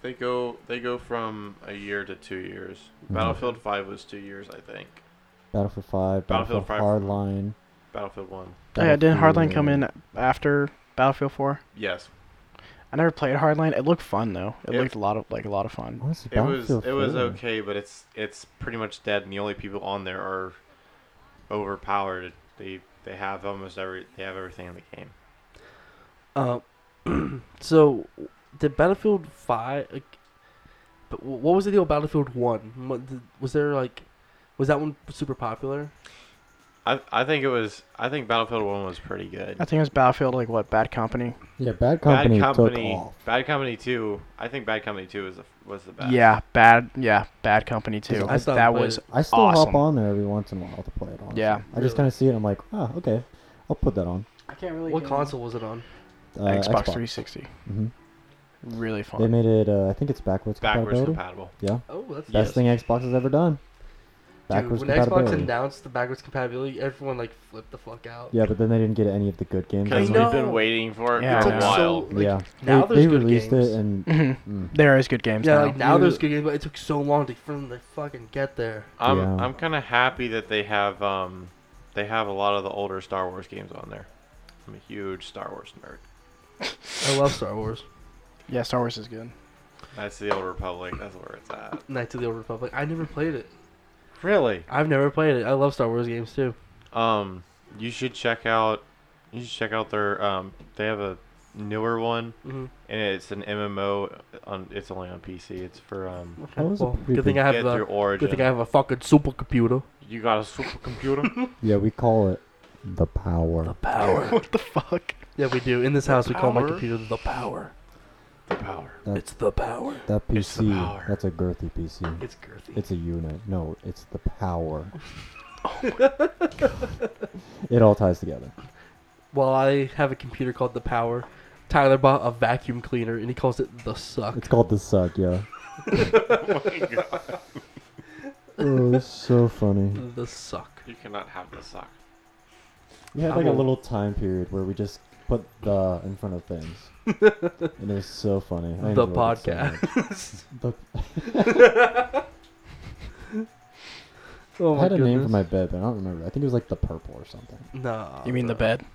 Speaker 4: they go they go from a year to two years.
Speaker 1: Mhm.
Speaker 4: Battlefield Five was two years, I think.
Speaker 1: Battlefield Five, Battlefield,
Speaker 4: Battlefield
Speaker 1: Hardline.
Speaker 4: Battlefield One.
Speaker 3: oh yeah, didn't Hardline
Speaker 1: Battlefield-
Speaker 3: come in after Battlefield 4?
Speaker 4: Yes,
Speaker 3: I never played Hardline. It looked fun though. It
Speaker 4: It-
Speaker 3: looked a lot of like a lot of fun.
Speaker 1: Honestly,
Speaker 4: it was
Speaker 1: Battlefield
Speaker 4: it was
Speaker 1: 4.
Speaker 4: okay, but it's it's pretty much dead, and the only people on there are overpowered. They they have almost every they have everything in the game.
Speaker 2: Uh, so did Battlefield Five? Like, but wh- what was the deal with Battlefield One? What did- Was there like, was that one super popular?
Speaker 4: I I think it was I think Battlefield One was pretty good.
Speaker 3: I think it was Battlefield like what Bad Company.
Speaker 1: Yeah, Bad Company,
Speaker 4: Bad Company,
Speaker 1: took off.
Speaker 4: Bad Company Two. I think Bad Company Two was the, was the best.
Speaker 3: Yeah, bad. Yeah, Bad Company too.
Speaker 2: I still
Speaker 3: that
Speaker 2: haven't played
Speaker 3: was
Speaker 2: it.
Speaker 1: I still hop
Speaker 3: awesome.
Speaker 1: on there every once in a while to play it. Honestly.
Speaker 3: Yeah.
Speaker 1: I just
Speaker 2: Really?
Speaker 1: kind of see it. and I'm like, ah, okay, I'll put that on.
Speaker 3: I can't really.
Speaker 2: What console was it on?
Speaker 1: Uh,
Speaker 3: Xbox, 360.
Speaker 1: hmm
Speaker 3: Really
Speaker 1: They
Speaker 3: fun.
Speaker 1: made it. Uh, I think it's backwards,
Speaker 4: backwards
Speaker 1: compatibility.
Speaker 4: compatible.
Speaker 1: yeah,
Speaker 2: Oh, that's
Speaker 1: best
Speaker 4: Yes.
Speaker 1: thing Xbox has ever done.
Speaker 2: Dude,
Speaker 1: Backwards
Speaker 2: when Xbox
Speaker 1: compatibility.
Speaker 2: announced the backwards compatibility, everyone like flipped the fuck out.
Speaker 1: yeah, but then they didn't get any of the good games.
Speaker 4: Because
Speaker 1: on
Speaker 2: know.
Speaker 1: it.
Speaker 4: we've been waiting for it
Speaker 3: Yeah,
Speaker 4: for
Speaker 3: I
Speaker 4: a
Speaker 3: know.
Speaker 4: while.
Speaker 2: Like,
Speaker 1: yeah,
Speaker 2: now
Speaker 1: they,
Speaker 2: there's
Speaker 1: they
Speaker 2: good
Speaker 1: released
Speaker 2: games.
Speaker 1: it and
Speaker 3: Mhm.
Speaker 1: mm,
Speaker 3: There is good games
Speaker 2: yeah,
Speaker 3: now.
Speaker 2: like now there's good games, but it took so long to, for them to fucking get there.
Speaker 4: I'm
Speaker 1: Yeah.
Speaker 4: I'm kind of happy that they have um they have a lot of the older Star Wars games on there. I'm a huge Star Wars nerd.
Speaker 2: I love Star Wars.
Speaker 3: Yeah, Star Wars is good.
Speaker 4: That's the old Republic. That's where it's at.
Speaker 2: Knights of the Old Republic. I never played it.
Speaker 4: Really?
Speaker 2: I've never played it. I love Star Wars games too.
Speaker 4: Um, you should check out. You should check out their. Um, they have a newer one,
Speaker 2: Mm-hmm.
Speaker 4: and it's an MMO. On it's only on PC. It's for um.
Speaker 2: Okay,
Speaker 1: was a
Speaker 2: well,
Speaker 1: pretty
Speaker 2: good thing I
Speaker 4: get
Speaker 2: have
Speaker 4: through
Speaker 2: a
Speaker 4: Origin.
Speaker 2: good thing I have a fucking supercomputer.
Speaker 4: You got a supercomputer.
Speaker 1: Yeah, we call it the power.
Speaker 2: power.
Speaker 3: what the fuck?
Speaker 2: yeah, we do. In this house, we call my
Speaker 4: power?
Speaker 2: computer the power.
Speaker 4: the power.
Speaker 2: It's the power.
Speaker 1: That
Speaker 4: It's the
Speaker 1: PC,
Speaker 4: power.
Speaker 1: that's a girthy PC.
Speaker 2: It's girthy.
Speaker 1: It's a unit. No, it's the power. it all ties together.
Speaker 2: Well, I have a computer called the power. Tyler bought a vacuum cleaner and he calls it the suck.
Speaker 1: It's called the suck, yeah. oh, it's so funny.
Speaker 2: The suck.
Speaker 4: You cannot have the sock.
Speaker 1: We had
Speaker 2: I'm
Speaker 1: like a
Speaker 2: a-
Speaker 1: little time period where we just put the in front of things, and it was so funny. I
Speaker 2: the
Speaker 1: enjoyed it so much.
Speaker 2: podcast.
Speaker 1: The-
Speaker 2: oh
Speaker 1: I
Speaker 2: my
Speaker 1: had a
Speaker 2: goodness.
Speaker 1: name for my bed, but I don't remember. I think it was like the purple or something.
Speaker 2: Nah.
Speaker 3: You mean the
Speaker 2: bro.
Speaker 3: bed?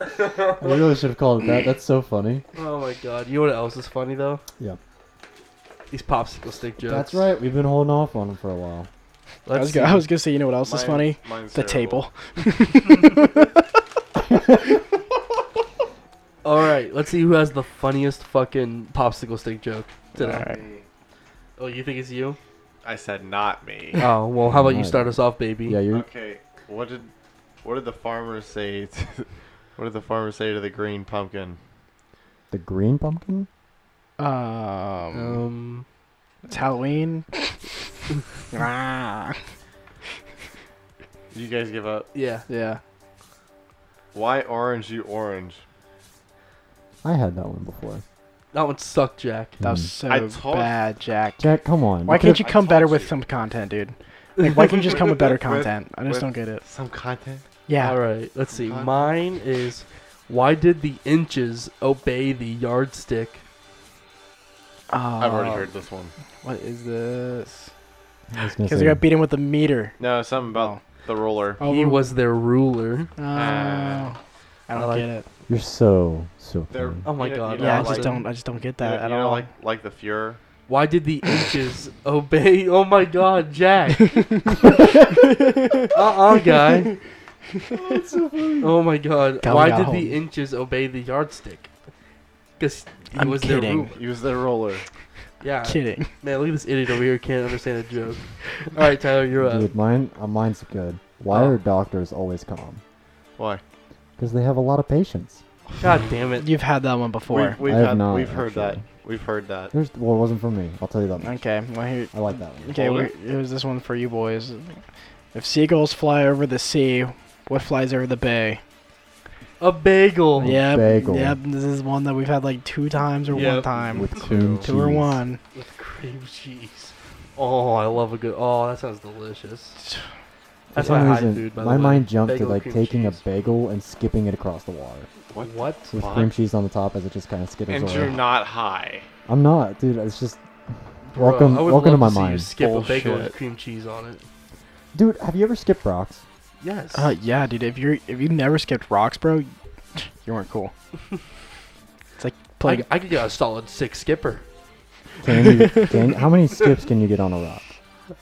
Speaker 1: I really should have called it that. That's so funny.
Speaker 2: Oh my god. You know what else is funny though?
Speaker 1: Yeah,
Speaker 2: These popsicle stick jokes.
Speaker 1: that's right. We've been holding off on them for a while.
Speaker 3: I
Speaker 2: Let's
Speaker 3: was,
Speaker 2: see.
Speaker 3: gonna, I was gonna say, you know what else is funny?
Speaker 4: Mine's
Speaker 3: The
Speaker 4: terrible.
Speaker 3: table.
Speaker 2: All right. Let's see who has the funniest fucking popsicle stick joke today.
Speaker 3: All right.
Speaker 2: Oh, you think it's you?
Speaker 4: I said not me.
Speaker 2: Oh well. How about you
Speaker 1: Alright.
Speaker 2: start us off, baby?
Speaker 1: Yeah, you're.
Speaker 4: Okay, what did what did the farmer say? To, what did the farmer say to the green pumpkin?
Speaker 1: The green pumpkin?
Speaker 3: Um,
Speaker 2: Um.
Speaker 3: it's Halloween. Ah,
Speaker 4: Did you guys give up?
Speaker 2: Yeah.
Speaker 3: yeah.
Speaker 4: Why orange? You orange?
Speaker 1: I had that one before.
Speaker 2: That one sucked, Jack.
Speaker 3: That was
Speaker 1: Mm.
Speaker 3: so
Speaker 4: I told-
Speaker 3: bad, Jack.
Speaker 1: Hmm. Jack, come on.
Speaker 3: Why
Speaker 1: could've-
Speaker 3: can't you
Speaker 4: I
Speaker 3: come better
Speaker 4: told
Speaker 3: with
Speaker 4: you.
Speaker 3: some content, dude? Like, why can't you just come with better
Speaker 4: With-
Speaker 3: content? I just
Speaker 4: with-
Speaker 3: don't get it.
Speaker 4: Some content.
Speaker 3: Yeah.
Speaker 2: All right. Let's see.
Speaker 4: Content.
Speaker 2: Mine is. Why did the inches obey the yardstick?
Speaker 4: I've already heard this one.
Speaker 3: Oh, What is this?
Speaker 1: I was gonna
Speaker 3: Because
Speaker 1: say,
Speaker 3: we got beaten with the meter.
Speaker 4: No, something about the roller.
Speaker 3: Oh,
Speaker 2: he
Speaker 3: we-
Speaker 2: was their ruler.
Speaker 3: Oh.
Speaker 4: Uh,
Speaker 3: I don't
Speaker 2: I like-
Speaker 3: get it.
Speaker 1: you're so so.
Speaker 4: They're-
Speaker 1: funny.
Speaker 2: Oh my
Speaker 4: You know-
Speaker 2: god.
Speaker 4: you
Speaker 3: yeah,
Speaker 4: know,
Speaker 3: I just
Speaker 4: like-
Speaker 3: don't. I just don't get
Speaker 4: You
Speaker 3: that
Speaker 4: know-
Speaker 3: at
Speaker 4: you know,
Speaker 3: all.
Speaker 4: like like the Fuhrer.
Speaker 2: Why did the inches obey? Oh my god, Jack. uh
Speaker 4: Uh-uh,
Speaker 2: uh guy. oh my god.
Speaker 3: Gotta
Speaker 2: Why
Speaker 3: go
Speaker 2: did
Speaker 3: home.
Speaker 2: the inches obey the yardstick? Because he
Speaker 3: I'm
Speaker 2: was their
Speaker 3: kidding.
Speaker 2: ruler.
Speaker 4: Use the roller.
Speaker 2: Yeah.
Speaker 3: Kidding.
Speaker 2: Man, look at this idiot over here. Can't understand a joke. All right, Tyler, you're up.
Speaker 1: Dude, mine. Uh, mine's good. Why
Speaker 2: Oh.
Speaker 1: are doctors always calm?
Speaker 4: Why?
Speaker 1: Because they have a lot of patience.
Speaker 2: God damn it.
Speaker 3: You've had that one before.
Speaker 4: We've, we've,
Speaker 1: I have
Speaker 4: had,
Speaker 1: not,
Speaker 4: we've heard that.
Speaker 1: actually.
Speaker 4: We've heard that.
Speaker 1: There's well, it wasn't for me. I'll tell you that. much.
Speaker 3: Okay. Well, here.
Speaker 1: I like that one.
Speaker 3: Okay.
Speaker 4: Hold
Speaker 3: we-
Speaker 4: it.
Speaker 3: Here's this one for you boys. If seagulls fly over the sea, what flies over the bay?
Speaker 2: A Oh, bagel.
Speaker 3: Yep.
Speaker 1: bagel.
Speaker 3: Yep. This is one that we've had like two times or one
Speaker 4: Yep.
Speaker 3: time.
Speaker 1: With
Speaker 4: Two.
Speaker 1: cream
Speaker 3: two or
Speaker 1: cheese.
Speaker 3: one.
Speaker 2: With cream cheese. Oh, I love a good. Oh, that sounds delicious.
Speaker 1: For
Speaker 2: That's
Speaker 1: some
Speaker 2: my high
Speaker 1: reason,
Speaker 2: food, by the
Speaker 1: my
Speaker 2: way.
Speaker 1: mind jumped
Speaker 2: Bagel,
Speaker 1: to like
Speaker 2: cream
Speaker 1: taking
Speaker 2: cheese.
Speaker 1: a bagel and skipping it across the water
Speaker 4: What?
Speaker 2: What?
Speaker 1: with
Speaker 4: Fuck.
Speaker 1: cream cheese on the top as it just kind of skitters
Speaker 4: And
Speaker 1: away.
Speaker 4: you're not high.
Speaker 1: I'm not, dude. It's just
Speaker 2: Bro,
Speaker 1: welcome,
Speaker 2: I would
Speaker 1: welcome to
Speaker 2: love
Speaker 1: my
Speaker 2: see you
Speaker 1: mind,
Speaker 2: skip a bagel with
Speaker 4: Bullshit.
Speaker 2: cream cheese on it.
Speaker 1: dude. Have you ever skipped rocks?
Speaker 2: Yes.
Speaker 3: Uh, yeah, dude. If you're if you never skipped rocks, bro, you weren't cool. it's like
Speaker 2: I,
Speaker 3: playing.
Speaker 2: I could get a solid six skipper.
Speaker 1: Can you, can, how many skips can you get on a rock?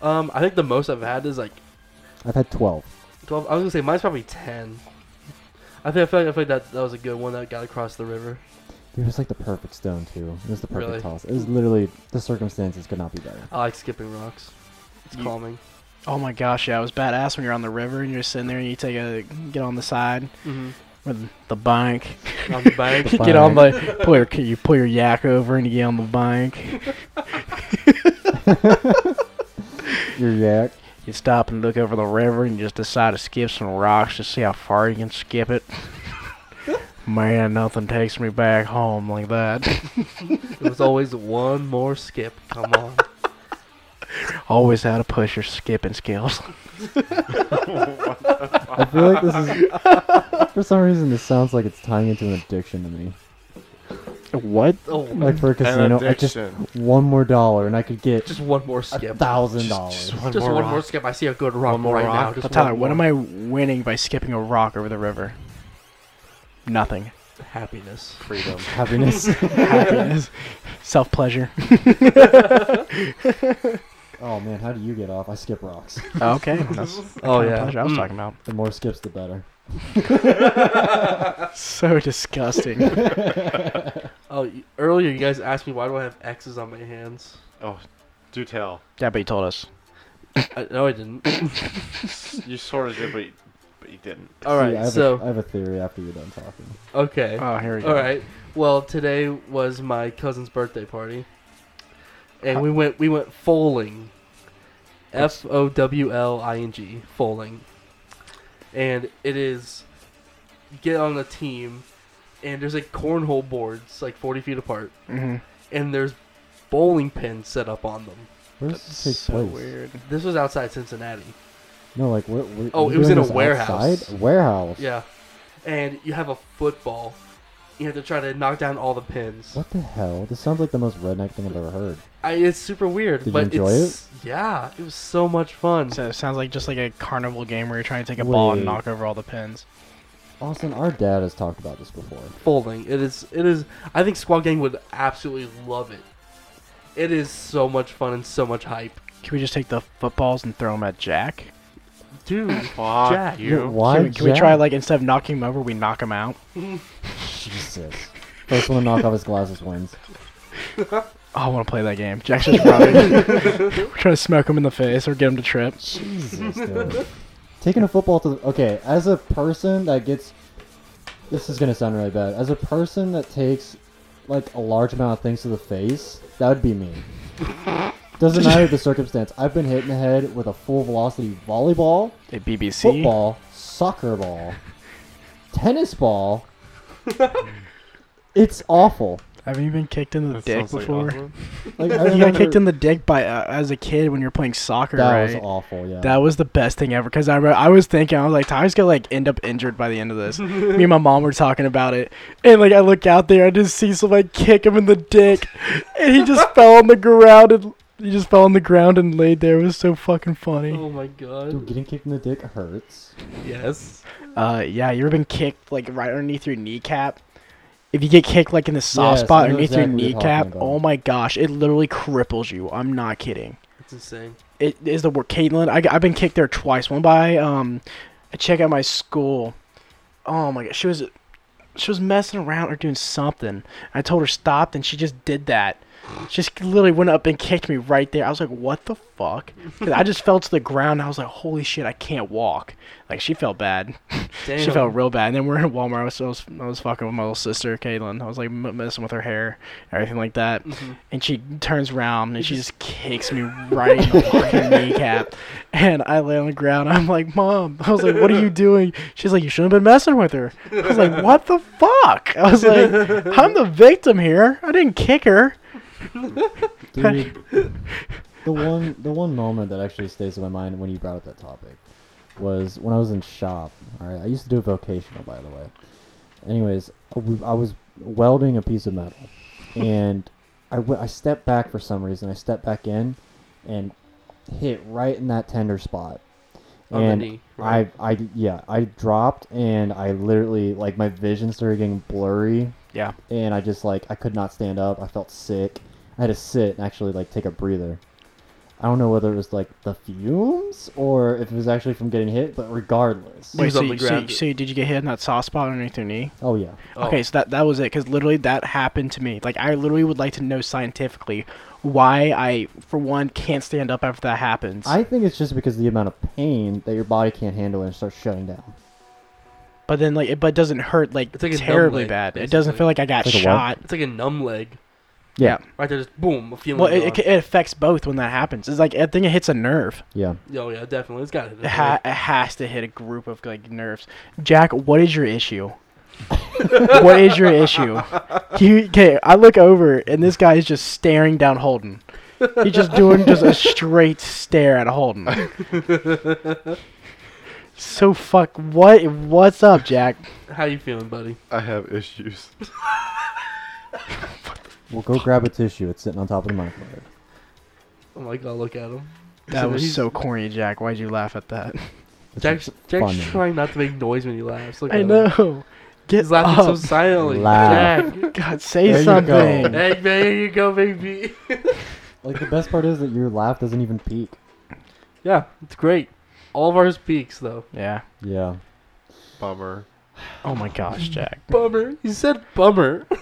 Speaker 2: Um, I think the most I've had is like
Speaker 1: I've had 12.
Speaker 2: twelve. I was gonna say mine's probably ten. I think I feel like I feel like that that was a good one that got across the river.
Speaker 1: Dude, it was like the perfect stone too. It was the perfect
Speaker 2: Really?
Speaker 1: toss. It was literally the circumstances could not be better.
Speaker 2: I like skipping rocks. It's
Speaker 3: You-
Speaker 2: calming.
Speaker 3: Oh my gosh, yeah, it was badass when you're on the river and you're sitting there and you take a get on the side
Speaker 2: Mm-hmm.
Speaker 3: with the bank.
Speaker 2: On the bank.
Speaker 3: you get on the pull your you pull your yak over and you get on the bank.
Speaker 1: Your yak.
Speaker 3: You stop and look over the river and you just decide to skip some rocks to see how far you can skip it. Man, nothing takes me back home like that.
Speaker 2: There was always one more skip. Come on.
Speaker 3: Always how to push your skipping skills.
Speaker 1: I feel like this is. for some reason, this sounds like it's tying into an addiction to me.
Speaker 3: What?
Speaker 2: Oh,
Speaker 1: Like for a
Speaker 4: An
Speaker 1: casino, I just
Speaker 4: addiction.
Speaker 1: one more dollar and I could get
Speaker 2: just one more
Speaker 1: a
Speaker 2: skip.
Speaker 1: thousand
Speaker 3: Just-
Speaker 1: dollars.
Speaker 3: just
Speaker 2: Just one
Speaker 3: rock.
Speaker 2: more skip. I see a good rock
Speaker 4: One more
Speaker 2: right
Speaker 4: rock.
Speaker 2: now.
Speaker 3: But
Speaker 2: Just
Speaker 3: Tyler,
Speaker 2: one
Speaker 3: what am
Speaker 2: more.
Speaker 3: I winning by skipping a rock over the river? Nothing.
Speaker 2: Happiness.
Speaker 4: freedom.
Speaker 1: Happiness.
Speaker 3: Happiness. Self pleasure.
Speaker 1: oh man, how do you get off? I skip rocks.
Speaker 3: Okay. That's the
Speaker 2: Oh,
Speaker 3: kind of
Speaker 2: yeah.
Speaker 3: pleasure I was
Speaker 2: Mm.
Speaker 3: talking about.
Speaker 1: The more skips, the better.
Speaker 2: Mm.
Speaker 3: So disgusting.
Speaker 2: Oh, y- earlier you guys asked me why do I have X's on my hands?
Speaker 4: oh, do tell.
Speaker 3: yeah, but you told us.
Speaker 2: I, no, I didn't.
Speaker 4: You sort of did, but you, but you didn't.
Speaker 2: All
Speaker 1: See, I
Speaker 2: right,
Speaker 1: have
Speaker 2: so
Speaker 1: a, I have a theory after you're done talking.
Speaker 2: okay.
Speaker 3: Oh, here we go.
Speaker 2: All right. Well, today was my cousin's birthday party, and we went we went foaling, F O W L I N G foaling, and it is you get on a team, and there's like cornhole boards like forty feet apart,
Speaker 3: Mm-hmm.
Speaker 2: and there's bowling pins set up on them.
Speaker 1: Where does this take place?
Speaker 2: This was outside Cincinnati.
Speaker 1: No, like where? where
Speaker 2: Oh,
Speaker 1: you're
Speaker 2: it was
Speaker 1: doing
Speaker 2: in a
Speaker 1: this
Speaker 2: warehouse.
Speaker 1: outside? A warehouse.
Speaker 2: Yeah, and you have a football. You have to try to knock down all the pins.
Speaker 1: What the hell? This sounds like the most redneck thing I've ever heard.
Speaker 2: I, it's super weird,
Speaker 1: Did you
Speaker 2: but
Speaker 1: enjoy
Speaker 2: it's yeah, it was so much fun.
Speaker 3: So it sounds like just like a carnival game where you're trying to take a ball and
Speaker 1: Wait.
Speaker 3: knock over all the pins.
Speaker 1: Austin, our dad has talked about this before.
Speaker 2: Folding, it is, it is. I think Squad Gang would absolutely love it. It is so much fun and so much hype,
Speaker 3: Can we just take the footballs and throw them at Jack?
Speaker 2: dude.
Speaker 4: Fuck
Speaker 2: Jack,
Speaker 1: Wait,
Speaker 4: you.
Speaker 1: Why?
Speaker 3: Can, we, can we
Speaker 1: Jack?
Speaker 3: try like instead of knocking him over, we knock him out?
Speaker 1: Jesus. First one to knock off his glasses wins.
Speaker 3: Oh, I want to play that game. Jack's just running. We're trying to smoke him in the face or get him to trip.
Speaker 1: Jesus, dude. Taking a football to the okay, as a person that gets this is gonna sound really bad. As a person that takes like a large amount of things to the face, that would be me. Doesn't matter the circumstance. I've been hit in the head with a full velocity volleyball,
Speaker 3: Hey, BBC.
Speaker 1: football, soccer ball, tennis ball. It's awful.
Speaker 3: Haven't you been kicked in the
Speaker 4: That
Speaker 3: dick
Speaker 4: sounds like
Speaker 3: before?
Speaker 4: awesome.
Speaker 1: Like, I
Speaker 3: you got
Speaker 1: remember-
Speaker 3: kicked in the dick by uh, as a kid when you're playing soccer,
Speaker 1: that
Speaker 3: right?
Speaker 1: was awful. Yeah.
Speaker 3: That was the best thing ever because I remember, I was thinking I was like Ty's gonna like end up injured by the end of this. Me and my mom were talking about it, and like I look out there, I just see somebody kick him in the dick, and he just fell on the ground and he just fell on the ground and laid there. It was so fucking funny.
Speaker 2: Oh my
Speaker 1: Dude,
Speaker 2: god.
Speaker 1: getting kicked in the dick hurts.
Speaker 2: Yes.
Speaker 3: Uh, yeah, you ever been kicked like right underneath your kneecap? If you get kicked like in the soft
Speaker 1: Yes, I
Speaker 3: spot
Speaker 1: know
Speaker 3: underneath
Speaker 1: exactly what
Speaker 3: your
Speaker 1: you're talking
Speaker 3: kneecap,
Speaker 1: about.
Speaker 3: oh my gosh, it literally cripples you. I'm not kidding.
Speaker 2: It's insane.
Speaker 3: it is the word Caitlin. I, have been kicked there twice. One by um, a chick at my school. Oh my god, she was she was messing around or doing something. I told her stop, and she just did that. She just literally went up and kicked me right there. I was like, what the fuck? 'Cause I just fell to the ground. And I was like, holy shit, I can't walk. Like she felt bad.
Speaker 2: Damn.
Speaker 3: She felt real bad. And then we're in Walmart. I was, I was, I was fucking with my little sister, Caitlin. I was like m- messing with her hair, everything like that.
Speaker 2: Mhm.
Speaker 3: And she turns around and she just kicks me right in the fucking kneecap. And I lay on the ground. I'm like, Mom. I was like, What are you doing? She's like, You shouldn't have been messing with her. I was like, What the fuck? I was like, I'm the victim here. I didn't kick her.
Speaker 1: Dude, the one the one moment that actually stays in my mind when you brought up that topic was when I was in shop. All right, I used to do a vocational, by the way. Anyways, I w- I was welding a piece of metal, and I, w- I stepped back for some reason. I stepped back in, and hit right in that tender spot.
Speaker 2: On the
Speaker 1: and
Speaker 2: knee, right?
Speaker 1: I, I, yeah, I dropped, and I literally like my vision started getting blurry
Speaker 3: Yeah.
Speaker 1: and I just like I could not stand up. I felt sick. I had to sit and actually like take a breather. I don't know whether it was like the fumes or if it was actually from getting hit, but regardless.
Speaker 2: Wait,
Speaker 3: Wait,
Speaker 2: so
Speaker 3: so,
Speaker 2: on the
Speaker 3: you- so,
Speaker 2: ground.
Speaker 3: you- so you- did you get hit in that soft spot underneath your knee?
Speaker 1: Oh yeah.
Speaker 2: Oh.
Speaker 3: Okay, so that that was it, because literally that happened to me. Like I literally would like to know scientifically why I, for one, can't stand up after that happens.
Speaker 1: I think it's just because of the amount of pain that your body can't handle and starts shutting down.
Speaker 3: but then like it, but it doesn't hurt like,
Speaker 2: It's like a dumb
Speaker 3: terribly
Speaker 2: leg,
Speaker 3: bad. It doesn't
Speaker 2: basically.
Speaker 3: feel like I got
Speaker 1: Like a what?
Speaker 3: shot.
Speaker 2: It's like a numb leg.
Speaker 1: Yeah.
Speaker 2: Right there, just boom, a feeling.
Speaker 3: Well, it, it,
Speaker 2: gone.
Speaker 3: ca- it affects both when that happens. It's like I think it hits a nerve.
Speaker 1: Yeah.
Speaker 2: oh yeah, definitely. It's got it.
Speaker 3: It, ha- it has to hit a group of like nerves. Jack, what is your issue? what is your issue? You, okay, I look over and this guy is just staring down Holden. He's just doing just a straight stare at Holden. so fuck what what's up, Jack?
Speaker 2: How you feeling, buddy?
Speaker 4: I have issues.
Speaker 1: Well, go grab a tissue. It's sitting on top of the microwave.
Speaker 2: Oh my god, look at him.
Speaker 3: That was
Speaker 2: He's-
Speaker 3: so corny, Jack. Why'd you laugh at that?
Speaker 1: It's
Speaker 2: Jack's,
Speaker 1: just
Speaker 2: Jack's
Speaker 1: funny.
Speaker 2: trying not to make noise when he laughs. Look at
Speaker 3: I
Speaker 2: him.
Speaker 3: know. Oh. Get
Speaker 2: He's laughing so
Speaker 3: up.
Speaker 2: silently.
Speaker 1: Laugh.
Speaker 2: Jack.
Speaker 3: God, say
Speaker 1: There you go.
Speaker 3: something.
Speaker 2: hey, there you go, baby.
Speaker 1: Like the best part is that your laugh doesn't even peak.
Speaker 2: yeah, it's great. All of ours peaks though.
Speaker 3: Yeah.
Speaker 1: Yeah.
Speaker 4: Bummer.
Speaker 3: Oh my gosh, Jack.
Speaker 2: Bummer. He said bummer.
Speaker 1: Mm.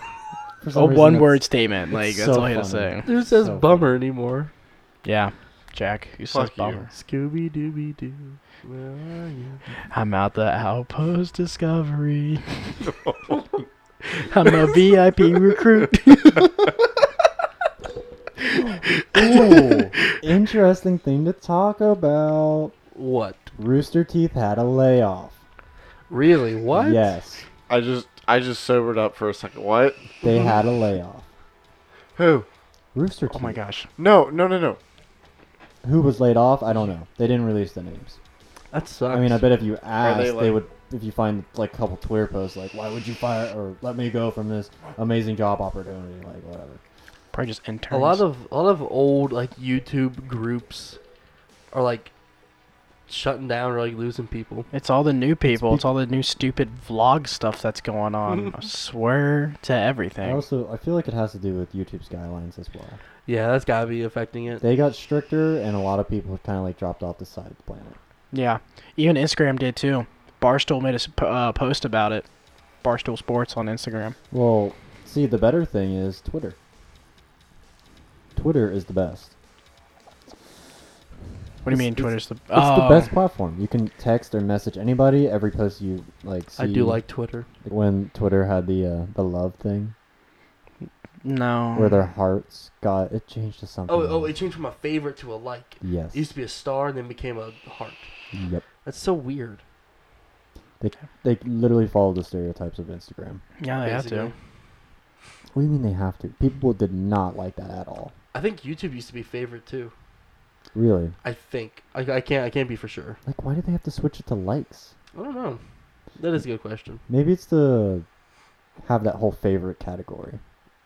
Speaker 1: For
Speaker 2: Oh,
Speaker 1: some
Speaker 3: A
Speaker 1: reason,
Speaker 3: one
Speaker 1: that's-
Speaker 3: word statement. Like
Speaker 1: it's
Speaker 3: that's
Speaker 1: so
Speaker 3: all I had to
Speaker 1: funny.
Speaker 3: say.
Speaker 2: Who says
Speaker 1: So
Speaker 2: bummer anymore?
Speaker 3: Yeah. Jack, you suck
Speaker 4: Fuck you.
Speaker 3: bummer.
Speaker 2: Scooby Dooby Doo. Where are you?
Speaker 3: I'm out the outpost discovery. I'm a VIP recruit.
Speaker 1: Ooh, interesting thing to talk about.
Speaker 2: What?
Speaker 1: Rooster Teeth had a layoff.
Speaker 2: Really? What?
Speaker 1: Yes,
Speaker 4: I just I just sobered up for a second. What?
Speaker 1: they had a layoff.
Speaker 4: Who?
Speaker 1: Rooster Teeth.
Speaker 3: Oh my gosh.
Speaker 4: No, no, no, no.
Speaker 1: Who was laid off? I don't know. They didn't release the names.
Speaker 2: That sucks.
Speaker 1: I mean, I bet if you asked,
Speaker 4: they
Speaker 1: they,
Speaker 4: like-
Speaker 1: would. If you find like a couple Twitter posts, like "Why would you fire?" or "Let me go from this amazing job opportunity," like whatever.
Speaker 3: Probably just interns.
Speaker 2: a lot of a lot of old like YouTube groups are like shutting down or like losing people.
Speaker 3: It's all the new people. It's all the new stupid vlog stuff that's going on. I swear to
Speaker 1: I
Speaker 3: everything.
Speaker 1: also, I feel like it has to do with YouTube's guidelines as well.
Speaker 2: Yeah, that's gotta be affecting it.
Speaker 1: They got stricter, and a lot of people kind of like dropped off the side of the planet.
Speaker 3: Yeah. Even Instagram did too. Barstool made a s- po- uh, post about it. Barstool Sports on Instagram.
Speaker 1: Well, see, the better thing is Twitter. Twitter is the best.
Speaker 3: What do you
Speaker 1: It's-
Speaker 3: mean
Speaker 1: it's-
Speaker 3: Twitter's the
Speaker 1: It's
Speaker 3: oh,
Speaker 1: the best platform. You can text or message anybody. Every post you like. See,
Speaker 2: I do like Twitter.
Speaker 1: when Twitter had the uh, the love thing
Speaker 3: No.
Speaker 1: where their hearts got it changed to something.
Speaker 2: Mm. Oh, oh, it
Speaker 1: else.
Speaker 2: changed from a favorite to a like.
Speaker 1: yes.
Speaker 2: It used to be a star and then became a heart.
Speaker 1: Yep.
Speaker 2: That's so weird.
Speaker 1: They literally follow the stereotypes of Instagram.
Speaker 3: Oh, Yeah, they have to.
Speaker 2: basically.
Speaker 1: What do you mean they have to? People did not like that at all.
Speaker 2: I think YouTube used to be favorite too.
Speaker 1: Really?
Speaker 2: I think. I, I can't. I can't be for sure.
Speaker 1: Like, why did they have to switch it to likes?
Speaker 2: I don't know. That is a good question.
Speaker 1: Maybe it's to have that whole favorite category.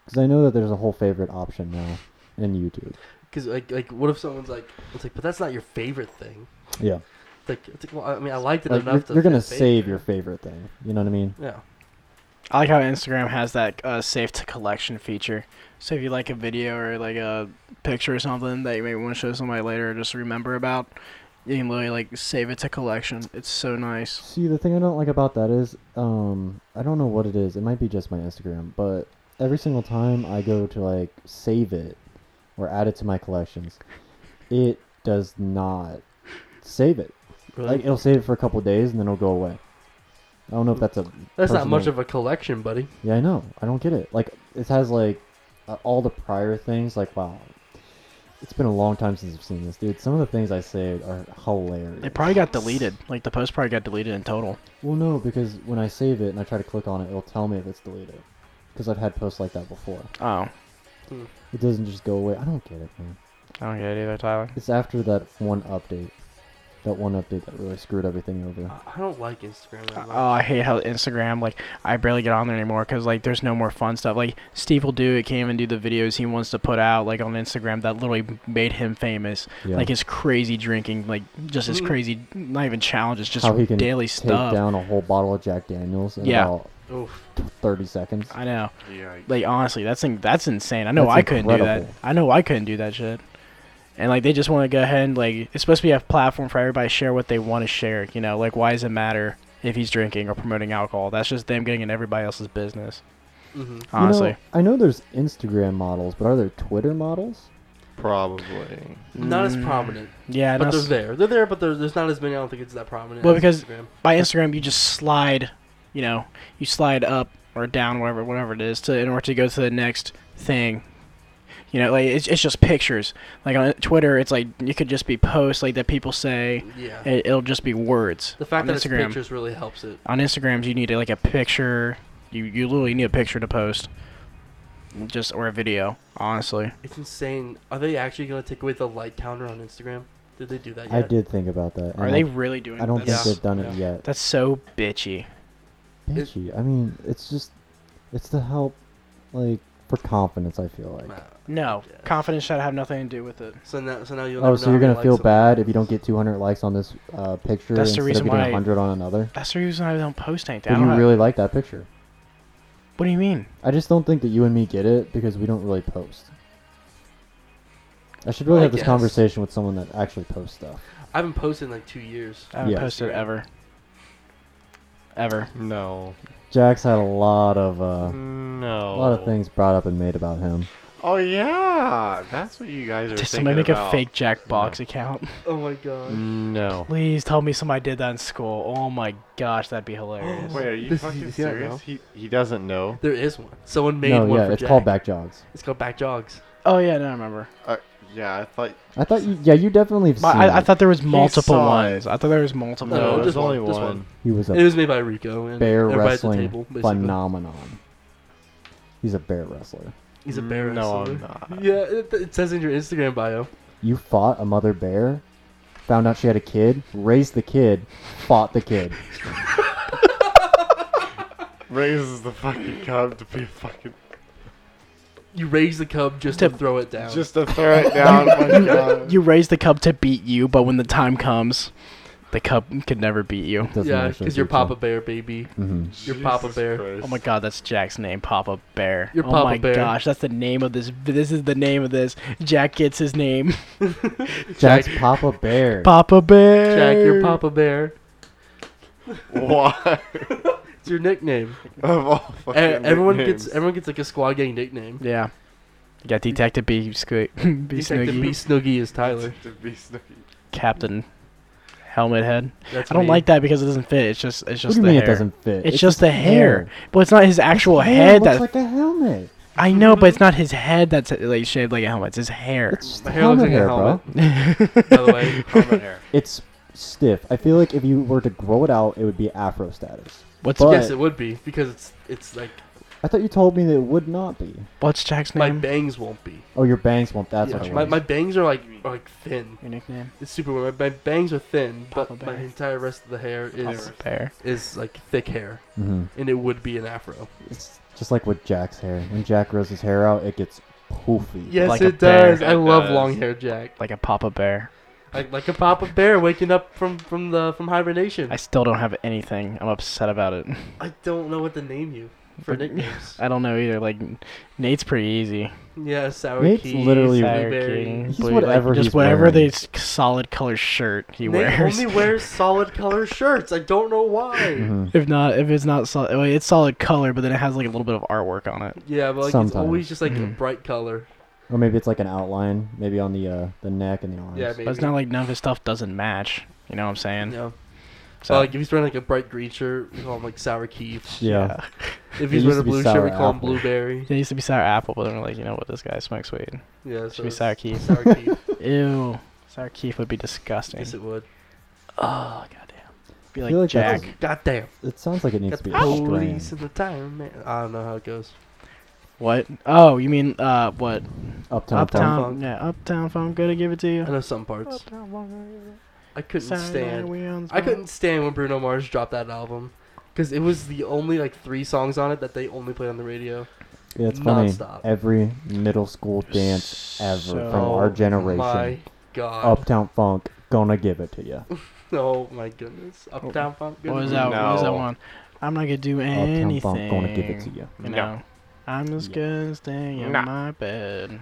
Speaker 1: Because I know that there's a whole favorite option now in YouTube.
Speaker 2: Cause like like what if someone's like it's like but that's not your favorite thing.
Speaker 1: Yeah.
Speaker 2: It's like it's like well I mean I liked it
Speaker 1: Like,
Speaker 2: enough.
Speaker 1: you're
Speaker 2: to
Speaker 1: you're gonna
Speaker 2: fit
Speaker 1: save
Speaker 2: favorite.
Speaker 1: your favorite thing. You know what I mean?
Speaker 2: Yeah.
Speaker 3: I like how Instagram has that uh, save to collection feature. So if you like a video or like a picture or something that you may want to show somebody later or just remember about, you can literally like save it to collection. It's so nice.
Speaker 1: See, the thing I don't like about that is, um, I don't know what it is. It might be just my Instagram, but every single time I go to like save it or add it to my collections, it does not save it.
Speaker 2: Really?
Speaker 1: Like it'll save it for a couple days and then it'll go away. I don't know if that's a
Speaker 2: that's not much
Speaker 1: personal-
Speaker 2: of a collection, buddy.
Speaker 1: yeah. I know. I don't get it. Like it has like uh, all the prior things. Like wow, it's been a long time since I've seen this, dude. Some of the things I saved are hilarious.
Speaker 3: It probably got deleted. Like the post probably got deleted in total.
Speaker 1: Well, no, because when I save it and I try to click on it, it'll tell me if it's deleted. Because I've had posts like that before.
Speaker 3: Oh,
Speaker 1: It doesn't just go away. I don't get it, man.
Speaker 3: I don't get it either, Tyler.
Speaker 1: It's after that one update. That one update that really screwed everything over.
Speaker 3: Uh,
Speaker 2: I I don't like Instagram. That much.
Speaker 3: Oh, I hate how Instagram like I barely get on there anymore because like there's no more fun stuff. Like Steve will do it, can't even do the videos he wants to put out like on Instagram that literally made him famous.
Speaker 1: Yeah. Mm.
Speaker 3: Like his crazy drinking, like just his
Speaker 2: Mhm.
Speaker 3: crazy, not even challenges, just
Speaker 1: How he can
Speaker 3: daily
Speaker 1: take
Speaker 3: stuff.
Speaker 1: down a whole bottle of Jack Daniels in
Speaker 3: Yeah.
Speaker 1: about
Speaker 2: Oof.
Speaker 1: 30 seconds.
Speaker 3: I know.
Speaker 4: Yeah.
Speaker 3: Like honestly, that's in- that's insane. I know
Speaker 1: That's
Speaker 3: I couldn't do that.
Speaker 1: incredible.
Speaker 3: I know I couldn't do that shit. And like they just want to go ahead and like it's supposed to be a platform for everybody to share what they want to share. You know, like why does it matter if he's drinking or promoting alcohol? That's just them getting in everybody else's business.
Speaker 2: Mhm.
Speaker 1: You know,
Speaker 3: Honestly,
Speaker 1: I know there's Instagram models, but are there Twitter models?
Speaker 4: Probably.
Speaker 2: Not as
Speaker 3: Mm,
Speaker 2: prominent,
Speaker 3: Yeah,
Speaker 2: but
Speaker 3: not
Speaker 2: they're
Speaker 3: s-
Speaker 2: there. They're there, but there- there's not as many. I don't think it's that prominent.
Speaker 3: Well,
Speaker 2: as
Speaker 3: because-
Speaker 2: Instagram.
Speaker 3: by Instagram you just slide, you know, you slide up or down, whatever, whatever it is, to in order to go to the next thing. You know, like it's, it's just pictures. Like on Twitter, it's like you could just be posts like that people say.
Speaker 2: yeah,
Speaker 3: It, it'll just be words.
Speaker 2: the fact
Speaker 3: on
Speaker 2: that
Speaker 3: Instagram,
Speaker 2: it's pictures really helps it.
Speaker 3: on Instagrams, you need like a picture. You you literally need a picture to post, just or a video. Honestly,
Speaker 2: It's insane. Are they actually gonna take away the like counter on Instagram? Did they do that yet?
Speaker 1: I did think about that. and
Speaker 3: are
Speaker 1: I-
Speaker 3: they really doing?
Speaker 1: I don't think
Speaker 3: this?
Speaker 2: that's-
Speaker 1: they've done it yet.
Speaker 3: That's so bitchy.
Speaker 2: It-
Speaker 1: bitchy. I mean, it's just it's to help like for confidence. I feel like.
Speaker 2: Nah.
Speaker 3: No,
Speaker 2: Yeah.
Speaker 3: confidence should have nothing to do with it.
Speaker 2: So now, so now you'll.
Speaker 1: Oh,
Speaker 2: never
Speaker 1: so
Speaker 2: know
Speaker 1: you're
Speaker 2: how
Speaker 1: gonna
Speaker 2: many
Speaker 1: feel
Speaker 2: likes
Speaker 1: bad if you don't get 200 likes on this uh, picture
Speaker 3: That's
Speaker 1: instead
Speaker 3: the reason
Speaker 1: of getting
Speaker 3: why-
Speaker 1: 100 on another.
Speaker 3: That's the reason I don't post anything. I
Speaker 1: But
Speaker 3: don't
Speaker 1: you
Speaker 3: have-
Speaker 1: really like that picture.
Speaker 3: what do you mean?
Speaker 1: I just don't think that you and me get it because we don't really post. I should really
Speaker 2: I
Speaker 1: have this
Speaker 2: guess.
Speaker 1: conversation with someone that actually posts stuff.
Speaker 2: I haven't posted in like two years.
Speaker 3: I haven't
Speaker 1: Yes.
Speaker 3: posted ever. Ever.
Speaker 4: No.
Speaker 1: Jack's had a lot of uh,
Speaker 2: Mm.
Speaker 4: no.
Speaker 1: a
Speaker 2: Oh.
Speaker 1: lot of things brought up and made about him.
Speaker 4: Oh yeah, that's what you guys are
Speaker 3: Did
Speaker 4: thinking
Speaker 3: somebody make
Speaker 4: about.
Speaker 3: a fake Jack Box account?
Speaker 2: Oh my god.
Speaker 4: No.
Speaker 3: Please tell me somebody did that in school. Oh my gosh, that'd be hilarious.
Speaker 4: Wait, are you
Speaker 2: This is-
Speaker 4: fucking
Speaker 2: you see that now?
Speaker 4: serious? He he doesn't know.
Speaker 2: There is one. Someone made
Speaker 1: no,
Speaker 2: one
Speaker 1: yeah,
Speaker 2: for
Speaker 1: it's
Speaker 2: Jack.
Speaker 1: called back jogs.
Speaker 2: It's called back jogs.
Speaker 3: Oh yeah, no, I remember.
Speaker 4: Uh, yeah, I thought.
Speaker 1: I thought you, yeah, you definitely have
Speaker 3: But
Speaker 1: seen.
Speaker 3: I, I
Speaker 1: it.
Speaker 3: thought there was multiple
Speaker 4: saw
Speaker 3: ones. I thought there was
Speaker 2: No,
Speaker 3: multiple.
Speaker 4: No,
Speaker 3: ones.
Speaker 4: there's
Speaker 2: just one,
Speaker 4: only
Speaker 2: just one.
Speaker 4: one.
Speaker 1: he was
Speaker 2: It
Speaker 1: a
Speaker 2: was made by Rico and
Speaker 1: bear
Speaker 2: everybody
Speaker 1: wrestling
Speaker 2: at the table. Basically.
Speaker 1: phenomenon. He's a bear wrestler.
Speaker 2: He's a bear
Speaker 4: Mm, No,
Speaker 2: wrestler.
Speaker 4: I'm not.
Speaker 2: Yeah, it, it says in your Instagram bio.
Speaker 1: You fought a mother bear, found out she had a kid, raised the kid, fought the kid.
Speaker 4: Raises the fucking cub to be a fucking.
Speaker 2: You raise the cub just to, throw it down.
Speaker 4: Just to throw it down. my God.
Speaker 3: You raise the cub to beat you, but when the time comes, the cub could never beat you.
Speaker 1: Doesn't
Speaker 2: yeah,
Speaker 1: actually
Speaker 2: because you're
Speaker 1: do so.
Speaker 2: Papa Bear, baby.
Speaker 1: Mhm.
Speaker 2: Your Papa
Speaker 4: Jesus
Speaker 2: Bear.
Speaker 4: Christ.
Speaker 3: Oh my god, that's Jack's name, Papa Bear.
Speaker 2: You're
Speaker 3: oh
Speaker 2: Papa
Speaker 3: my
Speaker 2: Bear.
Speaker 3: gosh, that's the name of this. This is the name of this. Jack gets his name,
Speaker 1: Jack's Papa Bear.
Speaker 3: Papa Bear.
Speaker 2: Jack, you're Papa Bear.
Speaker 4: Why?
Speaker 2: It's your nickname.
Speaker 4: of all
Speaker 2: E-
Speaker 4: fucking
Speaker 2: everyone
Speaker 4: nicknames.
Speaker 2: gets everyone gets like a squad gang nickname.
Speaker 3: Yeah. You got Detective B, Squid, B
Speaker 2: Detective
Speaker 3: Snoogie,
Speaker 2: B Snoogie is Tyler.
Speaker 4: To be sneaky.
Speaker 3: Captain Helmet Head.
Speaker 2: That's
Speaker 3: I don't
Speaker 2: me.
Speaker 3: like that because it doesn't fit. It's just it's
Speaker 1: What
Speaker 3: just
Speaker 1: do you
Speaker 3: the
Speaker 1: mean
Speaker 3: hair.
Speaker 1: it doesn't fit?
Speaker 3: It's, just the hair. But it's not his actual
Speaker 1: His
Speaker 3: head
Speaker 1: looks
Speaker 3: that
Speaker 1: like a helmet.
Speaker 3: I know, but it's not his head that's like shaved like a helmet. It's his hair.
Speaker 1: It's just
Speaker 2: The hair looks
Speaker 1: helmet
Speaker 2: like
Speaker 1: hair,
Speaker 2: a helmet.
Speaker 1: bro.
Speaker 2: By the way,
Speaker 4: Helmet hair.
Speaker 1: It's stiff. I feel like if you were to grow it out, it would be afro status.
Speaker 3: What's
Speaker 1: But-
Speaker 2: yes, it would be because it's it's like
Speaker 1: I thought you told me that it would not be.
Speaker 3: what's Jack's
Speaker 2: my
Speaker 3: name?
Speaker 2: bangs won't be.
Speaker 1: Oh, your bangs won't. That's
Speaker 2: Yeah,
Speaker 1: what it
Speaker 2: my,
Speaker 1: was.
Speaker 2: my bangs are like are like thin.
Speaker 3: Your nickname?
Speaker 2: It's super weird. My, my bangs are thin, but
Speaker 3: Papa
Speaker 2: my
Speaker 3: Bear.
Speaker 2: entire rest of the hair is
Speaker 3: Papa Bear.
Speaker 2: is like thick hair,
Speaker 1: hmm
Speaker 2: and it would be an afro.
Speaker 1: It's just like with Jack's hair. When Jack grows his hair out, it gets poofy.
Speaker 2: Yes,
Speaker 3: Like a
Speaker 2: it does.
Speaker 4: bear.
Speaker 2: I
Speaker 4: It
Speaker 2: love
Speaker 4: does.
Speaker 2: long hair, Jack.
Speaker 3: Like a Papa Bear.
Speaker 2: Like like a Papa Bear waking up from from the from hibernation.
Speaker 3: I still don't have anything. I'm upset about it.
Speaker 2: I don't know what to name you for nicknames.
Speaker 3: I don't know either. Like Nate's pretty easy.
Speaker 2: yeah, sour
Speaker 1: Nate's
Speaker 2: keys,
Speaker 1: literally-
Speaker 3: Sour
Speaker 2: blueberry.
Speaker 3: King,
Speaker 1: He's
Speaker 3: blue-
Speaker 1: whatever
Speaker 3: like, just
Speaker 1: he's
Speaker 3: whatever
Speaker 1: wearing.
Speaker 3: the s- solid color shirt he
Speaker 2: Nate
Speaker 3: wears.
Speaker 2: only wears solid color shirts. I don't know why.
Speaker 1: Mhm.
Speaker 3: If not, if it's not solid, well, it's solid color, but then it has like a little bit of artwork on it.
Speaker 2: Yeah, but like
Speaker 1: Sometimes.
Speaker 2: it's always just like a
Speaker 3: Mhm.
Speaker 2: bright color.
Speaker 1: Or maybe it's like an outline, maybe on the uh, the neck and the arms.
Speaker 2: Yeah,
Speaker 3: But it's
Speaker 2: maybe.
Speaker 3: not like none of his stuff doesn't match. You know what I'm saying?
Speaker 2: no.
Speaker 3: So,
Speaker 2: Well, like if he's wearing like a bright green shirt, we call him like sour keef.
Speaker 1: Yeah.
Speaker 2: If he's
Speaker 1: used
Speaker 2: wearing
Speaker 1: to
Speaker 2: a
Speaker 1: be
Speaker 2: blue shirt, we
Speaker 1: Sour
Speaker 2: call him
Speaker 1: Apple.
Speaker 2: blueberry.
Speaker 3: It used to be sour apple, but then we're like, you know what, this guy smokes weed.
Speaker 2: Yeah, so
Speaker 3: Should be
Speaker 2: it's
Speaker 3: sour keef.
Speaker 2: Sour keef.
Speaker 3: Ew. Sour keef would be disgusting.
Speaker 2: yes, it would.
Speaker 3: Oh goddamn. Be
Speaker 1: feel
Speaker 3: like
Speaker 1: like
Speaker 3: Jack.
Speaker 1: that's-
Speaker 2: God damn.
Speaker 1: It sounds like it needs to
Speaker 2: Got the
Speaker 1: be
Speaker 2: police
Speaker 1: explained.
Speaker 2: in the tire, man. I don't know how it goes.
Speaker 3: What? Oh, you mean uh what?
Speaker 1: Uptown.
Speaker 3: uptown.
Speaker 1: Funk.
Speaker 2: Funk.
Speaker 3: Yeah, uptown funk. Gonna give it to
Speaker 2: I
Speaker 3: you.
Speaker 2: know some parts.
Speaker 3: Uptown Funk, gonna give it to you.
Speaker 2: I couldn't
Speaker 3: Saturday night,
Speaker 2: stand.
Speaker 3: we on the
Speaker 2: I
Speaker 3: spot.
Speaker 2: couldn't stand when Bruno Mars dropped that album, because it was the only like three songs on it that they only played on the radio.
Speaker 1: Yeah, it's funny.
Speaker 2: Nonstop.
Speaker 1: Every middle school dance ever
Speaker 3: So-
Speaker 1: from our generation.
Speaker 2: Oh My God.
Speaker 1: Uptown Funk, gonna give it to you.
Speaker 2: Oh my goodness. Uptown Funk.
Speaker 3: What was
Speaker 2: goodness.
Speaker 3: that? What was that
Speaker 4: No.
Speaker 3: one? I'm not gonna do
Speaker 1: Uptown
Speaker 3: anything.
Speaker 1: Funk, gonna give it to you.
Speaker 3: You
Speaker 4: No.
Speaker 3: know. I'm just gonna stay in
Speaker 4: Nah.
Speaker 3: my bed.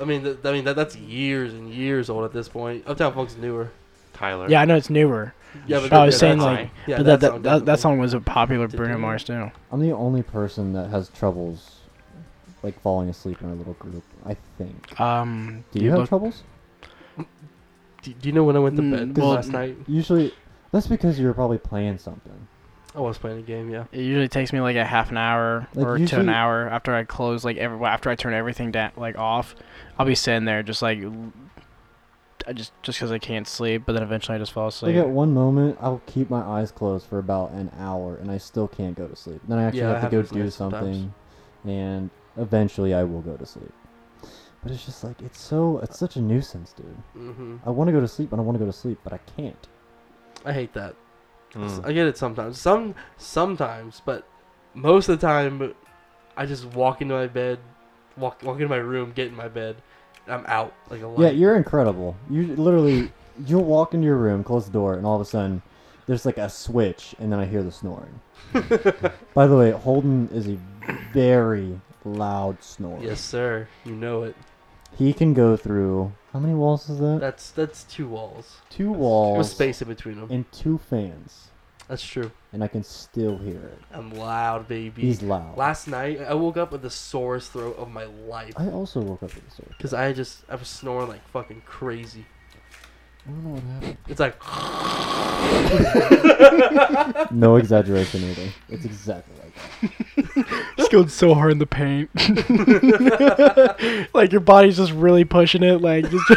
Speaker 2: I mean, th- I mean that, that's years and years old at this point. Uptown Funk's newer.
Speaker 4: Tyler.
Speaker 3: Yeah, I know it's newer.
Speaker 2: Yeah, but
Speaker 3: I was
Speaker 2: that-
Speaker 3: saying
Speaker 2: that's-
Speaker 3: like,
Speaker 2: yeah,
Speaker 3: but that that,
Speaker 2: song
Speaker 3: that, that
Speaker 2: definitely.
Speaker 3: song was a popular
Speaker 2: Did
Speaker 3: Bruno
Speaker 2: they-
Speaker 3: Mars too.
Speaker 1: I'm the only person that has troubles, like falling asleep in our little group. I think.
Speaker 3: Um,
Speaker 1: Do you, have
Speaker 3: look-
Speaker 1: troubles?
Speaker 2: Do, do you know when I went to
Speaker 3: Mm,
Speaker 2: bed
Speaker 3: well-
Speaker 2: last night?
Speaker 1: Usually, that's because you were probably playing something.
Speaker 2: I was playing a game. Yeah.
Speaker 3: It usually takes me like a half an hour
Speaker 1: Like,
Speaker 3: or to an
Speaker 1: usually-
Speaker 3: hour after I close like every after I turn everything down like off. I'll be sitting there just like l- I just just because I can't sleep, but then eventually I just fall
Speaker 1: Like
Speaker 3: asleep.
Speaker 1: at one moment, I'll keep my eyes closed for about an hour, and I still can't go to sleep. Then I actually
Speaker 2: Yeah,
Speaker 1: have
Speaker 2: that
Speaker 1: to go
Speaker 2: happens to me
Speaker 1: do something, and eventually I will go to sleep. But it's just like it's so it's such a nuisance, dude.
Speaker 3: Mm-hmm.
Speaker 2: hmm
Speaker 1: I want to go to sleep and I want to go to sleep, but I can't.
Speaker 2: I hate that. S-
Speaker 4: Mm.
Speaker 2: I get it sometimes. Some sometimes, but most of the time, I just walk into my bed, walk walk into my room, get in my bed, and I'm out like a light.
Speaker 1: Yeah, you're incredible. You literally, you'll walk into your room, close the door, and all of a sudden, there's like a switch, and then I hear the snoring. By the way, Holden is a very loud snorer.
Speaker 2: yes, sir. You know it.
Speaker 1: He can go through how many walls is that?
Speaker 2: That's that's two walls
Speaker 1: two
Speaker 2: with
Speaker 1: walls
Speaker 2: space in between them.
Speaker 1: and two fans,
Speaker 2: That's true.
Speaker 1: and I can still hear it.
Speaker 2: I'm loud, baby.
Speaker 1: He's loud.
Speaker 2: Last night I woke up with the sorest throat of my life
Speaker 1: I also woke up with a sword.
Speaker 2: because I just I was snoring like fucking crazy.
Speaker 1: I don't know what happened.
Speaker 2: It's like
Speaker 1: no exaggeration either. It's exactly like that.
Speaker 3: Just going so hard in the paint. like your body's just really pushing it. Like just
Speaker 2: my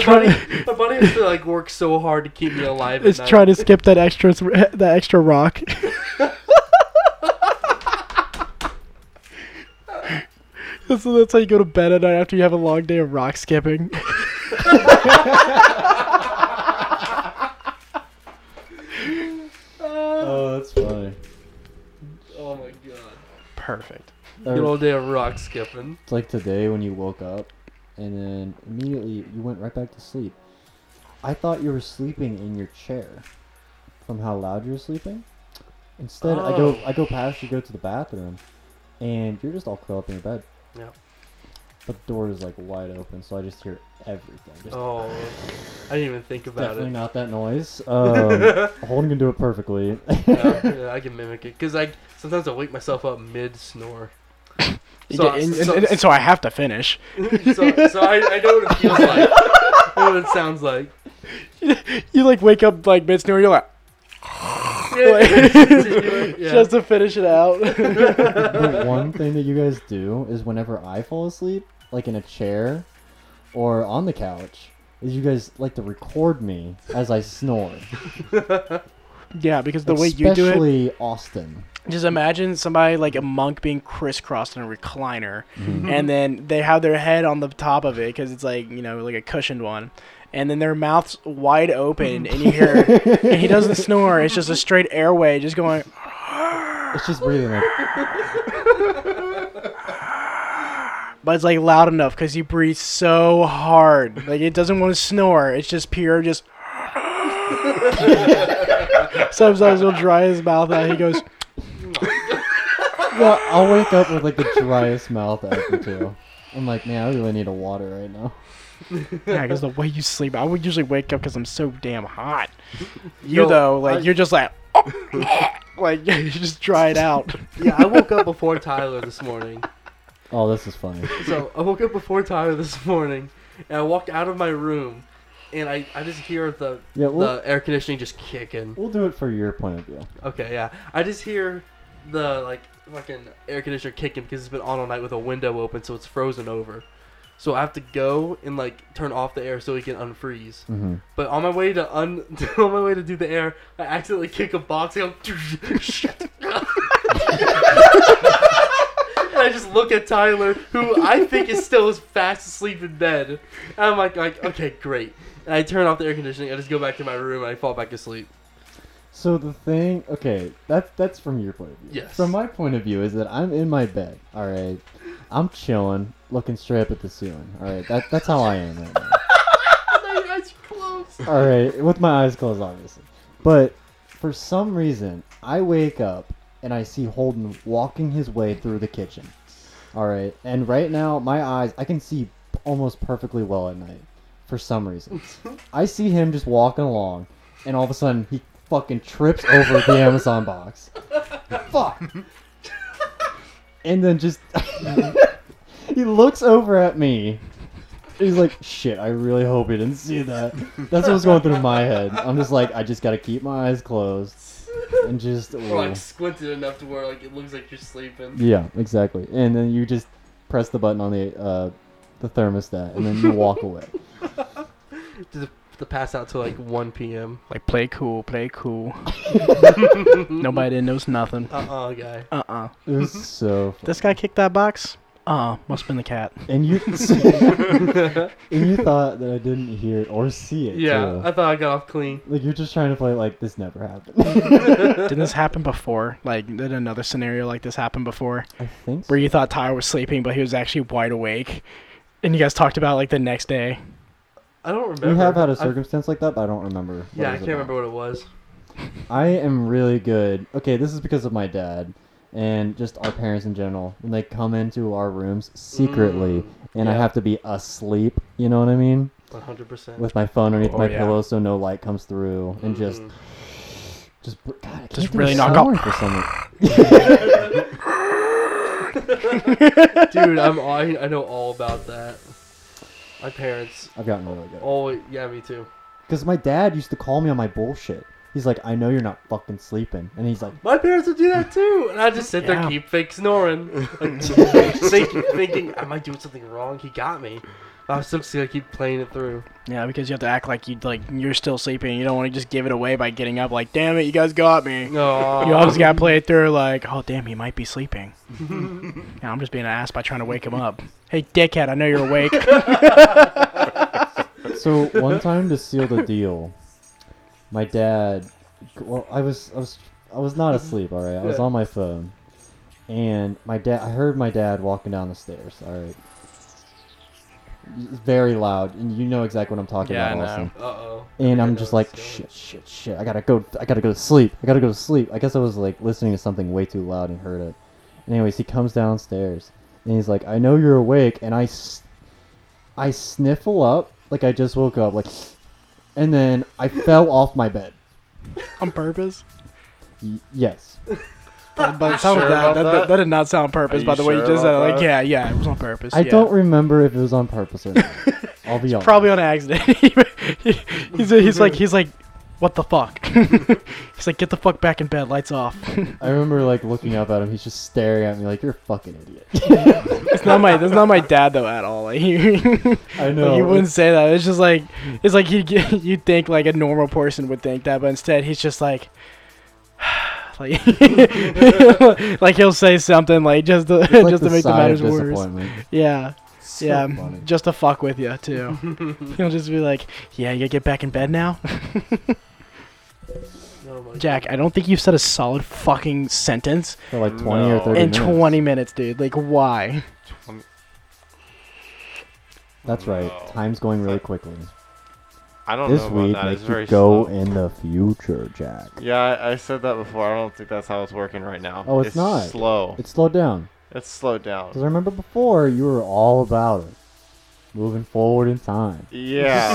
Speaker 3: Trying-
Speaker 2: buddy, my buddy has to like work so hard to keep me alive.
Speaker 3: it's trying to skip that extra that extra rock.
Speaker 2: Oh
Speaker 3: that's, that's how you go to bed at night after you have a long day of rock skipping.
Speaker 1: Oh, that's funny.
Speaker 2: Oh my god.
Speaker 3: Perfect.
Speaker 2: Good old damn rock skipping.
Speaker 1: It's like today when you woke up and then immediately you went right back to sleep. I thought you were sleeping in your chair from how loud you were sleeping. Instead, I go
Speaker 2: Oh.
Speaker 1: I go past you, go to the bathroom, and you're just all curled up in your bed.
Speaker 2: Yep.
Speaker 1: But the door is like wide open, so I just hear everything. Just
Speaker 2: Oh, I didn't even think about
Speaker 1: definitely
Speaker 2: it.
Speaker 1: not that noise. Um, Holden can do it perfectly.
Speaker 2: Yeah, yeah, I can mimic it because I sometimes I wake myself up mid snore. So,
Speaker 3: Yeah, and, and- and so I have to finish.
Speaker 2: so, so I, I know what it feels like. I know what it sounds like.
Speaker 3: You like wake up like mid snore. You're like
Speaker 2: Yeah, yeah, yeah.
Speaker 3: just to finish it out.
Speaker 1: the one thing that you guys do is whenever I fall asleep, like in a chair or on the couch, is you guys like to record me as I snore.
Speaker 3: yeah, because the way you do it.
Speaker 1: Especially Austin.
Speaker 3: Just imagine somebody like a monk being crisscrossed in a recliner, and then they have their head on the top of it because it's like you know like a cushioned one, and then their mouth's wide open, and you hear and he doesn't snore. It's just a straight airway, just going.
Speaker 1: It's just breathing like
Speaker 3: But it's like loud enough because you breathe so hard, like it doesn't want to snore. It's just pure, just. Sometimes he'll dry his mouth out. He goes,
Speaker 1: well, I'll wake up with like the driest mouth ever too. I'm like, man, I really need a water right now.
Speaker 3: Yeah, because the way you sleep, I would usually wake up because I'm so damn hot. You
Speaker 2: No,
Speaker 3: though, like
Speaker 2: I-
Speaker 3: you're just like, "Oh, like you just dry it out.
Speaker 2: yeah, I woke up before Tyler this morning.
Speaker 1: Oh, this is funny.
Speaker 2: So I woke up before Tyler this morning, and I walked out of my room, and I, I just hear the
Speaker 1: Yeah, we'll,
Speaker 2: the air conditioning just kicking.
Speaker 1: we'll do it for your point of view.
Speaker 2: Okay, yeah. I just hear the like fucking air conditioner kicking because it's been on all night with a window open, so it's frozen over. So I have to go and like turn off the air so it can unfreeze.
Speaker 1: hmm
Speaker 2: But on my way to un, on my way to do the air, I accidentally kick a box. And, I'm and I just look at Tyler, who I think is still as fast asleep in bed. And I'm like, like, okay, great. And I turn off the air conditioning. I just go back to my room and I fall back asleep.
Speaker 1: So the thing, okay, that's that's from your point of view.
Speaker 2: Yes.
Speaker 1: From my point of view is that I'm in my bed. All right, I'm chilling, looking straight up at the ceiling. All right, that, that's how I am right now.
Speaker 2: My eyes are closed.
Speaker 1: All right, with my eyes closed, obviously. But for some reason, I wake up and I see Holden walking his way through the kitchen. All right, and right now, my eyes, I can see almost perfectly well at night for some reason. I see him just walking along, and all of a sudden, he fucking trips over the Amazon box. Fuck! And then just. he looks over at me. He's like, shit, I really hope he didn't see that. That's what was going through my head. I'm just like, I just gotta keep my eyes closed and just.
Speaker 2: Or like squinted enough to where like it looks like you're sleeping.
Speaker 1: Yeah, exactly. And then you just press the button on the uh, the thermostat, and then you walk away.
Speaker 2: To, to pass out till like 1 p.m.
Speaker 3: Like play cool, play cool. Nobody knows nothing.
Speaker 2: Uh uh guy.
Speaker 3: Uh uh
Speaker 1: It was so. Funny.
Speaker 3: This guy kicked that box. Uh, must have been the cat.
Speaker 1: And you and you thought that I didn't hear it or see it.
Speaker 2: Yeah,
Speaker 1: too.
Speaker 2: I thought I got off clean.
Speaker 1: Like you're just trying to play like this never happened.
Speaker 3: Didn't this happen before? Like, did another scenario like this happen before,
Speaker 1: I think so.
Speaker 3: where you thought Tyler was sleeping, but he was actually wide awake, and you guys talked about like the next day?
Speaker 2: I don't remember.
Speaker 1: We have had a
Speaker 2: I-
Speaker 1: circumstance like that, but I don't remember. what
Speaker 2: Yeah, I
Speaker 1: it was
Speaker 2: can't
Speaker 1: about.
Speaker 2: remember what it was.
Speaker 1: I am really good. Okay, this is because of my dad and just our parents in general. When they come into our rooms secretly,
Speaker 2: Mm,
Speaker 1: and I
Speaker 2: yeah.
Speaker 1: have to be asleep, you know what I mean?
Speaker 2: 100%.
Speaker 1: With my phone underneath
Speaker 3: Oh,
Speaker 1: my
Speaker 3: yeah. Mm.
Speaker 1: pillow, so no light comes through, and just,
Speaker 2: Mhm.
Speaker 1: just, God, I can't
Speaker 3: Just
Speaker 1: do a
Speaker 3: really knock out-
Speaker 1: sound for someone.
Speaker 2: Dude, I'm all, I, I know all about that. My parents
Speaker 1: I've gotten really
Speaker 3: Oh.
Speaker 1: good.
Speaker 2: always. Yeah, me too.
Speaker 1: Because my dad used to call me on my bullshit. He's like, I know you're not fucking sleeping, and he's like,
Speaker 2: My parents would do that too, and I just sit
Speaker 3: Yeah.
Speaker 2: there, keep fake snoring, like, think, thinking am I doing something wrong? He got me. But I still see I keep playing it through.
Speaker 3: Yeah, because you have to act like you like you're still sleeping. You don't want to just give it away by getting up. Like, damn it, you guys got me.
Speaker 2: No, uh,
Speaker 3: You always gotta play it through. Like, oh damn, he might be sleeping. now I'm just being an ass by trying to wake him up. Hey, dickhead, I know you're awake.
Speaker 1: so one time to seal the deal, my dad. Well, I was I was I was not asleep. All right, I was
Speaker 2: Yeah.
Speaker 1: on my phone, and my dad. I heard my dad walking down the stairs. All right, It's very loud, and you know exactly what I'm talking
Speaker 3: Yeah,
Speaker 1: about.
Speaker 3: I
Speaker 1: Austin.
Speaker 3: know.
Speaker 2: Uh oh.
Speaker 1: And I'm just like shit, shit, shit. I gotta go. I gotta go to sleep. I gotta go to sleep. I guess I was like listening to something way too loud and heard it. And anyways, he comes downstairs and he's like, "I know you're awake," and I, s- I sniffle up like I just woke up, like, and then I fell off my bed.
Speaker 3: on purpose.
Speaker 1: Y- yes,
Speaker 3: But, but it
Speaker 4: sure
Speaker 3: sounded that,
Speaker 4: about
Speaker 3: that, that,
Speaker 4: that?
Speaker 3: that did not sound on purpose.
Speaker 4: Are
Speaker 3: By the
Speaker 4: you
Speaker 3: way, you
Speaker 4: sure
Speaker 3: just said
Speaker 4: about
Speaker 3: like,
Speaker 4: that?
Speaker 3: yeah, yeah, it was on purpose.
Speaker 1: I
Speaker 3: yeah.
Speaker 1: don't remember if it was on purpose or not. I'll be honest.
Speaker 3: Probably on accident. He- he's, he's like he's like, what the fuck? he's like, get the fuck back in bed. Lights off.
Speaker 1: I remember like looking up at him. He's just staring at me like, "You're a fucking idiot."
Speaker 3: It's not my that's not my dad though at all. Like, he,
Speaker 1: I know.
Speaker 3: you wouldn't say that. It's just like it's like you get you think like a normal person would think that, but instead he's just like. Like, like he'll say something like just to,
Speaker 1: It's like
Speaker 3: just to make the
Speaker 1: sigh
Speaker 3: matters
Speaker 1: of
Speaker 3: worse.
Speaker 1: disappointment.
Speaker 3: Yeah,
Speaker 1: So
Speaker 3: yeah,
Speaker 1: funny.
Speaker 3: just to fuck with you too. he'll just be like, "Yeah, you gotta get back in bed now."
Speaker 2: Oh my
Speaker 3: Jack, I don't think you've said a solid fucking sentence
Speaker 1: For like twenty or
Speaker 4: No.
Speaker 1: thirty
Speaker 3: in
Speaker 1: minutes.
Speaker 3: 20 minutes, dude. Like, why?
Speaker 1: That's right.
Speaker 4: No.
Speaker 1: Time's going really quickly.
Speaker 4: Oh. I don't
Speaker 1: This
Speaker 4: know about
Speaker 1: week
Speaker 4: that. It's
Speaker 1: makes
Speaker 4: very
Speaker 1: you go
Speaker 4: slow.
Speaker 1: in the future, Jack.
Speaker 4: Yeah, I, I said that before. I don't think that's how it's working right now.
Speaker 1: Oh, it's not.
Speaker 4: slow. It's,
Speaker 1: It's slowed down.
Speaker 4: slowed down.
Speaker 1: Because I remember before you were all about it. Moving forward in time.
Speaker 4: yeah.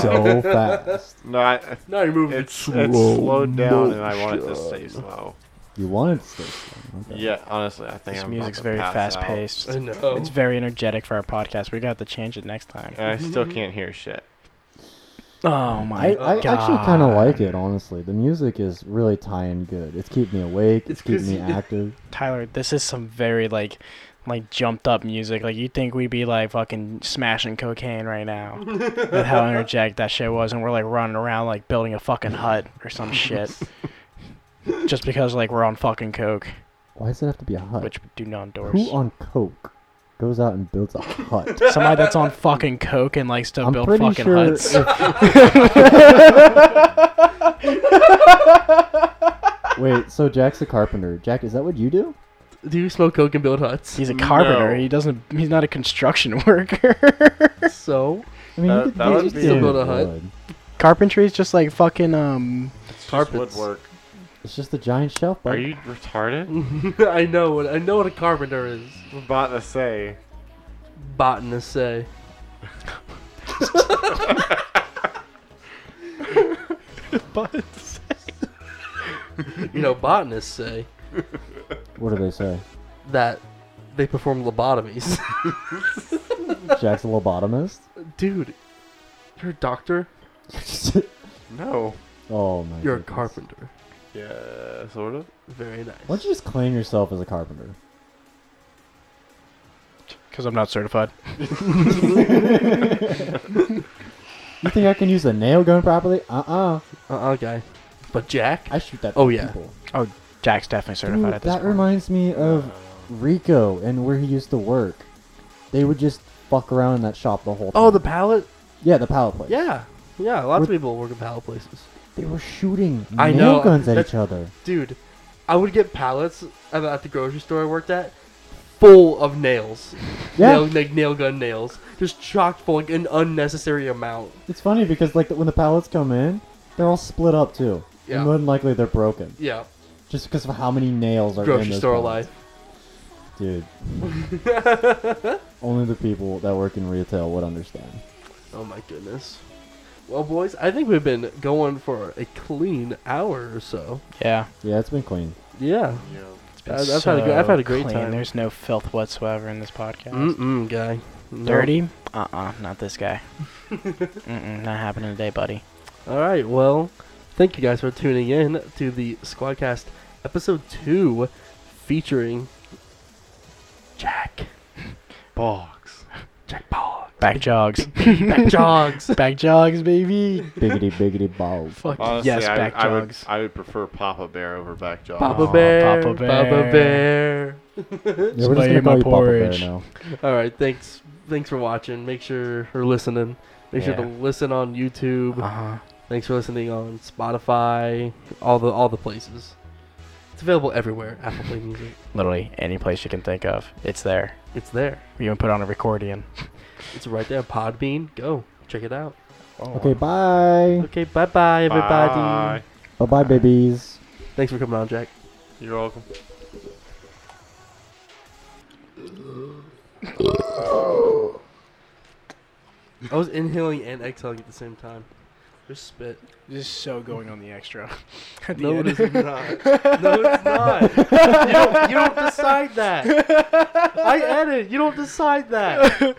Speaker 1: So fast.
Speaker 4: no, I,
Speaker 2: No, you're moving.
Speaker 4: it's, it's
Speaker 1: Slow
Speaker 4: slowed down, and I want it to stay slow.
Speaker 1: You wanted to stay slow. Okay.
Speaker 4: Yeah, honestly, I think
Speaker 3: This
Speaker 4: I'm
Speaker 3: music's
Speaker 4: about to
Speaker 3: very
Speaker 4: pass
Speaker 3: fast
Speaker 4: out.
Speaker 3: paced.
Speaker 2: I know.
Speaker 3: It's very energetic for our podcast. We got to change it next time.
Speaker 4: And I still can't hear shit.
Speaker 3: Oh my
Speaker 1: I, I
Speaker 3: god!
Speaker 1: actually kind of like it, honestly. The music is really tying good. It's keeping me awake. It's,
Speaker 2: It's
Speaker 1: keeping
Speaker 2: 'cause
Speaker 1: me
Speaker 2: you-
Speaker 1: active.
Speaker 3: Tyler, this is some very like, like jumped up music. Like you think we'd be like fucking smashing cocaine right now? That's how energetic that shit was, and we're like running around like building a fucking hut or some shit, just because like we're on fucking coke,
Speaker 1: Why does it have to be a hut?
Speaker 3: which we do not endorse.
Speaker 1: Who on coke goes out and builds a hut?
Speaker 3: Somebody that's on fucking coke and likes to
Speaker 1: I'm
Speaker 3: build
Speaker 1: pretty
Speaker 3: fucking
Speaker 1: sure.
Speaker 3: huts.
Speaker 1: if- Wait, so Jack's a carpenter. Jack, is that what you do?
Speaker 2: Do you smoke coke and build huts?
Speaker 3: He's a carpenter.
Speaker 4: No.
Speaker 3: He doesn't. He's not a construction worker.
Speaker 2: So
Speaker 1: I mean,
Speaker 4: That-
Speaker 1: you could
Speaker 4: that would
Speaker 1: just
Speaker 4: be-
Speaker 1: do
Speaker 4: Still
Speaker 2: build a hut.
Speaker 1: wood.
Speaker 3: Carpentry is just like fucking um.
Speaker 4: It's just
Speaker 2: Carpets.
Speaker 4: woodwork.
Speaker 1: It's just a giant shelf.
Speaker 4: Are
Speaker 1: bud.
Speaker 4: you retarded?
Speaker 2: I know what I know what a carpenter is.
Speaker 4: I'm about to say.
Speaker 2: Botanists say. You know, botanists say
Speaker 1: What do they say?
Speaker 2: that they perform lobotomies.
Speaker 1: Jack's a lobotomist.
Speaker 2: Dude, you're a doctor.
Speaker 4: No.
Speaker 1: oh my.
Speaker 2: You're a
Speaker 1: goodness.
Speaker 2: carpenter.
Speaker 4: Yeah, sort of.
Speaker 2: Very nice.
Speaker 1: Why don't you just claim yourself as a carpenter?
Speaker 3: Because I'm not certified.
Speaker 1: You think I can use a nail gun properly? Uh uh
Speaker 2: Uh uh guy. But Jack?
Speaker 1: I shoot that.
Speaker 2: Oh,
Speaker 1: at
Speaker 2: yeah.
Speaker 1: people.
Speaker 3: Oh, Jack's definitely certified
Speaker 1: Dude,
Speaker 3: at this
Speaker 1: that
Speaker 3: point.
Speaker 1: reminds me of Rico and where he used to work. They would just fuck around in that shop the whole time.
Speaker 2: Oh, the pallet.
Speaker 1: yeah, the pallet place.
Speaker 2: Yeah, yeah. Lots
Speaker 1: With-
Speaker 2: of people work in pallet places.
Speaker 1: They were shooting
Speaker 2: I know,
Speaker 1: guns at
Speaker 2: that's-
Speaker 1: each other.
Speaker 2: Dude, I would get pallets at, at the grocery store I worked at full of nails.
Speaker 1: Yeah.
Speaker 2: Nail, like nail gun nails. Just chock full, like an unnecessary amount.
Speaker 1: It's funny because like when the pallets come in, they're all split up too.
Speaker 2: Yeah.
Speaker 1: And more than likely they're broken,
Speaker 2: Yeah,
Speaker 1: just because of how many nails are in
Speaker 2: grocery
Speaker 1: those
Speaker 2: store
Speaker 1: pallets.
Speaker 2: life.
Speaker 1: dude. Only the people that work in retail would understand.
Speaker 2: Oh my goodness. Well, boys, I think we've been going for a clean hour or so.
Speaker 3: Yeah.
Speaker 1: Yeah, it's been clean.
Speaker 2: Yeah.
Speaker 4: Yeah.
Speaker 3: It's been
Speaker 2: I- Uh, I've had a gr- I've had a great
Speaker 3: clean.
Speaker 2: time.
Speaker 3: There's no filth whatsoever in this podcast.
Speaker 2: Mm-mm, guy. No.
Speaker 3: Dirty? Uh uh not this guy. Mm-mm, not happening today, buddy.
Speaker 2: All right. Well, thank you guys for tuning in to the Squadcast episode two, featuring Jack
Speaker 4: Box.
Speaker 2: Jack Bog.
Speaker 3: Back jogs.
Speaker 2: Back jogs.
Speaker 3: Back jogs, baby.
Speaker 1: Biggity biggity balls.
Speaker 3: Fuck
Speaker 4: Honestly,
Speaker 3: yes,
Speaker 4: I,
Speaker 3: back
Speaker 4: I would.
Speaker 3: jogs.
Speaker 4: I would prefer Papa Bear over Back Job.
Speaker 2: Papa
Speaker 3: Aw,
Speaker 2: Bear.
Speaker 3: Papa
Speaker 2: Papa
Speaker 3: Bear.
Speaker 2: Bear.
Speaker 1: Yeah, we're just
Speaker 3: Spray
Speaker 1: gonna
Speaker 3: my
Speaker 1: call you Papa Bear
Speaker 3: porridge.
Speaker 1: now.
Speaker 2: All right. Thanks. Thanks for watching. Make sure or listening. Make
Speaker 3: Yeah.
Speaker 2: sure to listen on YouTube.
Speaker 3: Uh-huh.
Speaker 2: Thanks for listening on Spotify. All the all the places. It's available everywhere. Apple Play Music.
Speaker 3: Literally any place you can think of. It's there.
Speaker 2: It's there.
Speaker 3: We even put on a recording.
Speaker 2: It's right there. Podbean. Go check it out.
Speaker 3: Oh.
Speaker 1: Okay, bye.
Speaker 2: Okay. Bye bye everybody.
Speaker 4: Bye.
Speaker 1: Bye bye, babies.
Speaker 2: Thanks for coming on, Jack.
Speaker 4: You're welcome.
Speaker 2: I was inhaling and exhaling at the same time. Just spit.
Speaker 3: This is so going on the extra. At the
Speaker 2: No, it
Speaker 3: end.
Speaker 2: is not. No, it's not. You don't, you don't decide that. I edit. You don't decide that.